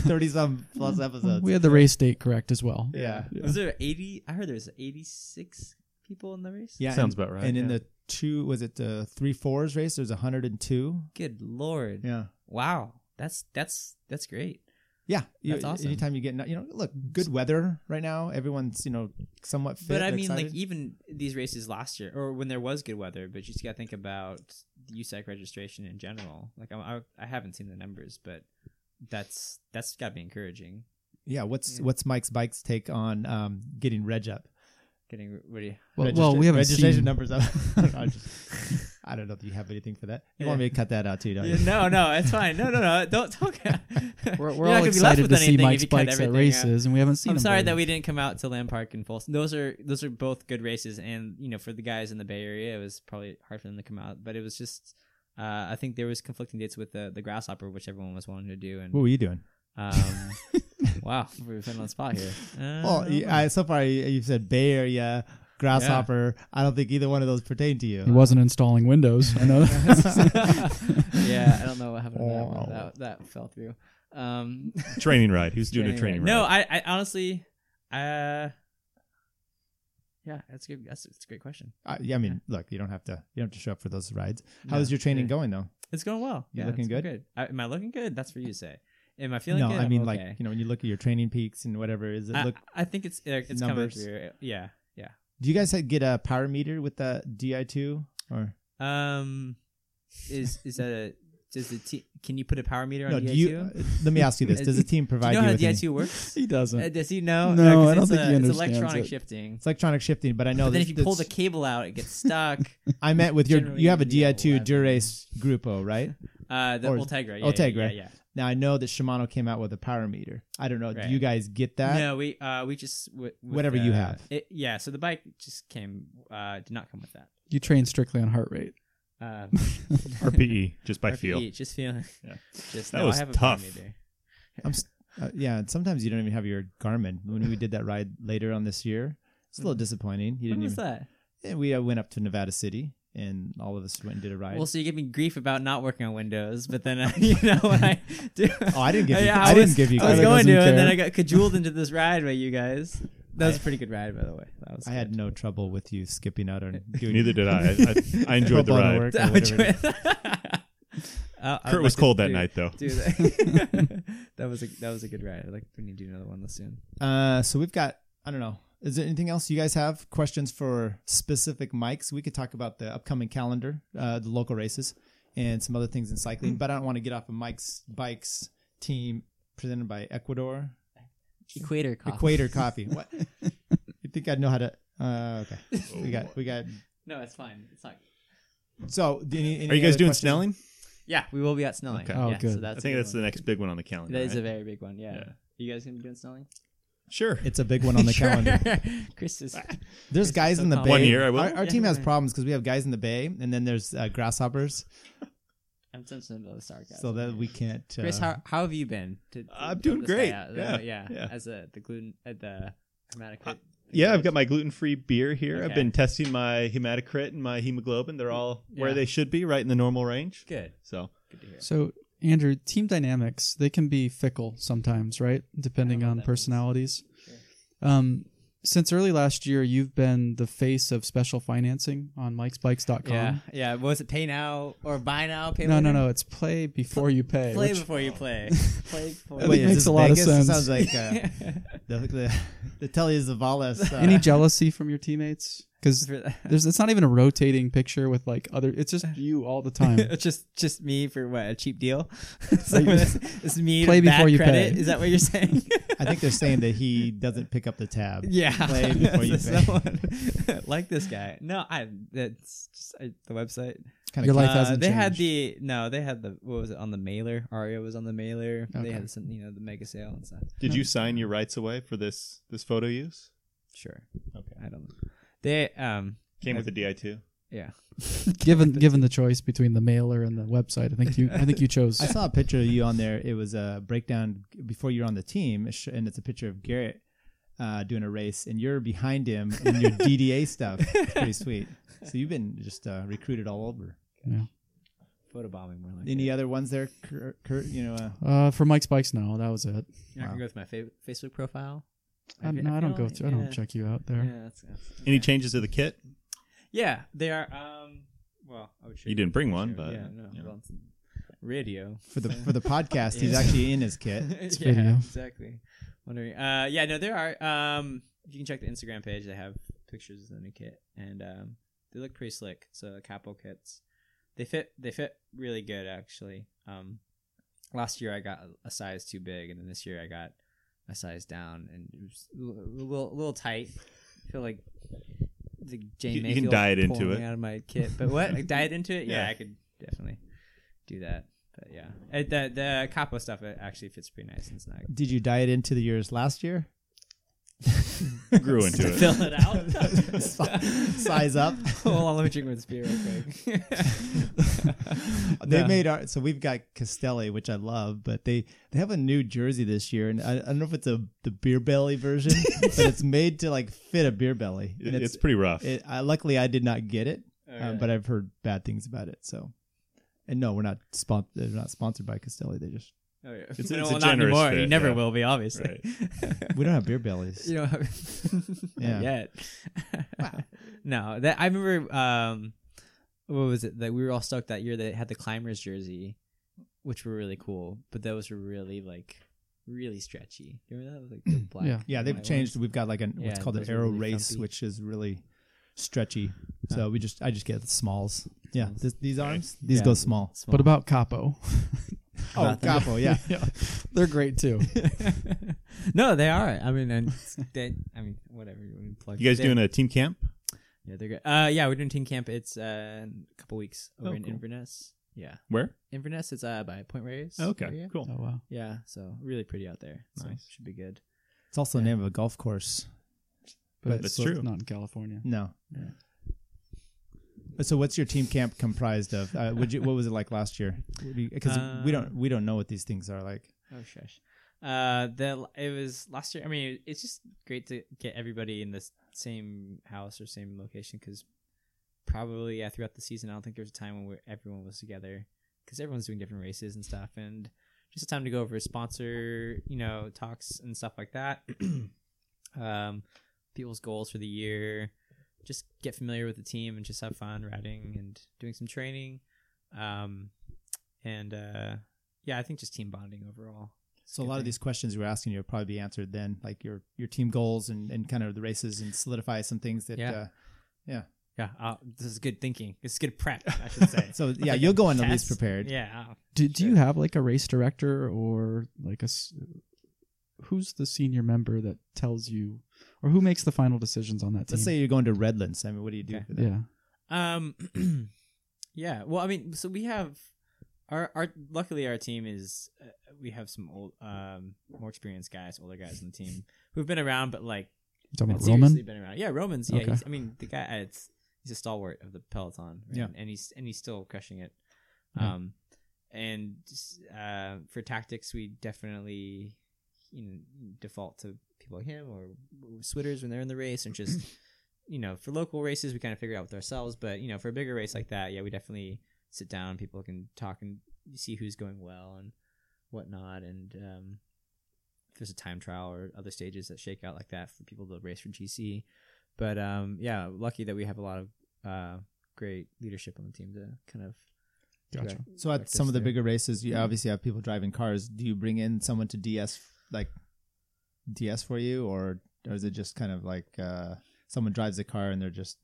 Speaker 2: thirty some plus episodes.
Speaker 1: we had the race date correct as well.
Speaker 2: yeah.
Speaker 3: Was there 80? I heard there's 86 people in the race.
Speaker 2: Yeah.
Speaker 4: Sounds
Speaker 2: and-
Speaker 4: about right,
Speaker 2: And in
Speaker 4: yeah.
Speaker 2: the two was it the three fours race? There's hundred and two.
Speaker 3: Good lord.
Speaker 2: Yeah.
Speaker 3: Wow. That's that's that's great.
Speaker 2: Yeah, you-
Speaker 3: That's awesome.
Speaker 2: Anytime you get, you know, look, good weather right now. Everyone's, you know, somewhat fit.
Speaker 3: But I
Speaker 2: they're
Speaker 3: mean,
Speaker 2: excited.
Speaker 3: like even these races last year, or when there was good weather, but you just got to think about the USAC registration in general. Like I, I, I haven't seen the numbers, but that's that's got to be encouraging.
Speaker 2: yeah. What's
Speaker 3: Yeah.
Speaker 2: what's Mike's bike's take on um, getting reg up?
Speaker 3: Getting what do you?
Speaker 1: Well,
Speaker 2: Registra-
Speaker 1: well we haven't
Speaker 2: registration
Speaker 1: seen
Speaker 2: numbers up. I don't know, I just- I don't know if you have anything for that. You want me to cut that out too? Don't you?
Speaker 3: no, no, it's fine. No, no, no. Don't talk.
Speaker 1: We're, we're all excited to see Mike's bikes at races, and we haven't seen.
Speaker 3: I'm
Speaker 1: them
Speaker 3: sorry
Speaker 1: very
Speaker 3: that
Speaker 1: much.
Speaker 3: we didn't come out to Land Park and Folsom. Those are those are both good races, and you know, for the guys in the Bay Area, it was probably hard for them to come out. But it was just, uh, I think there was conflicting dates with the the grasshopper, which everyone was wanting to do.
Speaker 2: What
Speaker 3: And
Speaker 2: were you doing?
Speaker 3: um, wow, we're putting on the spot here. Uh,
Speaker 1: Oh,
Speaker 2: Well, you- I, so far you- you've said Bay Area, Grasshopper. I don't think either one of those pertain to you.
Speaker 1: He wasn't installing Windows. I know.
Speaker 3: yeah, I don't know what happened. To that,
Speaker 1: Oh.
Speaker 3: one.
Speaker 2: Wow.
Speaker 3: that that fell through. Um,
Speaker 4: training ride. He was doing a training ride.
Speaker 3: No, I, I honestly, uh, yeah, that's good. That's, that's a great question.
Speaker 2: I, yeah, I mean, look, you don't have to. You don't have to show up for those rides. How's your training going though?
Speaker 3: It's going well.
Speaker 2: You
Speaker 3: yeah,
Speaker 2: looking
Speaker 3: it's going
Speaker 2: good?
Speaker 3: I, am I looking good? That's for you to say. Am I feeling
Speaker 2: no,
Speaker 3: good?
Speaker 2: I
Speaker 3: I'm
Speaker 2: mean
Speaker 3: okay.
Speaker 2: like you know when you look at your training peaks and whatever. Is it
Speaker 3: I,
Speaker 2: look?
Speaker 3: I think it's uh, it's
Speaker 2: numbers.
Speaker 3: coming through. Yeah, yeah.
Speaker 2: Do you guys like, get a power meter with the Di two or
Speaker 3: Um, is is that a does the te- can you put a power meter on
Speaker 2: no?
Speaker 3: DI2?
Speaker 2: Do you? uh, Let me ask you this: Does the team
Speaker 3: Do you
Speaker 2: provide
Speaker 3: know how
Speaker 2: with any-
Speaker 3: DI2 works?
Speaker 1: he doesn't.
Speaker 3: Uh, does he know?
Speaker 1: No,
Speaker 3: 'cause
Speaker 1: I don't
Speaker 3: it's
Speaker 1: think
Speaker 3: a-
Speaker 1: he
Speaker 3: It's
Speaker 1: understands
Speaker 3: electronic
Speaker 1: it.
Speaker 3: shifting.
Speaker 2: It's electronic shifting, but I know
Speaker 3: but then
Speaker 2: that
Speaker 3: if you pull the
Speaker 2: that's-
Speaker 3: cable out, it gets stuck.
Speaker 2: I meant with your
Speaker 3: generally
Speaker 2: you have a
Speaker 3: gonna be
Speaker 2: Di two
Speaker 3: eleven.
Speaker 2: Durace Grupo, right?
Speaker 3: Uh, the
Speaker 2: Or-
Speaker 3: Ultegra. Yeah,
Speaker 2: Ultegra.
Speaker 3: Yeah, yeah.
Speaker 2: Now I know that Shimano came out with a power meter. I don't know.
Speaker 3: Right.
Speaker 2: Do you guys get
Speaker 3: yeah.
Speaker 2: that?
Speaker 3: No, we uh we just w- with
Speaker 2: Whatever
Speaker 3: the-
Speaker 2: you have.
Speaker 3: It, yeah, so the bike just came uh did not come with that.
Speaker 1: you train strictly on heart rate.
Speaker 3: Um,
Speaker 4: RPE just by
Speaker 3: RPE,
Speaker 4: E, feel.
Speaker 3: Just feeling.
Speaker 4: Yeah.
Speaker 3: Just
Speaker 4: That
Speaker 3: no,
Speaker 4: was
Speaker 3: I have
Speaker 4: tough.
Speaker 3: A meter.
Speaker 2: I'm s- uh, yeah. and Sometimes you don't even have your Garmin. When we did that ride later on this year, it's a little disappointing. You
Speaker 3: Mm. When
Speaker 2: didn't
Speaker 3: was
Speaker 2: even.
Speaker 3: that?
Speaker 2: And we uh, went up to Nevada City, and all of us went and did a ride.
Speaker 3: Well, so you give me grief about not working on Windows, but then uh, you know when I do.
Speaker 2: Oh, I didn't give you-
Speaker 3: Yeah,
Speaker 2: I didn't
Speaker 3: was-
Speaker 2: give you
Speaker 3: I was
Speaker 2: grief.
Speaker 3: going to,
Speaker 2: Doesn't
Speaker 3: and then
Speaker 2: care.
Speaker 3: I got cajoled into this ride by you guys. That was a pretty good ride, by the way. That was.
Speaker 2: I had no trouble with you skipping out on doing.
Speaker 4: Neither did I. I, I, I enjoyed the
Speaker 2: Pro bono
Speaker 4: ride.
Speaker 2: work or
Speaker 3: I would
Speaker 2: whatever it is.
Speaker 3: try- Uh, I would
Speaker 4: Kurt was
Speaker 3: like to
Speaker 4: cold that
Speaker 3: do-
Speaker 4: night, though.
Speaker 3: Do that. that was a that was a good ride. I'd like we need to do another one this soon.
Speaker 2: Uh, so we've got. I don't know. Is there anything else you guys have questions for specific mics? We could talk about the upcoming calendar, uh, the local races, and some other things in cycling. But I don't want to get off of Mike's bikes team presented by Ecuador
Speaker 3: Equator
Speaker 2: Equator Coffee. What? you think I'd know how to? Uh, okay, we got we got.
Speaker 3: No, it's fine. It's not.
Speaker 2: So do any, any
Speaker 4: Are you guys
Speaker 2: other
Speaker 4: doing
Speaker 2: questions?
Speaker 4: Snelling?
Speaker 3: Yeah, we will be at Snelling.
Speaker 4: Okay.
Speaker 1: Oh,
Speaker 3: yeah, So
Speaker 1: good.
Speaker 3: that's
Speaker 4: I think
Speaker 3: a good
Speaker 4: that's the
Speaker 3: one.
Speaker 4: next big one on the calendar.
Speaker 3: That is a
Speaker 4: right?
Speaker 3: very big one. Yeah.
Speaker 4: Yeah.
Speaker 3: You guys gonna be doing Snelling?
Speaker 4: Sure.
Speaker 2: It's a big one on the calendar.
Speaker 3: Chris is.
Speaker 2: There's guys in the bay.
Speaker 4: One year, I will.
Speaker 2: Our, our team
Speaker 3: Yeah.
Speaker 2: has problems because we have guys in the bay, and then there's uh, grasshoppers,
Speaker 3: I'm sensitive to the sarcasm.
Speaker 2: so that we can't. Uh,
Speaker 3: Chris, how how have you been? To,
Speaker 4: I'm
Speaker 3: to
Speaker 4: doing
Speaker 3: this guy
Speaker 4: great.
Speaker 3: out?
Speaker 4: Yeah,
Speaker 3: yeah,
Speaker 4: yeah.
Speaker 3: As a the gluten at the hermetic.
Speaker 4: Yeah, I've got my gluten free beer here. I've
Speaker 3: Okay.
Speaker 4: been testing my hematocrit and my hemoglobin. They're all where
Speaker 3: Yeah.
Speaker 4: they should be, right in the normal range.
Speaker 3: Good.
Speaker 4: So
Speaker 3: Good to hear.
Speaker 1: So, Andrew, team dynamics they can be fickle sometimes, right? Depending
Speaker 3: know what
Speaker 1: on
Speaker 3: that means.
Speaker 1: personalities. Um, since early last year, you've been the face of special financing on Mike'sBikes.com.
Speaker 3: Yeah, yeah. Was it pay now or buy now? Pay
Speaker 1: No, no,
Speaker 3: later?
Speaker 1: no. It's play before you pay.
Speaker 3: Play
Speaker 1: which-
Speaker 3: before you play. play before.
Speaker 1: Wait,
Speaker 3: you
Speaker 1: makes
Speaker 2: this
Speaker 1: a lot of
Speaker 2: Vegas? It
Speaker 1: sense.
Speaker 2: sounds like uh, the the, the Telly Zavala's. Uh,
Speaker 1: Any jealousy from your teammates? Because
Speaker 3: For that.
Speaker 1: there's it's not even a rotating picture with like other. It's just you all the time.
Speaker 3: It's just just me for what a cheap deal. so this, this is me
Speaker 1: Play
Speaker 3: with bad
Speaker 1: before you
Speaker 3: credit.
Speaker 1: pay.
Speaker 3: Is that what you're saying?
Speaker 2: I think they're saying that he doesn't pick up the tab.
Speaker 3: yeah.
Speaker 2: Play before you
Speaker 3: That's
Speaker 2: pay.
Speaker 3: someone- like this guy. No, I. That's just I, the website.
Speaker 2: Kind
Speaker 1: Your
Speaker 2: of
Speaker 1: life
Speaker 3: Uh,
Speaker 1: hasn't
Speaker 3: they had
Speaker 1: changed.
Speaker 3: the no, they had the what was it on the mailer? Aria was on the mailer.
Speaker 1: Okay.
Speaker 3: They had some, you know, the mega sale and stuff.
Speaker 4: did you sign your rights away for this this photo use?
Speaker 3: Sure,
Speaker 4: Okay.
Speaker 3: I don't. know. They um
Speaker 4: Came with a Di two.
Speaker 3: Yeah.
Speaker 1: given given the choice between the mailer and the website, I think you I think you chose.
Speaker 2: I saw a picture of you on there. It was a breakdown before you were on the team, it sh- and it's a picture of Garrett uh, doing a race, and you're behind him in your DDA stuff. It's pretty sweet. So you've been just uh, recruited all over.
Speaker 3: Photobombing more like
Speaker 2: Any
Speaker 3: it.
Speaker 2: other ones there, Kurt? Kurt you know, uh,
Speaker 1: Uh, for Mike's bikes, no, that was it.
Speaker 3: You know, I can go with my fa- Facebook profile.
Speaker 1: I,
Speaker 3: fe-
Speaker 1: no, I don't
Speaker 3: feel
Speaker 1: go.
Speaker 3: like-
Speaker 1: Through, I
Speaker 3: yeah.
Speaker 1: don't check you out there.
Speaker 3: Yeah, that's, that's-
Speaker 4: Any
Speaker 3: yeah.
Speaker 4: changes to the kit?
Speaker 3: Yeah, they are. Um, well, I would show
Speaker 4: You didn't bring one,
Speaker 3: Sure,
Speaker 4: but,
Speaker 3: yeah, no,
Speaker 4: you know.
Speaker 3: well, it's radio.
Speaker 2: for the for the podcast, he's
Speaker 3: Yeah.
Speaker 2: actually in his kit.
Speaker 3: yeah,
Speaker 1: video.
Speaker 3: exactly. Wondering. Uh, yeah, no, there are. Um, you can check the Instagram page. They have pictures of the new kit, and um, they look pretty slick. So capo kits, they fit. They fit really good, actually. Um, last year I got a size too big, and then this year I got a size down, and it was a little, a little tight. I feel like the Jane
Speaker 4: You- you can
Speaker 3: Mayfield's
Speaker 4: diet into
Speaker 3: pulling
Speaker 4: it.
Speaker 3: me out of my kit, but what like, diet into it? Yeah,
Speaker 4: Yeah.
Speaker 3: I could definitely do that. But yeah, Uh, the the capo stuff it actually fits pretty nice and snug.
Speaker 2: Did you diet into the years last year?
Speaker 4: Grew into it.
Speaker 3: Fill it out.
Speaker 2: Size up.
Speaker 3: Hold on, let me drink my beer real quick.
Speaker 2: they
Speaker 3: No.
Speaker 2: made our so we've got Castelli, which I love, but they they have a new jersey this year, and I, I don't know if it's a the beer belly version, but it's made to like fit a beer belly.
Speaker 4: It-
Speaker 2: And
Speaker 4: it's, pretty rough.
Speaker 2: it, I, luckily I did not get it, uh,
Speaker 3: Okay.
Speaker 2: but I've heard bad things about it. So, and no, we're not spon- they're not sponsored by Castelli. They just
Speaker 3: Oh, yeah.
Speaker 4: it's
Speaker 3: No,
Speaker 4: a
Speaker 3: well, not
Speaker 4: generous
Speaker 3: anymore.
Speaker 4: fit,
Speaker 3: you never
Speaker 4: yeah.
Speaker 3: will be, obviously.
Speaker 2: we don't have beer bellies.
Speaker 3: You don't have
Speaker 2: Yeah.
Speaker 3: yet. no, that I remember. Um, what was it that we were all stoked that year? They had the climbers jersey, which were really cool, but those were really like really stretchy. You remember that was like the black.
Speaker 1: Yeah.
Speaker 2: Yeah, they've
Speaker 3: and white
Speaker 2: changed. We've got like an what's
Speaker 3: Yeah,
Speaker 2: called an
Speaker 3: those are
Speaker 2: arrow
Speaker 3: really
Speaker 2: race,
Speaker 3: comfy.
Speaker 2: which is really stretchy. So we just I just get the smalls. Yeah,
Speaker 3: Smalls.
Speaker 2: this, these arms these
Speaker 3: Yeah.
Speaker 2: go small.
Speaker 3: ones.
Speaker 1: But about Capo,
Speaker 2: Oh, capo, yeah.
Speaker 1: they're great too.
Speaker 3: no, they are. I mean, and they, I mean, whatever you want to plug.
Speaker 4: you guys
Speaker 3: they,
Speaker 4: doing a team camp?
Speaker 3: Yeah, they're good. Uh, yeah, we're doing team camp. It's uh, in a couple weeks over
Speaker 4: Oh,
Speaker 3: in
Speaker 4: cool.
Speaker 3: Inverness. Yeah,
Speaker 4: Where?
Speaker 3: Inverness is uh by Point Reyes.
Speaker 4: Okay,
Speaker 3: area.
Speaker 4: cool.
Speaker 1: Oh wow.
Speaker 3: Yeah, so really pretty out there. So
Speaker 4: Nice.
Speaker 3: should be good.
Speaker 2: It's also the name of a golf course. But
Speaker 1: But
Speaker 4: that's
Speaker 1: it's
Speaker 4: true.
Speaker 1: Not in California.
Speaker 3: Oh,
Speaker 2: No. So what's your team camp comprised of? Uh, would you what was it like last year? Because we don't we don't know what these things are like.
Speaker 3: Oh shush. Uh, the it was last year. I mean, it's just great to get everybody in the s- same house or same location because probably yeah, throughout the season, I don't think there was a time when we everyone was together because everyone's doing different races and stuff, and just a time to go over sponsor, you know, talks and stuff like that. um, people's goals for the year, just get familiar with the team and just have fun riding and doing some training. Um, and uh, yeah, I think just team bonding overall.
Speaker 2: So a lot of
Speaker 3: these.
Speaker 2: these questions you were asking you will probably be answered then, like your your team goals and, and kind of the races and solidify some things that.
Speaker 3: Yeah.
Speaker 2: Uh,
Speaker 3: Yeah, uh, this is good thinking. This is good prep, I should say.
Speaker 2: so uh, yeah, you'll go in the least
Speaker 3: Test?
Speaker 2: prepared.
Speaker 3: yeah. uh,
Speaker 1: Do, do you
Speaker 3: Sure.
Speaker 1: have like a race director or like a s- who's the senior member that tells you or who makes the final decisions on that team?
Speaker 2: Let's say you're going to Redlands. I mean, what do you do?
Speaker 3: Okay.
Speaker 2: For that?
Speaker 1: yeah.
Speaker 3: Um, yeah. Well, I mean, so we have our our luckily our team is uh, we have some old um more experienced guys, older guys on the team who've been around, but like
Speaker 1: You talking
Speaker 3: been
Speaker 1: about Roman?
Speaker 3: seriously been around. Yeah, Roman's. Yeah,
Speaker 1: Okay.
Speaker 3: he's, I mean the guy. uh, It's he's a stalwart of the peloton. right?
Speaker 2: Yeah.
Speaker 3: and he's and he's still crushing it.
Speaker 1: Yeah.
Speaker 3: Um, and uh, for tactics, we definitely you know, default to people like him or Switters when they're in the race, and just you know for local races we kind of figure it out with ourselves. But you know for a bigger race like that, yeah, we definitely sit down. People can talk and see who's going well and whatnot, and um, if there's a time trial or other stages that shake out like that for people to race for GC. But um, yeah, lucky that we have a lot of uh, great leadership on the team to kind of
Speaker 1: Gotcha.
Speaker 3: direct-
Speaker 2: So at
Speaker 3: direct
Speaker 2: some
Speaker 3: us
Speaker 2: of the
Speaker 3: there.
Speaker 2: bigger races, you
Speaker 3: Mm-hmm.
Speaker 2: obviously have people driving cars. Do you bring in someone to DS like DS for you, or or is it just kind of like uh, someone drives a car and they're just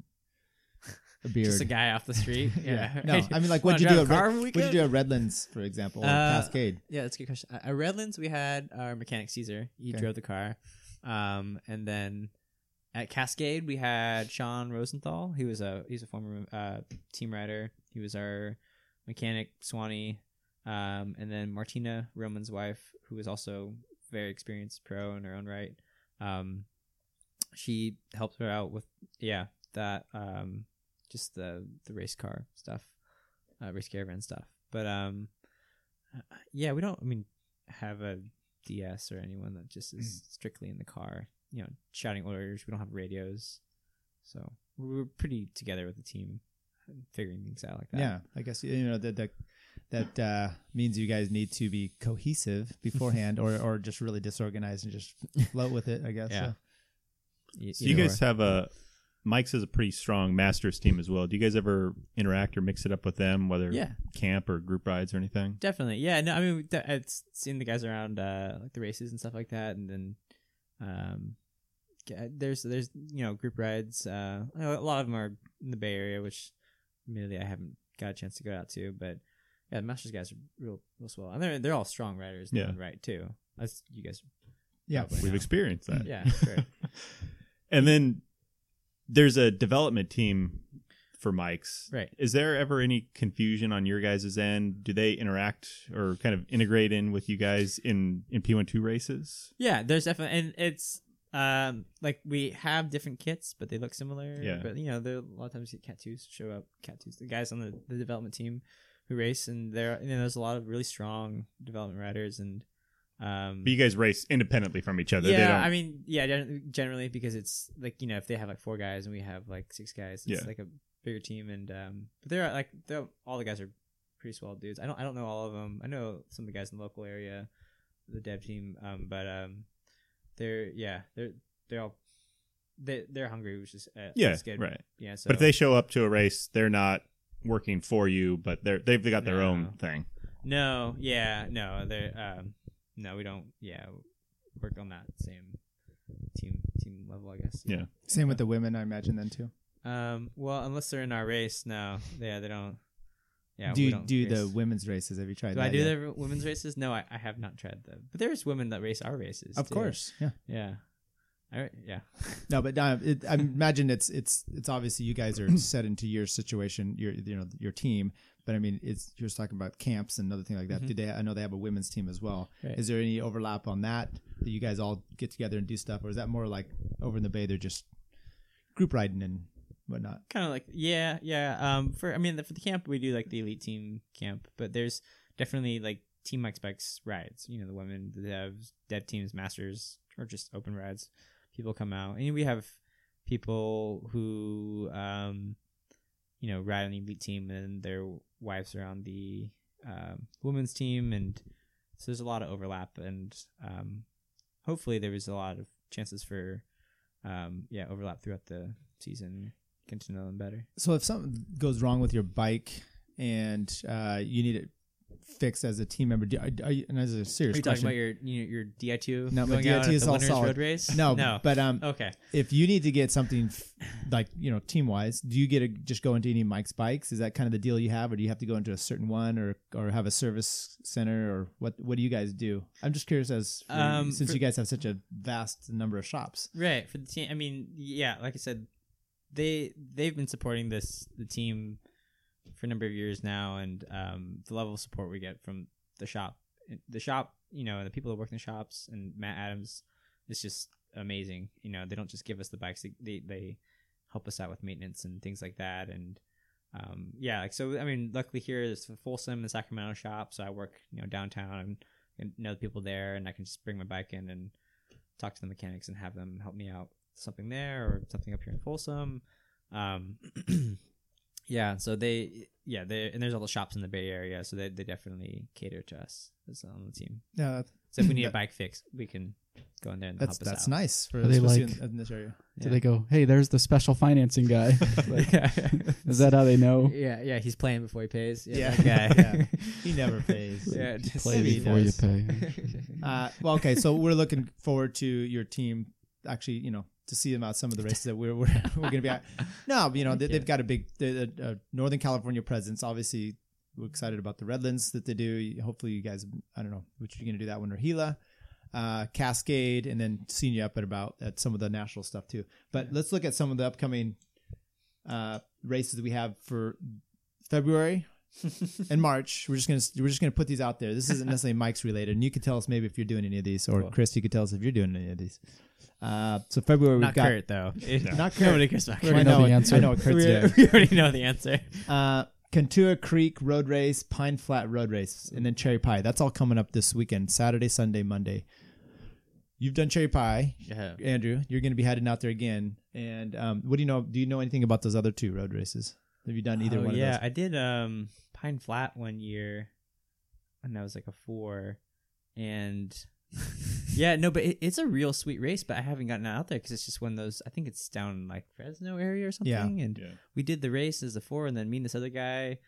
Speaker 2: a beard?
Speaker 3: just a guy off the street. yeah.
Speaker 2: No, I mean like
Speaker 3: Wanna
Speaker 2: what'd you
Speaker 3: drive
Speaker 2: do?
Speaker 3: a
Speaker 2: At
Speaker 3: car
Speaker 2: Red,
Speaker 3: every
Speaker 2: what'd you
Speaker 3: weekend?
Speaker 2: do at Redlands, for example, or
Speaker 3: Uh,
Speaker 2: Cascade?
Speaker 3: Yeah, that's a good question. At at Redlands, we had our mechanic Caesar. He
Speaker 2: Okay.
Speaker 3: drove the car, um, and then at Cascade, we had Sean Rosenthal. He was a he's a former uh, team rider. He was our mechanic Swanee, um, and then Martina Roman's wife, who was also very experienced pro in her own right. Um, she helped her out with yeah that um, just the the race car stuff, uh, race caravan stuff. But um, uh, yeah, we don't. I mean, have a DS or anyone that just is
Speaker 4: Mm.
Speaker 3: strictly in the car. You know, shouting orders. We don't have radios, so we were pretty together with the team, figuring things out like that.
Speaker 2: Yeah, I guess you know that that that uh, means you guys need to be cohesive beforehand, or or just really disorganized and just float with it. I guess.
Speaker 3: Yeah. E-
Speaker 4: So you
Speaker 3: either
Speaker 4: guys have a Mike's is a pretty strong masters team as well. Do you guys ever interact or mix it up with them, whether
Speaker 3: Yeah.
Speaker 4: camp or group rides or anything?
Speaker 3: Definitely, yeah. No, I mean, de- it's seen the guys around uh, like the races and stuff like that, and then um, g- there's there's you know group rides. Uh, a lot of them are in the Bay Area, which admittedly I haven't got a chance to go out to, but yeah, the Masters guys are real real swell, and they're they're all strong riders, in their
Speaker 4: Yeah.
Speaker 3: own right too. That's you guys,
Speaker 2: Yeah.
Speaker 3: probably
Speaker 4: We've
Speaker 3: know.
Speaker 4: experienced that.
Speaker 3: yeah, sure.
Speaker 4: And then there's a development team for Mike's.
Speaker 3: right.
Speaker 4: Is there ever any confusion on your guys' end? Do they interact or kind of integrate in with you guys in in P12 races?
Speaker 3: Yeah, there's definitely, and it's um like we have different kits, but they look similar.
Speaker 4: Yeah.
Speaker 3: But you know, there a lot of times you get cat twos show up. Cat twos, the guys on the, the development team who race, and there you know there's a lot of really strong development riders, and um.
Speaker 4: But you guys race independently from each other. they
Speaker 3: yeah,
Speaker 4: don't,
Speaker 3: I mean, yeah, gen- generally because it's like you know if they have like four guys and we have like six guys, it's
Speaker 4: Yeah.
Speaker 3: like a bigger team, and um, but they're like they're all the guys are pretty swell dudes. I don't I don't know all of them. I know some of the guys in the local area, the dev team, um, but um, they're yeah they're they're all they they're hungry, which is uh,
Speaker 4: yeah,
Speaker 3: is good.
Speaker 4: right.
Speaker 3: yeah. So
Speaker 4: But if they show up to a race, they're not working for you, but they're they've got their
Speaker 3: No.
Speaker 4: own thing.
Speaker 3: no, yeah, no, they're um, no, we don't, yeah, work on that same team team level, I guess.
Speaker 4: Yeah.
Speaker 2: Same with the women, I imagine then too.
Speaker 3: Um. Well, unless they're in our race, no. Yeah, they don't. Yeah.
Speaker 2: do
Speaker 3: we
Speaker 2: you
Speaker 3: don't
Speaker 2: do
Speaker 3: race.
Speaker 2: the women's races? Have you tried?
Speaker 3: Do
Speaker 2: that
Speaker 3: I do
Speaker 2: yet?
Speaker 3: the women's races? No, I, I have not tried them. But there's women that race our races.
Speaker 2: Of
Speaker 3: too.
Speaker 2: course, yeah.
Speaker 3: Yeah. I, yeah.
Speaker 2: No, but uh, it, I imagine it's it's it's obviously you guys are set into your situation, your you know your team. But I mean, it's you're just talking about camps and other thing like that.
Speaker 3: Mhm.
Speaker 2: Do they? I know they have a women's team as well.
Speaker 3: Right.
Speaker 2: Is there any overlap on that? That you guys all get together and do stuff, or is that more like over in the bay? They're just group riding and whatnot.
Speaker 3: kind of like yeah, yeah. Um. For I mean, the, for the camp we do like the elite team camp, but there's definitely like team Mike Specs rides. You know, the women, the devs, dev teams, masters, or just open rides. People come out, and we have people who um you know ride on the elite team and their wives are on the um, women's team and so there's a lot of overlap and um hopefully there was a lot of chances for um yeah overlap throughout the season get to know them better
Speaker 2: So if something goes wrong with your bike and uh, you need it fixed as a team member, do, are, are you, and as a
Speaker 3: are
Speaker 2: serious
Speaker 3: you talking
Speaker 2: question,
Speaker 3: about your you know, your di2
Speaker 2: No, my
Speaker 3: going out
Speaker 2: DI2
Speaker 3: at
Speaker 2: is
Speaker 3: the
Speaker 2: all
Speaker 3: winners
Speaker 2: solid.
Speaker 3: road race
Speaker 2: no,
Speaker 3: no Oh,
Speaker 2: but um,
Speaker 3: okay
Speaker 2: if you need to get something f- like you know team wise do you get to just go into any mike's bikes is that kind of the deal you have or do you have to go into a certain one or or have a service center or what what do you guys do i'm just curious as for-
Speaker 3: Um,
Speaker 2: since
Speaker 3: for-
Speaker 2: you guys have such a vast number of shops
Speaker 3: right for the team i mean yeah like i said they they've been supporting this the team for a number of years now and um, the level of support we get from the shop the shop you know the people that work in the shops and matt adams is just amazing you know they don't just give us the bikes they they, they help us out with maintenance and things like that and um, yeah like so i mean luckily here is the folsom and sacramento shop so i work you know downtown and, and know the people there and i can just bring my bike in and talk to the mechanics and have them help me out with something there or something up here in Folsom. Um, yeah, so they yeah they and there's all the shops in the Bay Area, so they they definitely cater to us as on the team.
Speaker 2: yeah that's
Speaker 3: So if we need a bike fix, we can go in there and
Speaker 2: that's,
Speaker 3: help us out.
Speaker 2: nice for
Speaker 1: Are they
Speaker 2: especially
Speaker 1: like-
Speaker 2: in, in this area
Speaker 1: So they go, hey, there's the special financing guy. Like,
Speaker 3: yeah.
Speaker 1: is that how they know?
Speaker 3: yeah, yeah, he's playing before he pays. Yeah,
Speaker 2: Yeah.
Speaker 3: that guy.
Speaker 2: he never pays
Speaker 3: yeah, just-
Speaker 1: Play
Speaker 2: Maybe he
Speaker 1: before you
Speaker 2: does.
Speaker 1: pay.
Speaker 2: uh, well okay so we're looking forward to your team actually you know to see them out some of the races that we're we're, we're gonna be at No, you know they,
Speaker 3: Thank
Speaker 2: they've
Speaker 3: you.
Speaker 2: got a big they're a, a Northern California presence. Obviously, we're excited about the Redlands that they do. Hopefully, you guys. I don't know which you're going to do that one or Gila, uh, Cascade, and then seeing you up at about at some of the national stuff too. But let's look at some of the upcoming uh, races we have for February. in March. We're just gonna we're just gonna put these out there. This isn't necessarily Mike's related, and you could tell us maybe if you're doing any of these, or Chris, you could tell us if you're doing any of these. Uh, so February we've
Speaker 3: Not
Speaker 2: got
Speaker 3: Kurt though.
Speaker 2: Not Kurt.
Speaker 3: Nobody cares about
Speaker 2: We
Speaker 3: Kurt.
Speaker 2: already
Speaker 1: know the
Speaker 2: what-
Speaker 1: answer.
Speaker 2: I know what Kurt's
Speaker 3: we,
Speaker 2: doing.
Speaker 3: we already know the answer.
Speaker 2: Uh, Kentua Creek Road Race, Pine Flat Road Race, and then Cherry Pie. That's all coming up this weekend, Saturday, Sunday, Monday. You've done Cherry Pie,
Speaker 3: Yeah.
Speaker 2: Andrew. You're going to be heading out there again. And um, what do you know? Do you know anything about those other two road races? Have you done either
Speaker 3: Oh,
Speaker 2: one
Speaker 3: yeah,
Speaker 2: of
Speaker 3: I did um Pine Flat one year, and I was like a four, and yeah, no, but it, it's a real sweet race. But I haven't gotten out there because it's just one of those. I think it's down in like Fresno area or something.
Speaker 2: Yeah.
Speaker 3: and
Speaker 4: Yeah.
Speaker 3: we did the race as a four, and then me and this other guy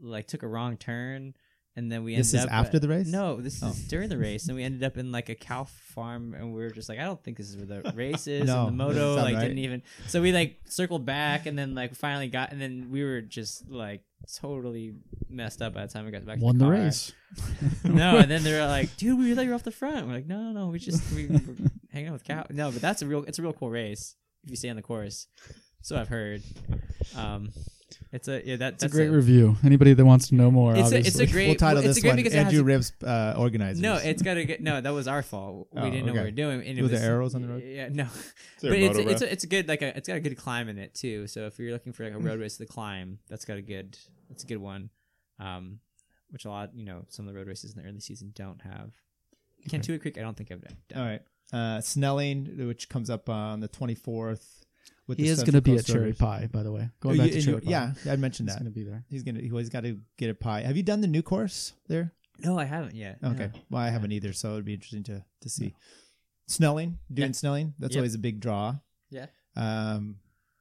Speaker 3: like took a wrong turn. And then we
Speaker 2: This
Speaker 3: ended
Speaker 2: is
Speaker 3: up
Speaker 2: after the race? Oh.
Speaker 3: No, this is during the race, and we ended up in like a cow farm, and we were just like, I don't think this is where the race is.
Speaker 2: No,
Speaker 3: and the
Speaker 2: this
Speaker 3: moto
Speaker 2: is not
Speaker 3: like
Speaker 2: right.
Speaker 3: didn't even. So we like circled back, and then like finally got, and then we were just like totally messed up by the time we got back. to
Speaker 1: Won the
Speaker 3: car.
Speaker 1: race.
Speaker 3: No, and then they were like, "Dude, we thought you were off the front." We're like, "No, no, no, we just we were hanging out with cow." No, but that's a real. It's a real cool race if you stay on the course. So I've heard. Um, it's a yeah. That,
Speaker 1: It's a
Speaker 3: that's
Speaker 1: great review. Anybody that wants to know more,
Speaker 3: It's a,
Speaker 1: obviously.
Speaker 3: it's a great.
Speaker 2: those? We'll title
Speaker 3: it's
Speaker 2: this
Speaker 3: a great
Speaker 2: one
Speaker 3: because
Speaker 2: Andrew
Speaker 3: it
Speaker 2: Ribs
Speaker 3: has,
Speaker 2: uh, organizers.
Speaker 3: no, it's got to get no. That was our fault. We
Speaker 2: Oh,
Speaker 3: didn't know what we
Speaker 2: okay.
Speaker 3: were doing. And it
Speaker 2: Were there
Speaker 3: was-
Speaker 2: arrows on the road?
Speaker 3: Yeah, no. but
Speaker 4: there a
Speaker 3: it's
Speaker 4: moto
Speaker 3: it's
Speaker 4: route?
Speaker 3: a, it's a good like a, it's got a good climb in it too. So if you're looking for
Speaker 2: Hmm.
Speaker 3: like a road race to climb, that's got a good that's a good one. Um, which a lot you know some of the road races in the early season don't have. Cantua Creek, I don't think I've done.
Speaker 2: all right. Uh, Snelling, which comes up on the 24th. With
Speaker 1: he
Speaker 2: the
Speaker 1: is going
Speaker 2: Central
Speaker 1: to be at
Speaker 2: Coast Road
Speaker 1: Cherry
Speaker 2: Race.
Speaker 1: Pie, by the way.
Speaker 2: Oh,
Speaker 1: Going
Speaker 2: you-
Speaker 1: back to
Speaker 2: and
Speaker 1: Cherry
Speaker 2: you-
Speaker 1: Pie.
Speaker 2: Yeah, I mentioned
Speaker 1: he's
Speaker 2: that.
Speaker 1: going to be there.
Speaker 2: He's gonna. He always got to get a pie. Have you done the new course there?
Speaker 3: No, I haven't yet. no.
Speaker 2: Okay. Well, I haven't either, so it'd be interesting to to see. Snelling, doing
Speaker 3: Yeah.
Speaker 2: Snelling. That's
Speaker 3: Yep.
Speaker 2: always a big draw.
Speaker 3: Yeah.
Speaker 2: Um,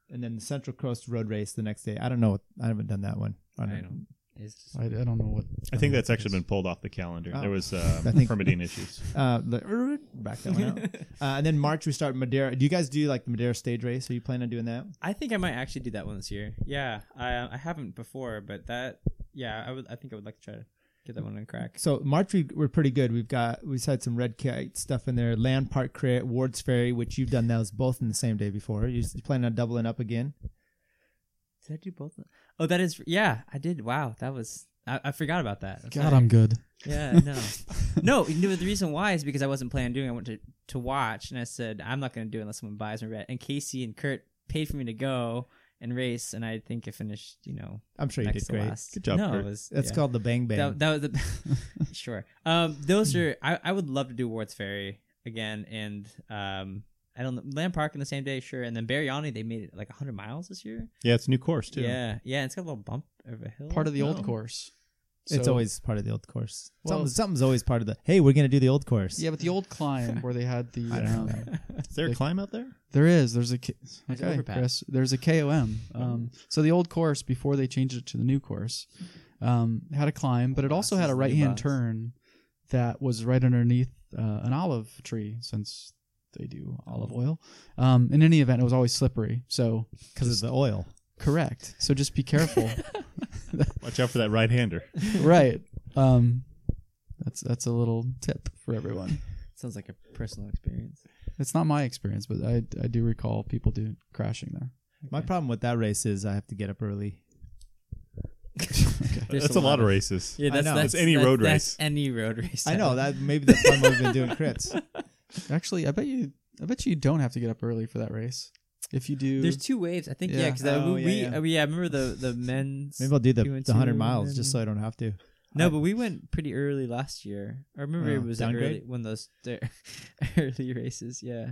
Speaker 2: and then the Central Coast Road Race the next day. I don't know. what- I haven't done that one. I don't,
Speaker 3: I don't. It's just,
Speaker 1: I, I don't know what.
Speaker 4: I think that's actually been pulled off the calendar.
Speaker 2: Oh.
Speaker 4: There was uh,
Speaker 2: I think-
Speaker 4: permitting issues.
Speaker 2: Uh, the- back that one out. uh, and then March we start Madeira. Do you guys do like the Madeira stage race? Are you planning on doing that?
Speaker 3: I think I might actually do that one this year. Yeah, I I haven't before, but that yeah, I would I think I would like to try to get that one on crack.
Speaker 2: So March we, we're pretty good. We've got we've had some red kite stuff in there. Land Park Crit, Ward's Ferry, which you've done those both in the same day before. You you planning on doubling up again?
Speaker 3: Did I do both? of- Oh, that is yeah, I did. Wow, that was I, I forgot about that. I'm
Speaker 1: God,
Speaker 3: sorry.
Speaker 1: I'm good.
Speaker 3: Yeah, no. no, you know, the reason why is because I wasn't planning on doing it. I went to, to watch, and I said, I'm not going to do it unless someone buys me red. And Casey and Kurt paid for me to go and race, and I think I finished, you know,
Speaker 2: I'm sure you
Speaker 3: next
Speaker 2: did
Speaker 3: to
Speaker 2: great.
Speaker 3: last.
Speaker 4: Good job,
Speaker 3: no,
Speaker 4: Kurt.
Speaker 3: It was,
Speaker 2: That's
Speaker 3: yeah.
Speaker 2: called the Bang Bang.
Speaker 3: That, that was the, sure. Um, those are, I, I would love to do Warts Ferry again, and um, I don't know, Land Park in the same day, sure. And then Bariani, they made it like 100 miles this year.
Speaker 4: Yeah, it's a new course too.
Speaker 3: Yeah, yeah, it's got a little bump of a hill.
Speaker 1: Part of the
Speaker 4: No.
Speaker 1: old course.
Speaker 2: it's
Speaker 1: So-
Speaker 2: always part of the old course.
Speaker 1: Well-
Speaker 2: Something, something's always part of the. Hey, we're gonna do the old course.
Speaker 1: Yeah, but the old climb where they had the.
Speaker 2: I don't know.
Speaker 1: um,
Speaker 4: Is there a climb out there?
Speaker 1: There is. There's a K-
Speaker 3: There's
Speaker 1: okay,
Speaker 3: overpass.
Speaker 1: Chris. There's a KOM.
Speaker 2: Oh.
Speaker 1: Um, so the old course before they changed it to the new course um, had a climb, but it also had
Speaker 3: Overpass
Speaker 1: a
Speaker 3: is the new
Speaker 1: right hand
Speaker 3: bus.
Speaker 1: turn that was right underneath uh, an olive tree since they do olive oil. Um, in any event, it was always slippery. So
Speaker 2: because of the oil.
Speaker 1: correct. So just be careful.
Speaker 4: Watch out for that right hander.
Speaker 1: right. Um, that's that's a little tip for everyone.
Speaker 3: Sounds like a personal experience.
Speaker 1: It's not my experience, but I I do recall people do crashing there.
Speaker 2: My problem with that race is I have to get up early.
Speaker 3: There's
Speaker 4: that's a lot of
Speaker 3: races.
Speaker 4: races.
Speaker 3: Yeah,
Speaker 2: I
Speaker 3: that's,
Speaker 2: know.
Speaker 3: that's
Speaker 4: It's any
Speaker 3: that-
Speaker 4: road
Speaker 3: that's
Speaker 4: race.
Speaker 3: Any road race.
Speaker 2: I know that maybe that's why we've been doing crits.
Speaker 1: Actually, I bet you. I bet you don't have to get up early for that race. If you do,
Speaker 3: There's two waves. I think yeah,
Speaker 1: Yeah.
Speaker 3: because
Speaker 2: Oh,
Speaker 3: we,
Speaker 2: yeah,
Speaker 3: we,
Speaker 2: yeah.
Speaker 3: uh, yeah, I remember the the men's.
Speaker 2: Maybe I'll do the,
Speaker 3: You went
Speaker 2: the hundred
Speaker 3: to-
Speaker 2: miles just so I don't have to.
Speaker 3: no, but we went pretty early last year. I remember
Speaker 2: Yeah.
Speaker 3: it was the
Speaker 2: Downgrade?
Speaker 3: early one of those the early races. Yeah,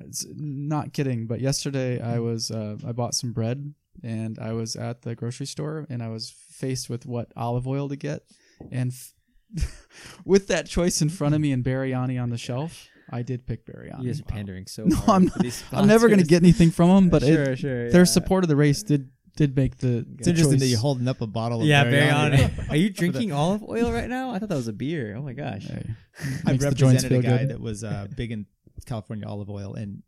Speaker 1: uh, it's not kidding. But yesterday,
Speaker 2: Hmm.
Speaker 1: I was uh, I bought some bread and I was at the grocery store and I was faced with what olive oil to get, and f- with that choice in front of me and Biryani on the shelf, I did pick Biryani.
Speaker 3: you guys are pandering so.
Speaker 1: Ah, No,
Speaker 3: hard
Speaker 1: I'm
Speaker 3: for these
Speaker 1: I'm never gonna
Speaker 3: sponsors.
Speaker 1: get anything from them, but
Speaker 3: sure,
Speaker 1: it,
Speaker 3: sure,
Speaker 1: their
Speaker 3: yeah.
Speaker 1: support of the race did did make the.
Speaker 2: It's interesting that
Speaker 1: choice.
Speaker 2: you're holding up a bottle of
Speaker 3: Yeah,
Speaker 2: Bariani.
Speaker 3: Bariani. Are you drinking olive oil right now? I thought that was a beer. Oh my gosh.
Speaker 1: Hey,
Speaker 2: I
Speaker 1: makes the joints
Speaker 2: represented a
Speaker 1: feel
Speaker 2: guy
Speaker 1: good.
Speaker 2: that was uh, big in California olive oil, and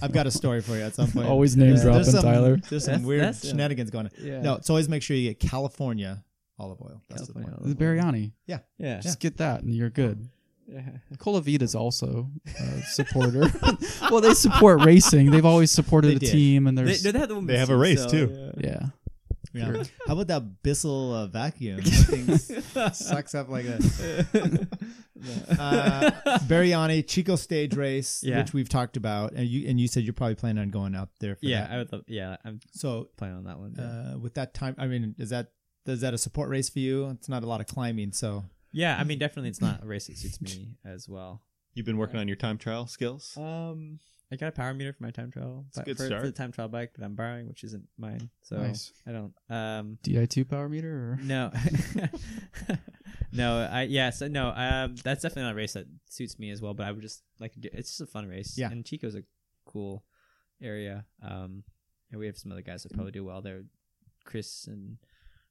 Speaker 2: I've got a story for you at some point.
Speaker 1: Always name
Speaker 2: There's
Speaker 1: dropping,
Speaker 2: some-
Speaker 1: Tyler.
Speaker 2: There's some
Speaker 3: That's-
Speaker 2: weird
Speaker 3: that's-
Speaker 2: shenanigans going on.
Speaker 3: Yeah.
Speaker 2: No, so always make sure you get California olive oil. That's
Speaker 3: California
Speaker 2: the one.
Speaker 1: The Biryani.
Speaker 3: Yeah.
Speaker 1: Just get that and you're good.
Speaker 3: yeah.
Speaker 1: Cola Vita's also a supporter. well, they support racing. They've always supported
Speaker 2: They
Speaker 1: a
Speaker 2: did.
Speaker 1: team, and
Speaker 3: They,
Speaker 1: there's
Speaker 3: no, they have the one
Speaker 4: They
Speaker 3: with
Speaker 4: have a
Speaker 3: seats,
Speaker 4: race,
Speaker 3: though,
Speaker 4: too.
Speaker 3: yeah.
Speaker 1: yeah.
Speaker 2: Yeah.
Speaker 1: Sure.
Speaker 2: How about that Bissell uh, vacuum? That thing s- sucks up like a uh, Bariani Chico stage race,
Speaker 3: Yeah.
Speaker 2: which we've talked about, and you and you said you're probably planning on going out there. For
Speaker 3: yeah,
Speaker 2: that.
Speaker 3: I would love. Yeah, I'm
Speaker 2: so
Speaker 3: playing on that one. yeah.
Speaker 2: uh, with that time, I mean, is that is that a support race for you? It's not a lot of climbing, so
Speaker 3: yeah, I mean, definitely, it's not a race that suits me as well.
Speaker 4: You've been working on your time trial skills.
Speaker 3: Um, I got a power meter for my time trial.
Speaker 4: a
Speaker 3: but
Speaker 4: good
Speaker 3: for,
Speaker 4: start.
Speaker 3: for the time trial bike that I'm borrowing, which isn't mine. So
Speaker 1: Nice.
Speaker 3: I don't. Um,
Speaker 1: Di two power meter or
Speaker 3: no, no. I yeah. So no. Um, that's definitely not a race that suits me as well. But I would just like. to do- It's just a fun race.
Speaker 2: Yeah.
Speaker 3: And Chico's a cool area. Um, and we have some other guys that probably do well there. Chris and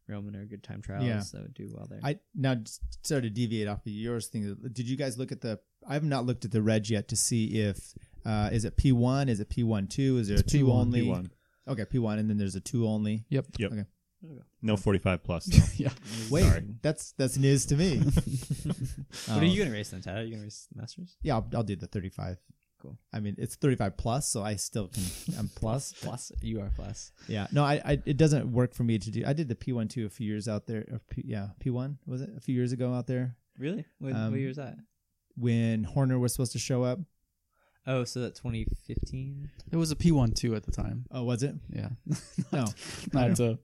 Speaker 3: Roman are good time trials.
Speaker 2: Yeah.
Speaker 3: That would do well there.
Speaker 2: I now just sort of deviate off of yours thing. Did you guys look at the? I have not looked at the reg yet to see if uh, is it P one, is it P one two, is there a
Speaker 1: It's
Speaker 2: two
Speaker 1: P1,
Speaker 2: only?
Speaker 4: P1.
Speaker 2: Okay, P one, and then there's a two only.
Speaker 1: Yep.
Speaker 4: No 45 plus. Though.
Speaker 1: yeah.
Speaker 2: Wait, that's that's news to me.
Speaker 3: what are you gonna race then, Tyler? Are you gonna race Masters?
Speaker 2: Yeah, I'll, I'll do the 35.
Speaker 3: Cool.
Speaker 2: I mean, it's 35 plus, so I still can. I'm plus.
Speaker 3: Plus, you are plus.
Speaker 2: Yeah. No, I, I it doesn't work for me to do. I did the P1 too a few years out there. Or P, yeah, P1 was it a few years ago out there
Speaker 3: Really? When,
Speaker 2: Um,
Speaker 3: what year was that?
Speaker 2: when Horner was supposed to show up.
Speaker 3: Oh, so that 2015.
Speaker 1: It was a P one two at the time.
Speaker 2: Oh, was it?
Speaker 1: Yeah.
Speaker 2: No,
Speaker 1: Not to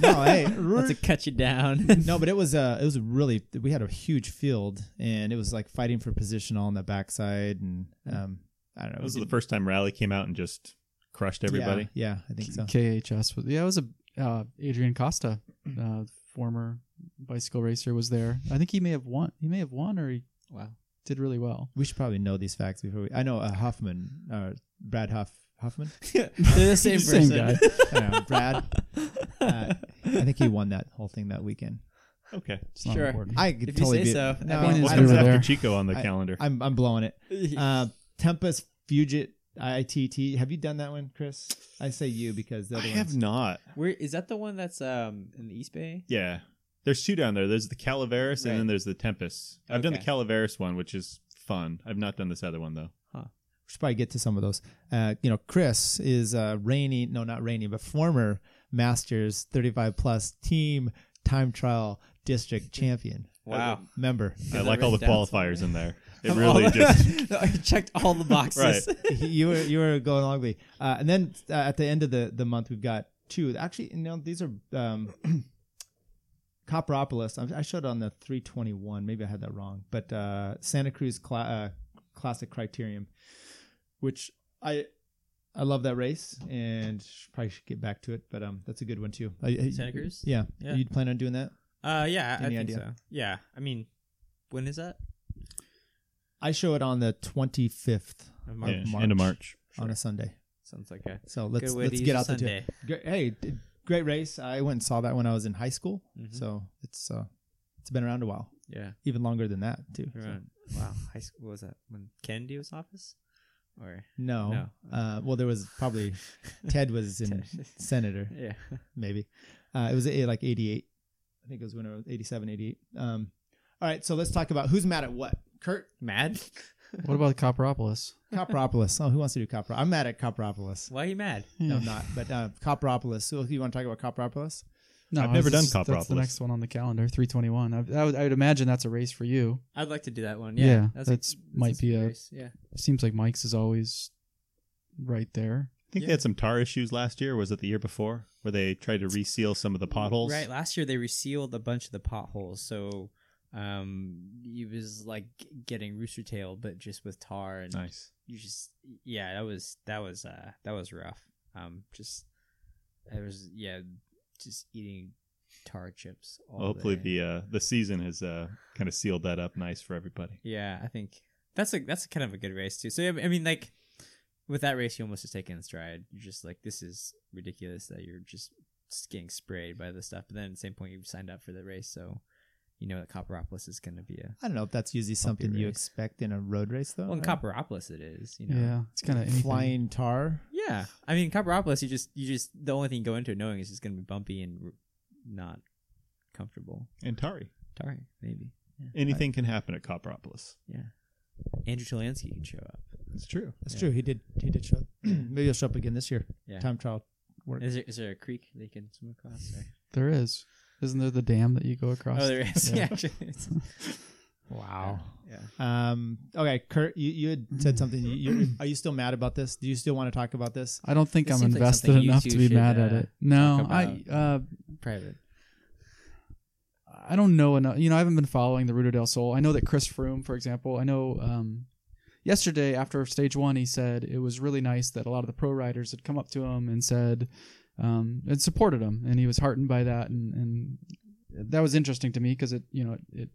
Speaker 2: no, hey,
Speaker 3: Not to cut you down.
Speaker 2: no, but it was uh, it was really we had a huge field and it was like fighting for position all on the backside and
Speaker 3: Hmm.
Speaker 2: um, I don't know.
Speaker 4: That was the first time Rally came out and just crushed everybody.
Speaker 2: Yeah, yeah I think so.
Speaker 1: KHS was yeah, it was a uh, Adrian Costa, uh, former bicycle racer was there. I think he may have won he may have won or he
Speaker 3: wow.
Speaker 1: did really well.
Speaker 2: We should probably know these facts before we. I know uh, Huffman, uh, Brad Huff, Huffman.
Speaker 3: They're the same person.
Speaker 1: Same guy.
Speaker 2: I don't know, Brad. Uh, I think he won that whole thing that weekend.
Speaker 4: Okay.
Speaker 1: It's not
Speaker 3: Sure.
Speaker 1: important.
Speaker 2: I could
Speaker 3: If you
Speaker 2: totally
Speaker 3: say
Speaker 2: be,
Speaker 3: so.
Speaker 2: No,
Speaker 3: I mean,
Speaker 1: Point is
Speaker 2: I don't
Speaker 4: What comes
Speaker 1: we were
Speaker 2: know.
Speaker 4: after
Speaker 1: there.
Speaker 4: Chico on the calendar?
Speaker 2: I'm I'm blowing it. Uh, Tempest Fugit ITT. Have you done that one, Chris? I say you because the
Speaker 4: I
Speaker 2: other
Speaker 4: have
Speaker 2: one's-
Speaker 4: not.
Speaker 3: Where is that the one that's um in the East Bay?
Speaker 4: Yeah. There's two down there. There's the Calaveras
Speaker 3: Right.
Speaker 4: and then there's the Tempest. I've done the
Speaker 3: Okay.
Speaker 4: Calaveras one, which is fun. I've not done this other one though.
Speaker 2: we should probably get to some of those. Uh, you know, Chris is uh, reigning, no, not reigning, but former Masters 35 plus team time trial district champion.
Speaker 3: Wow.
Speaker 2: Member.
Speaker 4: I
Speaker 3: that
Speaker 4: like all the
Speaker 3: written down
Speaker 4: qualifiers in there. It
Speaker 3: Of
Speaker 4: really
Speaker 3: all-
Speaker 4: just
Speaker 3: I checked all the boxes.
Speaker 2: you were you were going along with me. Uh, and then uh, at the end of the, the month, we've got two. Actually, no, these are um, Copperopolis. I, I showed on the 321. Maybe I had that wrong. But uh, Santa Cruz Cla- uh, Classic Criterium, which I I love that race and probably should get back to it. But um, that's a good one too. I- I-
Speaker 3: Santa Cruz?
Speaker 2: Yeah.
Speaker 3: Yeah.
Speaker 2: You'd plan on doing that?
Speaker 3: Uh, yeah, I
Speaker 2: Any
Speaker 3: think
Speaker 2: idea?
Speaker 3: so. Yeah, I mean, when is that?
Speaker 2: I show it on the 25th
Speaker 3: Of
Speaker 4: yeah,
Speaker 3: March.
Speaker 2: March.
Speaker 4: end of March.
Speaker 2: on a Sunday.
Speaker 3: Sounds like a
Speaker 2: So let's
Speaker 3: good way to
Speaker 2: let's
Speaker 3: use
Speaker 2: get
Speaker 3: a
Speaker 2: out the two.
Speaker 3: Sunday.
Speaker 2: Great, hey, d- great race. I went and saw that when I was in high school,
Speaker 3: Mhm.
Speaker 2: so it's uh, it's been around a while,
Speaker 3: Yeah.
Speaker 2: even longer than that too. so.
Speaker 3: Right. Wow. High school what was that when Kennedy was in office, or
Speaker 2: No,
Speaker 3: No.
Speaker 2: Uh, well, there was probably Ted was in
Speaker 3: Ted.
Speaker 2: senator,
Speaker 3: yeah.
Speaker 2: maybe. Uh, it was eh, like eighty-eight. I think it was when it was 87, 88. Um, all right, so let's talk about who's mad at what. Kurt
Speaker 3: Mad?
Speaker 1: What about Copperopolis?
Speaker 2: Copperopolis. oh, who wants to do Copperopolis? I'm mad at Copperopolis.
Speaker 3: Why are you mad?
Speaker 2: No, I'm not. But uh, Copperopolis. So, you want to talk about Copperopolis?
Speaker 1: No,
Speaker 4: I've never
Speaker 1: it's
Speaker 4: done
Speaker 1: just- That's the
Speaker 4: Copperopolis.
Speaker 1: next one on the calendar, 321. I, I, would, I would imagine that's a race for you.
Speaker 3: I'd like to do that one. Yeah,
Speaker 1: Yeah, that's- might be a-
Speaker 3: race, yeah.
Speaker 1: seems like Mike's is always right there.
Speaker 4: I think
Speaker 3: Yeah.
Speaker 4: they had some tar issues last year. Was it the year before where they tried to reseal some of the potholes?
Speaker 3: Right, last year they resealed a bunch of the potholes, so um, he was like getting rooster tail, but just with tar and
Speaker 4: Nice.
Speaker 3: you just yeah, that was that was uh that was rough. Um, just I was yeah, just eating tar chips. All
Speaker 4: Well, hopefully
Speaker 3: day.
Speaker 4: the uh, the season has uh, kind of sealed that up nice for everybody.
Speaker 3: yeah, I think that's a that's kind of a good race too. So I mean, like with that race, you almost just take it in stride. You're just like, this is ridiculous that you're just getting sprayed by this stuff. But then at the same point, you've signed up for the race, so you know that Copperopolis is going to be a
Speaker 2: I don't know if that's usually something you
Speaker 3: race.
Speaker 2: expect in a road race, though.
Speaker 3: well in
Speaker 2: right?
Speaker 3: Copperopolis it is. You know,
Speaker 1: Oh, Yeah, it's kind of
Speaker 2: flying tar.
Speaker 3: Yeah, I mean Copperopolis, you just you just the only thing you go into it knowing is it's going to be bumpy and r- not comfortable.
Speaker 4: And Tari.
Speaker 3: Sorry, maybe.
Speaker 4: Anything can happen at Copperopolis.
Speaker 3: Andrew Chalansky can show up.
Speaker 4: It's true.
Speaker 2: That's
Speaker 3: Yeah.
Speaker 2: true. He did. He did show. up. Maybe he'll show up again this year.
Speaker 3: Yeah.
Speaker 2: Time trial work.
Speaker 3: Is there is there a creek they can swim across? Or-
Speaker 1: There is. Isn't there the dam that you go across?
Speaker 3: Oh, there is.
Speaker 1: Yeah.
Speaker 3: Yeah, actually, it's-
Speaker 2: Wow.
Speaker 3: yeah.
Speaker 2: Um, okay, Kurt, you, you had said something. You, you, are you still mad about this? Do you still want to talk about this?
Speaker 1: I don't think
Speaker 3: This
Speaker 1: I'm
Speaker 3: seems like
Speaker 1: invested
Speaker 3: something you
Speaker 1: enough
Speaker 3: two
Speaker 1: to be
Speaker 3: should,
Speaker 1: mad at
Speaker 3: uh,
Speaker 1: it. No,
Speaker 3: talk
Speaker 1: I uh,
Speaker 3: Private.
Speaker 1: I don't know enough. You know, I haven't been following the Ruta del Sol. I know that Chris Froome, for example, I know um, yesterday after stage one, he said it was really nice that a lot of the pro riders had come up to him and said um, and supported him, and he was heartened by that, and, and that was interesting to me because it you know it. it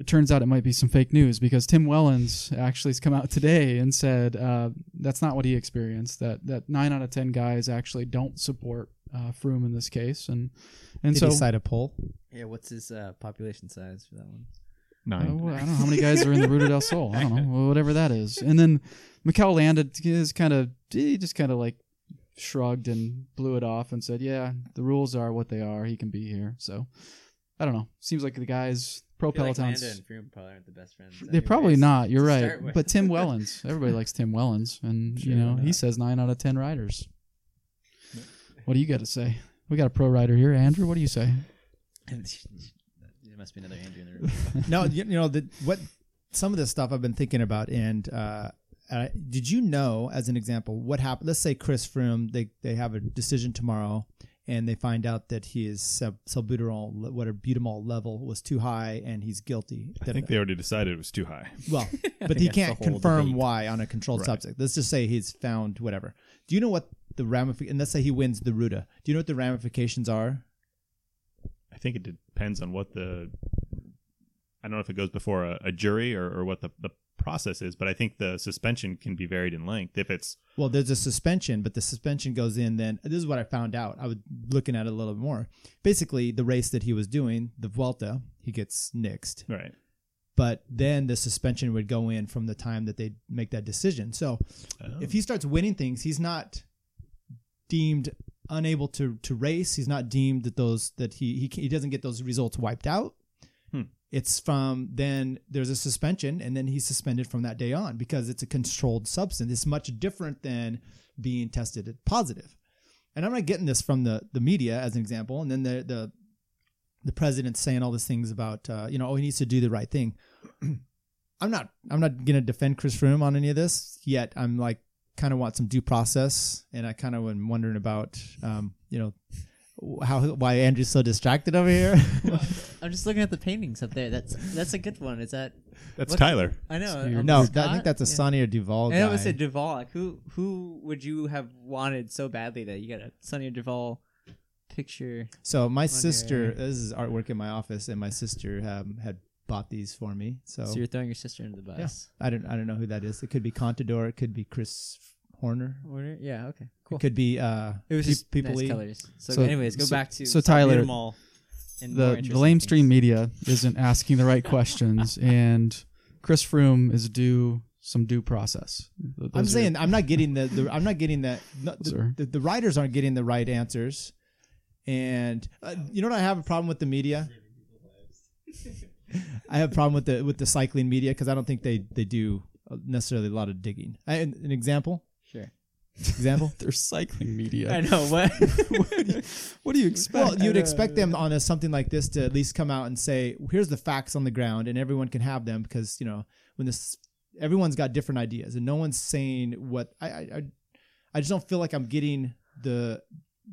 Speaker 1: it turns out it might be some fake news because Tim Wellens actually has come out today and said uh, that's not what he experienced. That that nine out of ten guys actually don't support uh, Froome in this case, and and
Speaker 2: Did
Speaker 1: so
Speaker 2: you cite a poll?
Speaker 3: Yeah, what's his uh, population size for that one?
Speaker 1: Oh,
Speaker 4: Nine.
Speaker 1: well, I don't know how many guys are in the Ruta del Sol. I don't know, well, whatever that is. And then Mikel Landa is kind of he just kind of like shrugged and blew it off and said, "Yeah, the rules are what they are. He can be here." So I don't know. Seems like the guys pro pelotons.
Speaker 3: and Froome probably aren't the best friends.
Speaker 1: they're probably not. You're
Speaker 3: to start
Speaker 1: right.
Speaker 3: with.
Speaker 1: But Tim Wellens, everybody likes Tim Wellens, and
Speaker 3: Sure,
Speaker 1: you know
Speaker 3: why
Speaker 1: he
Speaker 3: not?
Speaker 1: says nine out of ten riders. What do you got to say? We got a pro rider here, Andrew. What do you say?
Speaker 3: there must be another Andrew in the room.
Speaker 2: no, you, you know the, what some of this stuff I've been thinking about, and uh, uh, did you know, as an example, what happened? Let's say Chris Froome, they they have a decision tomorrow, and they find out that his sub, salbutamol, what a butamol level was too high, and he's guilty.
Speaker 4: I think they already decided it was too high.
Speaker 2: Well, but he
Speaker 3: that's
Speaker 2: can't
Speaker 3: the whole
Speaker 2: confirm
Speaker 3: debate.
Speaker 2: why on a controlled
Speaker 4: Right.
Speaker 2: subject. Let's just say he's found whatever. Do you know what the ramifications? And let's say he wins the Ruta. Do you know what the ramifications are?
Speaker 4: I think it depends on what the. I don't know if it goes before a, a jury or, or what the, the process is, but I think the suspension can be varied in length if it's
Speaker 2: Well, there's a suspension, but the suspension goes in then. This is what I found out. I was looking at it a little bit more. Basically, the race that he was doing, the Vuelta, he gets nixed.
Speaker 4: right.
Speaker 2: But then the suspension would go in from the time that they make that decision. So if he starts winning things, he's not deemed unable to to race. He's not deemed that those that he he, ca- he doesn't get those results wiped out.
Speaker 4: Hmm.
Speaker 2: It's from then there's a suspension, and then he's suspended from that day on because it's a controlled substance. It's much different than being tested positive. And I'm not getting this from the the media as an example, and then the the the president's saying all these things about uh, you know oh he needs to do the right thing. I'm not I'm not gonna defend Chris Froome on any of this yet. I'm like kind of want some due process, and I kind of am wondering about um, you know how why Andrew's so distracted over here.
Speaker 3: I'm just looking at the paintings up there. That's that's a good one. Is that
Speaker 4: that's
Speaker 3: what's-
Speaker 4: Tyler.
Speaker 3: I know.
Speaker 1: It's
Speaker 3: um,
Speaker 2: no, that, I
Speaker 3: Scott?
Speaker 2: think that's a
Speaker 3: Yeah.
Speaker 2: Sonny or Duvall guy.
Speaker 3: I know it's a Duvall. Like, who who would you have wanted so badly that you got a Sonny Duvall picture?
Speaker 2: so my sister, this is artwork in my office, and my sister um, had bought these for me. So,
Speaker 3: So you're throwing your sister under the
Speaker 2: yeah,
Speaker 3: bus.
Speaker 2: I don't I don't know who that is. It could be Contador. It could be Chris Horner.
Speaker 3: Warner? Yeah. Okay. Cool.
Speaker 2: It could be uh,
Speaker 3: It was
Speaker 2: Pe-
Speaker 3: just
Speaker 2: People
Speaker 3: nice
Speaker 2: Eat.
Speaker 3: colors. So,
Speaker 1: So-
Speaker 3: anyways, go
Speaker 1: so-
Speaker 3: back to
Speaker 1: so Tyler,
Speaker 3: Beat 'em all and more
Speaker 1: the the
Speaker 3: interesting
Speaker 1: lamestream
Speaker 3: things.
Speaker 1: media isn't asking the right questions, and Chris Froome is due some due process. Th-
Speaker 2: I'm
Speaker 1: those are-
Speaker 2: saying I'm not getting the, the I'm not getting that no,
Speaker 1: Those
Speaker 2: the,
Speaker 1: are-
Speaker 2: the, the writers aren't getting the right answers, and uh, you know what I have a problem with the media. I have a problem with the with the cycling media because I don't think they they do necessarily a lot of digging. I, an an example,
Speaker 3: Sure.
Speaker 2: example.
Speaker 1: they're cycling
Speaker 3: I
Speaker 1: media.
Speaker 3: know what.
Speaker 1: What do you expect?
Speaker 2: Well, you'd expect them on a, something like this to at least come out and say, "Here's the facts on the ground, and everyone can have them." Because you know, when this, everyone's got different ideas, and no one's saying what I, I, I- I just don't feel like I'm getting the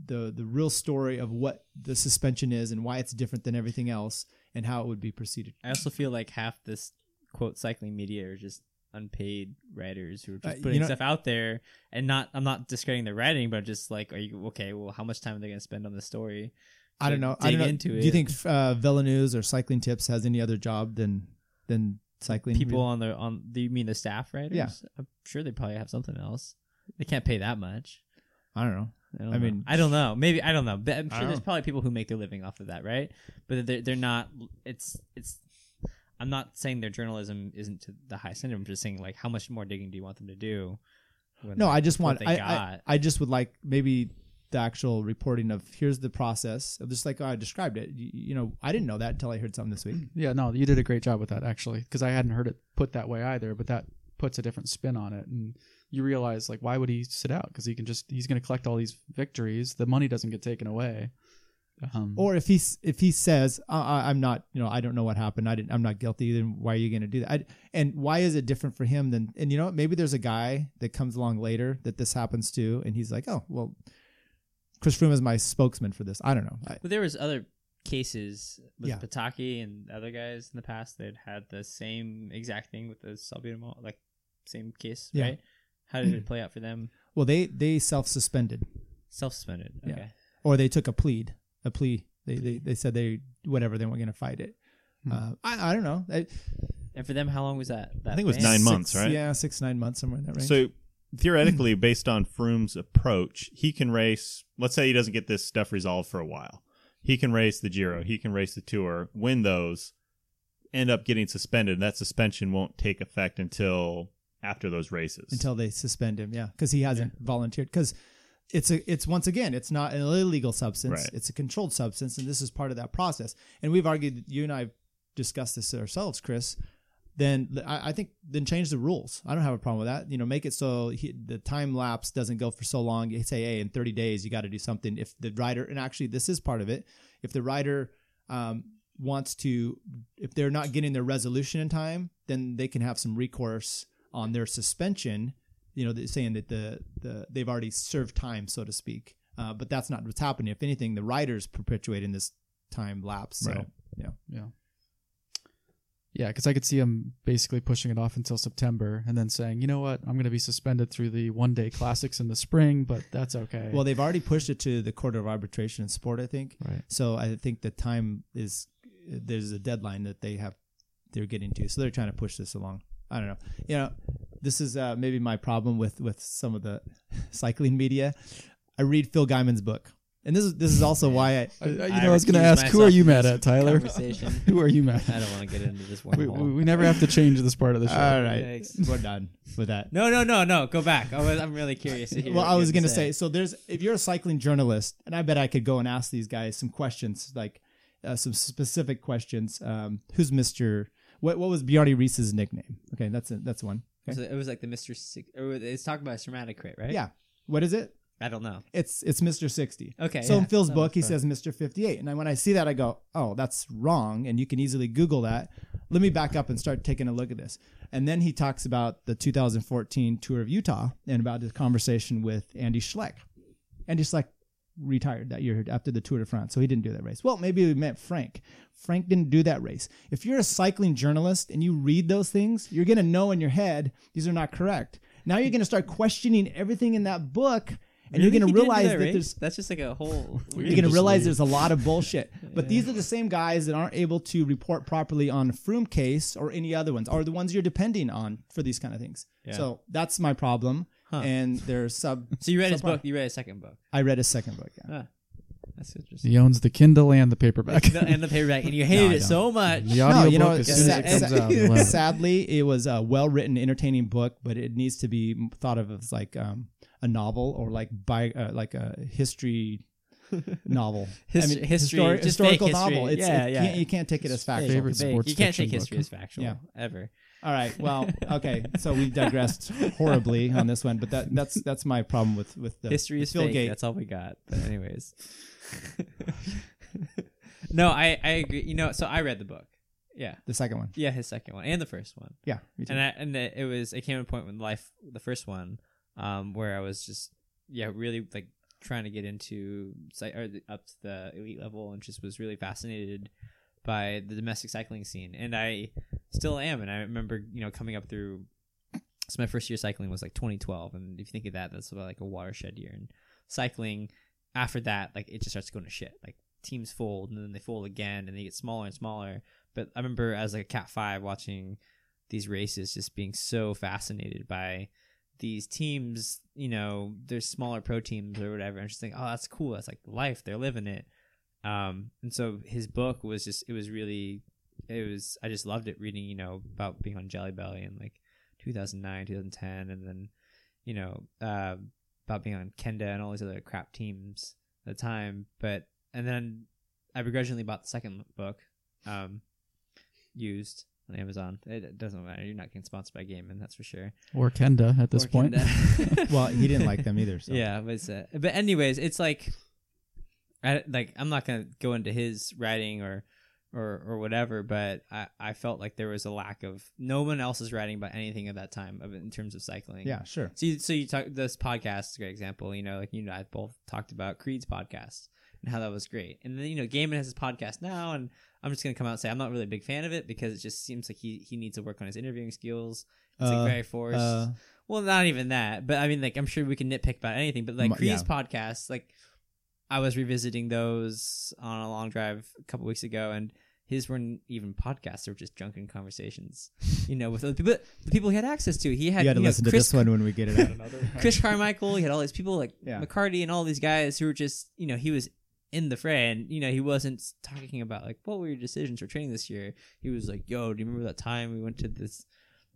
Speaker 2: the the real story of what the suspension is and why it's different than everything else and how it would be proceeded.
Speaker 3: I also feel like half this quote cycling media are just unpaid writers who are
Speaker 2: Uh,
Speaker 3: just
Speaker 2: you
Speaker 3: putting
Speaker 2: know-
Speaker 3: stuff out there and not. I'm not discrediting the writing, but just like, are you okay? Well, how much time are they going to spend on the story?
Speaker 2: I don't know. I
Speaker 3: Dig
Speaker 2: don't know.
Speaker 3: into
Speaker 2: Do you
Speaker 3: it.
Speaker 2: think uh, News or Cycling Tips has any other job than than cycling
Speaker 3: People on the on. Do you mean the staff writers?
Speaker 2: Yeah.
Speaker 3: I'm sure they probably have something else. They can't pay that much.
Speaker 2: I don't know.
Speaker 3: I, don't
Speaker 2: I
Speaker 3: know.
Speaker 2: mean-
Speaker 3: I don't know. Maybe I don't know. But I'm
Speaker 4: I
Speaker 3: sure there's
Speaker 4: don't-
Speaker 3: probably people who make their living off of that, right? But they're they're not. It's it's. I'm not saying their journalism isn't to the high standard. I'm just saying like, how much more digging do you want them to do? when,
Speaker 2: No,
Speaker 3: like,
Speaker 2: I just
Speaker 3: what
Speaker 2: want.
Speaker 3: they
Speaker 2: I, I
Speaker 3: got.
Speaker 2: I just would like maybe the actual reporting of here's the process of just like oh, I described it. You, you know, I didn't know
Speaker 3: Mm-hmm.
Speaker 2: that until I heard something this week.
Speaker 1: Yeah, no, you did a great job with that actually, because I hadn't heard it put that way either. But that puts a different spin on it and you realize like why would he sit out because he can just he's going to collect all these victories the money doesn't get taken away um,
Speaker 2: Or if he s- if he says I, I, I'm not, you know, I don't know what happened. I didn't. I'm not guilty. Then why are you going to do that? I, and why is it different for him than? And you know, what? maybe there's a guy that comes along later that this happens to, and he's like, oh well, Chris Froome is my spokesman for this. I don't know. I,
Speaker 3: But there was other cases with
Speaker 2: Yeah.
Speaker 3: Pataki and other guys in the past that had the same exact thing with the salbutamol, like same case,
Speaker 2: Yeah.
Speaker 3: right? How did it play out for them?
Speaker 2: well, they they self suspended
Speaker 3: Self suspended.
Speaker 2: Yeah.
Speaker 3: Okay.
Speaker 2: or they took a plead, a plea. They they, they said they whatever they weren't going to fight it. Uh, I I don't know. I,
Speaker 3: And for them, how long was that? that
Speaker 4: think it was
Speaker 3: ban?
Speaker 4: nine
Speaker 2: six-
Speaker 4: months, right?
Speaker 2: Yeah, six nine months somewhere in that range.
Speaker 4: So theoretically, based on Froome's approach, he can race. Let's say he doesn't get this stuff resolved for a while. He can race the Giro. He can race the Tour. Win those. End up getting suspended. and That suspension won't take effect until after those races.
Speaker 2: until they suspend him. Yeah, because he hasn't volunteered. Because it's a it's once again it's not an illegal substance.
Speaker 4: Right.
Speaker 2: It's a controlled substance, and this is part of that process. And we've argued. You and I have discussed this ourselves, Chris. Then th- I I think then change the rules. I don't have a problem with that. You know, make it so he, the time lapse doesn't go for so long. You say, hey, in 30 days you got to do something. If the rider and actually this is part of it. If the rider um, wants to, if they're not getting their resolution in time, then they can have some recourse on their suspension. You know, that- saying that the the they've already served time, so to speak. Uh, but that's not what's happening. If anything, the rider's perpetuating this time lapse. So
Speaker 4: Right.
Speaker 2: yeah,
Speaker 1: yeah because i could see him basically pushing it off until september and then saying you know what i'm going to be suspended through the one day classics in the spring but that's okay
Speaker 2: well, they've already pushed it to the court of arbitration in sport. I think.
Speaker 1: right
Speaker 2: So I think the time is there's a deadline that they have they're getting to. So they're trying to push this along. I don't know. You know, this is uh, maybe my problem with with some of the cycling media. I read Phil Guyman's book, and this is this is also why
Speaker 1: I,
Speaker 2: I.
Speaker 1: I- Uh, you
Speaker 3: I
Speaker 1: know i was going to
Speaker 3: recuse
Speaker 1: ask who are
Speaker 3: myself
Speaker 1: you
Speaker 3: from
Speaker 1: mad
Speaker 3: this
Speaker 1: at tyler
Speaker 3: conversation.
Speaker 1: who are you mad
Speaker 3: I
Speaker 1: at
Speaker 3: don't want to get into this
Speaker 1: we, we,
Speaker 3: wormhole.
Speaker 1: we never have to change this part of the show
Speaker 2: All right,
Speaker 3: Yikes.
Speaker 2: we're done with that.
Speaker 3: No, no, no, no. Go back. I was, I'm really curious to hear.
Speaker 2: Well,
Speaker 3: what
Speaker 2: I
Speaker 3: you
Speaker 2: was
Speaker 3: have to
Speaker 2: gonna say. so there's if you're a cycling journalist, and I bet I could go and ask these guys some questions, like uh, some specific questions. Um, who's Mister? What what was Bjarni Reese's nickname? Okay, that's it. That's one. Okay.
Speaker 3: So it was like the Mr. Six. Or it's talking about Spermaticrit, right?
Speaker 2: Yeah. What is it?
Speaker 3: I don't know.
Speaker 2: It's it's Mr. 60.
Speaker 3: Okay.
Speaker 2: So in
Speaker 3: yeah.
Speaker 2: Phil's
Speaker 3: That
Speaker 2: book, he
Speaker 3: was fun.
Speaker 2: says Mr. 58. And I- when I see that, I go, oh, that's wrong. And you can easily Google that. Let me back up and start taking a look at this. And then he talks about the 2014 tour of Utah and about his conversation with Andy Schleck. Andy Schleck retired that year after the Tour de France, so he didn't do that race. Well, maybe we meant Frank. Frank didn't do that race. If you're a cycling journalist and you read those things, you're going to know in your head these are not correct. Now you're going to start questioning everything in that book, and
Speaker 3: Really?
Speaker 2: you're going
Speaker 3: He didn't
Speaker 2: to
Speaker 3: do
Speaker 2: realize
Speaker 3: that
Speaker 2: that,
Speaker 3: race?
Speaker 2: there's
Speaker 3: That's just like a whole.
Speaker 1: We
Speaker 2: you're
Speaker 1: can
Speaker 2: gonna
Speaker 1: just
Speaker 2: realize
Speaker 1: leave.
Speaker 2: there's a lot of bullshit. But these are the same guys that aren't able to report properly on Froome case or any other ones, or the ones you're depending on for these kind of things. So that's my problem.
Speaker 3: Huh.
Speaker 2: And they're sub.
Speaker 3: So you read his
Speaker 2: subpar.
Speaker 3: book. You read his second book.
Speaker 2: I read a second book. Yeah.
Speaker 3: That's interesting.
Speaker 1: he owns the kindle and the paperback
Speaker 3: The, and the paperback, and you hated
Speaker 2: I
Speaker 3: it so much.
Speaker 1: the audio
Speaker 2: you know,
Speaker 1: book as
Speaker 2: it's
Speaker 1: soon as
Speaker 2: sad-
Speaker 1: it comes
Speaker 2: sad-
Speaker 1: out I love it.
Speaker 2: Sadly, it was a well-written, entertaining book, but it needs to be m- thought of as like um, a novel or like by uh, like a history novel.
Speaker 3: His- history-
Speaker 2: histori-
Speaker 3: just fake
Speaker 2: historical
Speaker 3: history.
Speaker 2: novel. It's,
Speaker 3: Yeah,
Speaker 2: it
Speaker 3: yeah.
Speaker 2: Can't, you can't take it as factual.
Speaker 1: favorite
Speaker 3: Vague.
Speaker 1: sports
Speaker 3: You can't
Speaker 1: fiction
Speaker 3: take history
Speaker 1: book.
Speaker 3: as factual.
Speaker 2: Yeah.
Speaker 3: Ever.
Speaker 2: All right. Well, okay. So we digressed horribly on this one, but that that's that's my problem with with the
Speaker 3: History
Speaker 2: with
Speaker 3: is
Speaker 2: Phil
Speaker 3: fake.
Speaker 2: Gate.
Speaker 3: That's all we got. But anyways. no, I I agree. You know, so I read the book. Yeah.
Speaker 2: the second one.
Speaker 3: Yeah, his second one and the first one.
Speaker 2: Yeah. me too.
Speaker 3: and I, and it it was it came to a point when life the first one um where i was just yeah really like trying to get into cy- or the, up to the elite level and just was really fascinated by the domestic cycling scene and i still am and i remember you know coming up through so my first year cycling was like 2012 and if you think of that that's about like a watershed year and cycling after that like it just starts going to shit like teams fold and then they fold again and they get smaller and smaller but i remember as like a cat 5 watching these races just being so fascinated by these teams you know their smaller pro teams or whatever and just think oh that's cool that's like life they're living it um and so his book was just it was really it was i just loved it reading you know about being on jelly belly in like 2009 2010 and then you know uh, about being on kenda and all these other crap teams at the time but and then i begrudgingly bought the second book um used on Amazon. It it doesn't matter. You're not getting sponsored by Gaiman, that's for sure.
Speaker 1: or Kenda at this
Speaker 3: Or
Speaker 1: point.
Speaker 3: Kenda.
Speaker 2: Well, he didn't like them either. So.
Speaker 3: Yeah, but it's, uh, but anyways, it's like, I like I'm not gonna go into his writing or or or whatever, but I I felt like there was a lack of no one else is writing about anything at that time of in terms of cycling.
Speaker 2: Yeah, sure.
Speaker 3: So you, so you talk this podcast is a great example. You know, like you and I both talked about Creed's podcast and how that was great. And then you know, Gaiman has his podcast now, and I'm just gonna come out and say I'm not really a big fan of it because it just seems like he he needs to work on his interviewing skills. It's
Speaker 2: Uh,
Speaker 3: like very forced.
Speaker 2: Uh,
Speaker 3: Well, not even that, but I mean, like, I'm sure we can nitpick about anything, but like
Speaker 2: Mu-
Speaker 3: Creed's
Speaker 2: yeah.
Speaker 3: podcasts, like, I was revisiting those on a long drive a couple weeks ago, and his weren't even podcasts; they were just drunken conversations, you know, with other people, the people he had access to. He had,
Speaker 2: you had to
Speaker 3: you know,
Speaker 2: listen to
Speaker 3: Chris,
Speaker 2: this one when we get it out.
Speaker 3: Chris Carmichael. He had all these people like
Speaker 2: Yeah.
Speaker 3: McCarty and all these guys who were just, you know, he was in the fray, and you know, he wasn't talking about like what were your decisions for training this year. He was like, "Yo, do you remember that time we went to this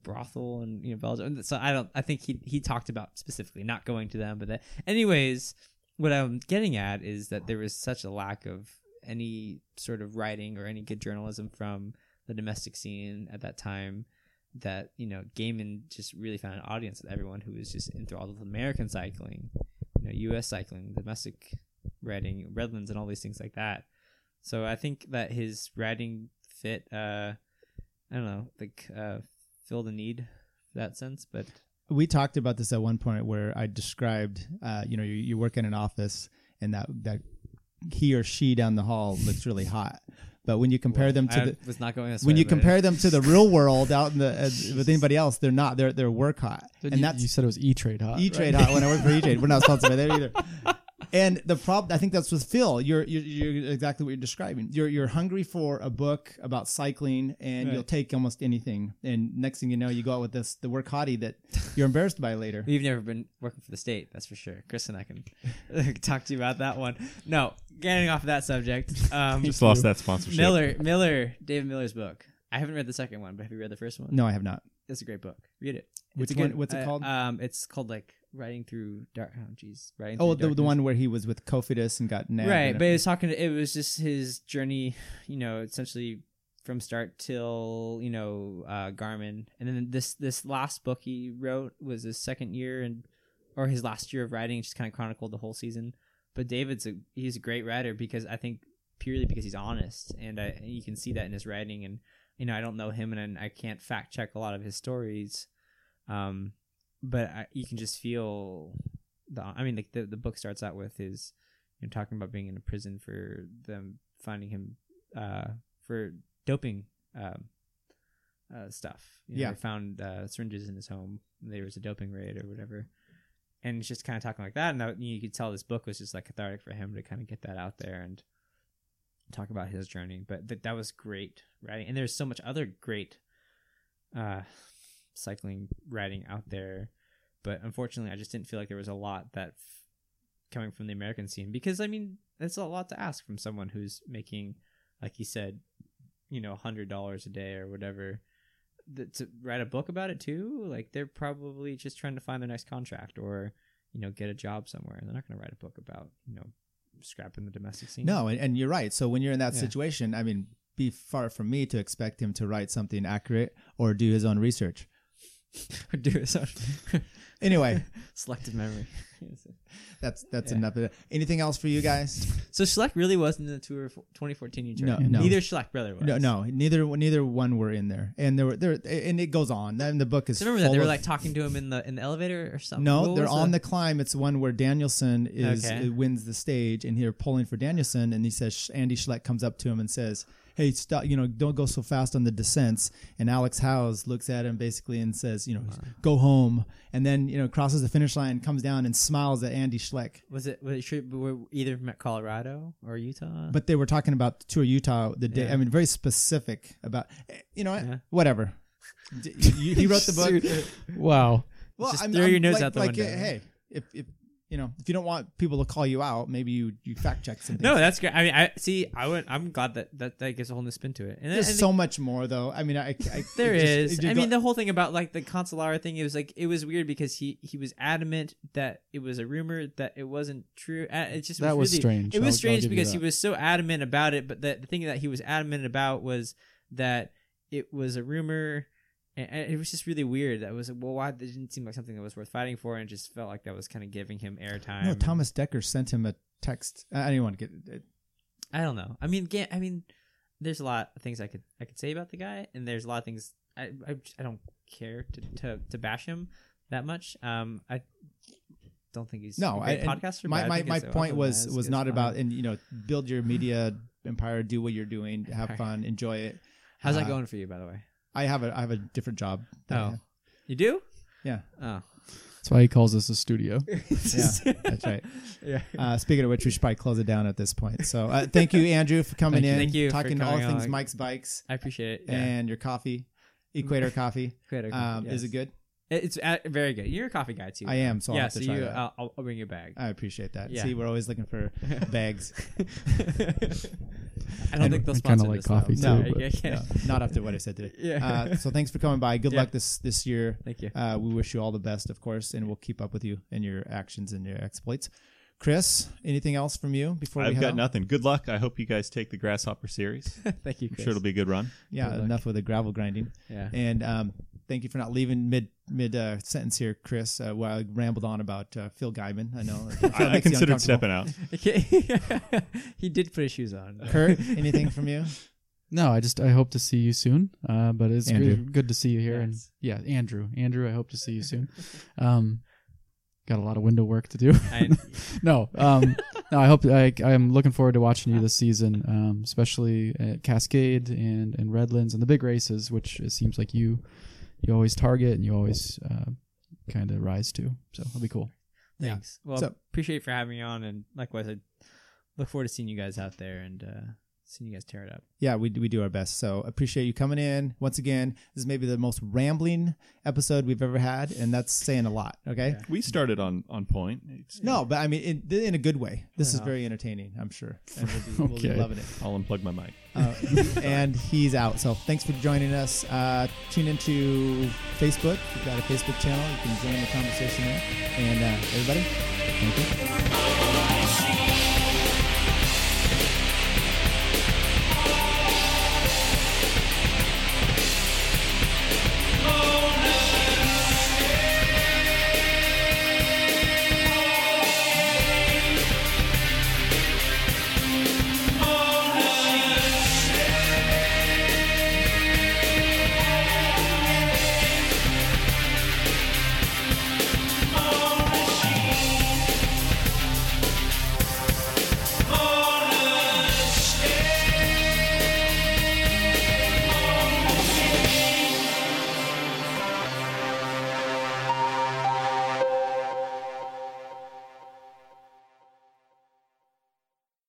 Speaker 3: brothel and you know Belgium?" And So I don't. I think he he talked about specifically not going to them, but that. Anyways, what I'm getting at is that there was such a lack of any sort of writing or any good journalism from the domestic scene at that time that you know Gaiman just really found an audience with everyone who was just enthralled with American cycling, you know, U.S. cycling, domestic riding, Redlands, and all these things like that. So I think that his riding fit, uh, I don't know, like uh, fill the need for that sense. But
Speaker 2: we talked about this at one point where I described, uh, you know, you, you work in an office and that that he or she down the hall looks really hot, but when you compare them to
Speaker 3: I
Speaker 2: the
Speaker 3: was not going this
Speaker 2: when
Speaker 3: way,
Speaker 2: you
Speaker 3: but-
Speaker 2: compare them to the real world out in the uh, with anybody else, they're not. They're they're work hot,
Speaker 1: Then
Speaker 2: and
Speaker 1: you,
Speaker 2: that's
Speaker 1: you said it was E Trade Hot.
Speaker 2: E Trade hot. When I work for E Trade, we're not sponsored by them either. And the problem, I think that's with Phil. You're, you're you're exactly what you're describing. You're you're hungry for a book about cycling, and you'll take almost anything. And next thing you know, you go out with this the work hottie that you're embarrassed by later.
Speaker 3: You've never been working for the state, that's for sure. Chris and I can talk to you about that one. No, getting off of that subject. Um,
Speaker 4: Just lost that sponsorship.
Speaker 3: Miller, Miller, David Miller's book. I haven't read the second one, but have you read the first one?
Speaker 2: No, I have not.
Speaker 3: It's a great book. Read it.
Speaker 2: Which
Speaker 3: It's
Speaker 2: one-
Speaker 3: good.
Speaker 2: what's it
Speaker 3: Uh,
Speaker 2: called?
Speaker 3: Um, it's called like Riding Through Dark. Oh, jeez, Riding.
Speaker 2: Oh, the,
Speaker 3: Through
Speaker 2: the
Speaker 3: Darkness.
Speaker 2: one where he was with Kofidis and got nabbed.
Speaker 3: Right,
Speaker 2: and
Speaker 3: but it was talking. To, it was just his journey. You know, essentially from start till you know uh, Garmin, and then this this last book he wrote was his second year and or his last year of riding. It Just kind of chronicled the whole season. But David's a he's a great writer because I think purely because he's honest, and I, you can see that in his writing. And you know, I don't know him, and I can't fact check a lot of his stories. Um, but I, you can just feel the. I mean, like the the book starts out with his, you know, talking about being in a prison for them finding him, uh, for doping, um, uh, stuff. You know,
Speaker 2: Yeah.
Speaker 3: they found uh, syringes in his home. There was a doping raid or whatever, and it's just kind of talking like that. And I, you could tell this book was just like cathartic for him to kind of get that out there and talk about his journey. But th- that was great writing, and there's so much other great uh, cycling riding out there. But unfortunately, I just didn't feel like there was a lot that f- coming from the American scene because I mean, it's a lot to ask from someone who's making, like he said, you know, hundred dollars a day or whatever. That to write a book about it too, like they're probably just trying to find their next contract or you know get a job somewhere, and they're not going to write a book about you know scrapping the domestic scene.
Speaker 2: No, and, and you're right. So when you're in that
Speaker 3: Yeah.
Speaker 2: situation, I mean, be far from me to expect him to write something accurate or do his own research.
Speaker 3: do it. So
Speaker 2: Anyway,
Speaker 3: selective memory.
Speaker 2: that's that's
Speaker 3: Yeah.
Speaker 2: enough of that. Anything else for you guys?
Speaker 3: so Schleck really wasn't in the tour of 2014 you
Speaker 2: No,
Speaker 3: tried.
Speaker 2: no.
Speaker 3: Neither Schleck brother was.
Speaker 2: No, no, neither neither one were in there, and there were there, and it goes on. And the book is.
Speaker 3: So remember that
Speaker 2: full
Speaker 3: they were
Speaker 2: of-
Speaker 3: like talking to him in the in the elevator or something.
Speaker 2: No,
Speaker 3: What
Speaker 2: they're
Speaker 3: was
Speaker 2: on the climb. It's one where Danielson is
Speaker 3: Okay.
Speaker 2: uh, wins the stage, and they're pulling for Danielson, and he says Andy Schleck comes up to him and says, "Hey, stop! You know, don't go so fast on the descents." And Alex Howes looks at him basically and says, "You know, go home." And then you know crosses the finish line, comes down, and smiles at Andy Schleck.
Speaker 3: Was it was it sure, were either from Colorado or Utah?
Speaker 2: But they were talking about the tour of Utah. The day,
Speaker 3: Yeah.
Speaker 2: I mean, very specific about eh, you know
Speaker 3: Yeah.
Speaker 2: whatever. D- you- he wrote the book.
Speaker 1: Wow.
Speaker 2: Well,
Speaker 3: Just throw your nose out the window.
Speaker 2: uh, Hey, if if you know if you don't want people to call you out, maybe you you fact check something.
Speaker 3: no, that's great. I mean, I see. I would. I'm glad that that, that gives a whole new spin to it. And
Speaker 2: there's
Speaker 3: and
Speaker 2: so much more though. I mean, I, I it
Speaker 3: There
Speaker 2: just-
Speaker 3: is.
Speaker 2: it just
Speaker 3: I
Speaker 2: go-
Speaker 3: mean, the whole thing about like the Consolara thing. It was like it was weird because he he was adamant that it was a rumor that it wasn't true. Uh, It just
Speaker 1: That was
Speaker 3: really-
Speaker 1: strange.
Speaker 3: It
Speaker 1: I'll- I'll
Speaker 3: was strange
Speaker 1: give you
Speaker 3: because he
Speaker 1: that.
Speaker 3: was so adamant about it, but the, the thing that he was adamant about was that it was a rumor, and, and it was just really weird. That was like, well, why? That didn't seem like something that was worth fighting for, and it just felt like that was kind of giving him airtime.
Speaker 2: No, Thomas Decker sent him a text. I I didn't want to get. uh, it-
Speaker 3: I don't know. I mean, ga- I mean, there's a lot of things I could I could say about the guy, and there's a lot of things I I, just- I don't care to, to to bash him that much. Um, I don't think he's
Speaker 2: No,
Speaker 3: a great
Speaker 2: I- and
Speaker 3: podcaster.
Speaker 2: my
Speaker 3: but I
Speaker 2: my,
Speaker 3: think
Speaker 2: my
Speaker 3: his
Speaker 2: point
Speaker 3: awesome
Speaker 2: was
Speaker 3: as-
Speaker 2: was
Speaker 3: is
Speaker 2: not
Speaker 3: fine.
Speaker 2: about and you know build your media empire, do what you're doing, have
Speaker 3: Empire.
Speaker 2: fun, enjoy it.
Speaker 3: How's that
Speaker 2: uh,
Speaker 3: going for you, by the way?
Speaker 2: I have a I have a different job. that I
Speaker 3: Oh.
Speaker 2: have.
Speaker 3: You do?
Speaker 2: Yeah.
Speaker 3: Oh,
Speaker 1: That's why he calls this a studio.
Speaker 3: yeah,
Speaker 2: that's right.
Speaker 3: yeah.
Speaker 2: Uh, speaking of which, we should probably close it down at this point. So uh, thank you, Andrew, for coming
Speaker 3: Thank you.
Speaker 2: in,
Speaker 3: Thank you for
Speaker 2: talking all
Speaker 3: coming
Speaker 2: things
Speaker 3: on.
Speaker 2: Mike's bikes
Speaker 3: I appreciate it. Yeah.
Speaker 2: and your coffee, Equator Coffee.
Speaker 3: Critical,
Speaker 2: Um,
Speaker 3: yes.
Speaker 2: Is it good?
Speaker 3: It- It's uh, very good. You're a coffee guy too.
Speaker 2: I am, so I'll
Speaker 3: yeah,
Speaker 2: have to
Speaker 3: so
Speaker 2: try
Speaker 3: you,
Speaker 2: that.
Speaker 3: I'll, I'll I'll bring you a bag.
Speaker 2: I appreciate that.
Speaker 3: Yeah.
Speaker 2: See, we're always looking for bags.
Speaker 3: I don't
Speaker 1: And
Speaker 3: think they'll
Speaker 1: I kinda
Speaker 3: sponsor
Speaker 1: like
Speaker 3: this,
Speaker 1: coffee,
Speaker 3: though.
Speaker 2: too,
Speaker 3: No,
Speaker 1: but-
Speaker 3: I can't.
Speaker 2: No, not after what I said today.
Speaker 3: Yeah.
Speaker 2: Uh, so thanks for coming by. Good
Speaker 3: Yeah.
Speaker 2: luck this this year.
Speaker 3: Thank you.
Speaker 2: Uh, we wish you all the best, of course, and we'll keep up with you and your actions and your exploits. Chris, anything else from you before we
Speaker 4: I've
Speaker 2: head
Speaker 4: got
Speaker 2: out?
Speaker 4: nothing. Good luck. I hope you guys take the Grasshopper series. I'm
Speaker 3: Thank you, Chris.
Speaker 4: sure it'll be a good run.
Speaker 2: Yeah,
Speaker 3: Good luck.
Speaker 2: enough with the gravel grinding.
Speaker 3: Yeah.
Speaker 2: And um, thank you for not leaving mid mid uh, sentence here, Chris. Uh, while I rambled on about uh, Phil Guyman. I know. Phil
Speaker 4: I, I
Speaker 2: makes you uncomfortable.
Speaker 4: considered stepping out.
Speaker 3: Okay. he did put his shoes on.
Speaker 2: Kurt, anything from you?
Speaker 1: No, I just I hope to see you soon. Uh, but it's
Speaker 2: Andrew.
Speaker 1: really good to see you here,
Speaker 3: Yes.
Speaker 1: and yeah, Andrew, Andrew, I hope to see you soon. Um, got a lot of window work to do.
Speaker 3: I,
Speaker 1: no, um, no, I hope I I'm looking forward to watching you this season, um, especially at Cascade and and Redlands and the big races, which it seems like you you always target and you always uh, kind of rise to. So it'll be cool.
Speaker 3: thanks. Well,
Speaker 2: So-
Speaker 3: appreciate you for having me on, and likewise, I look forward to seeing you guys out there and uh, seeing you guys tear it up.
Speaker 2: yeah, we, we do our best. So appreciate you coming in once again. This is maybe the most rambling episode we've ever had, and that's saying a lot. Okay.
Speaker 3: Yeah.
Speaker 4: We started on on point. It's-
Speaker 2: No, but I mean, in, in a good way. This is
Speaker 3: Yeah.
Speaker 2: very entertaining, I'm sure. And we'll be, we'll
Speaker 1: Okay.
Speaker 2: be loving it.
Speaker 4: I'll unplug my mic.
Speaker 2: Uh, and he's out. So thanks for joining us. Uh, tune into Facebook. We've got a Facebook channel. You can join the conversation there. And uh, everybody, thank you.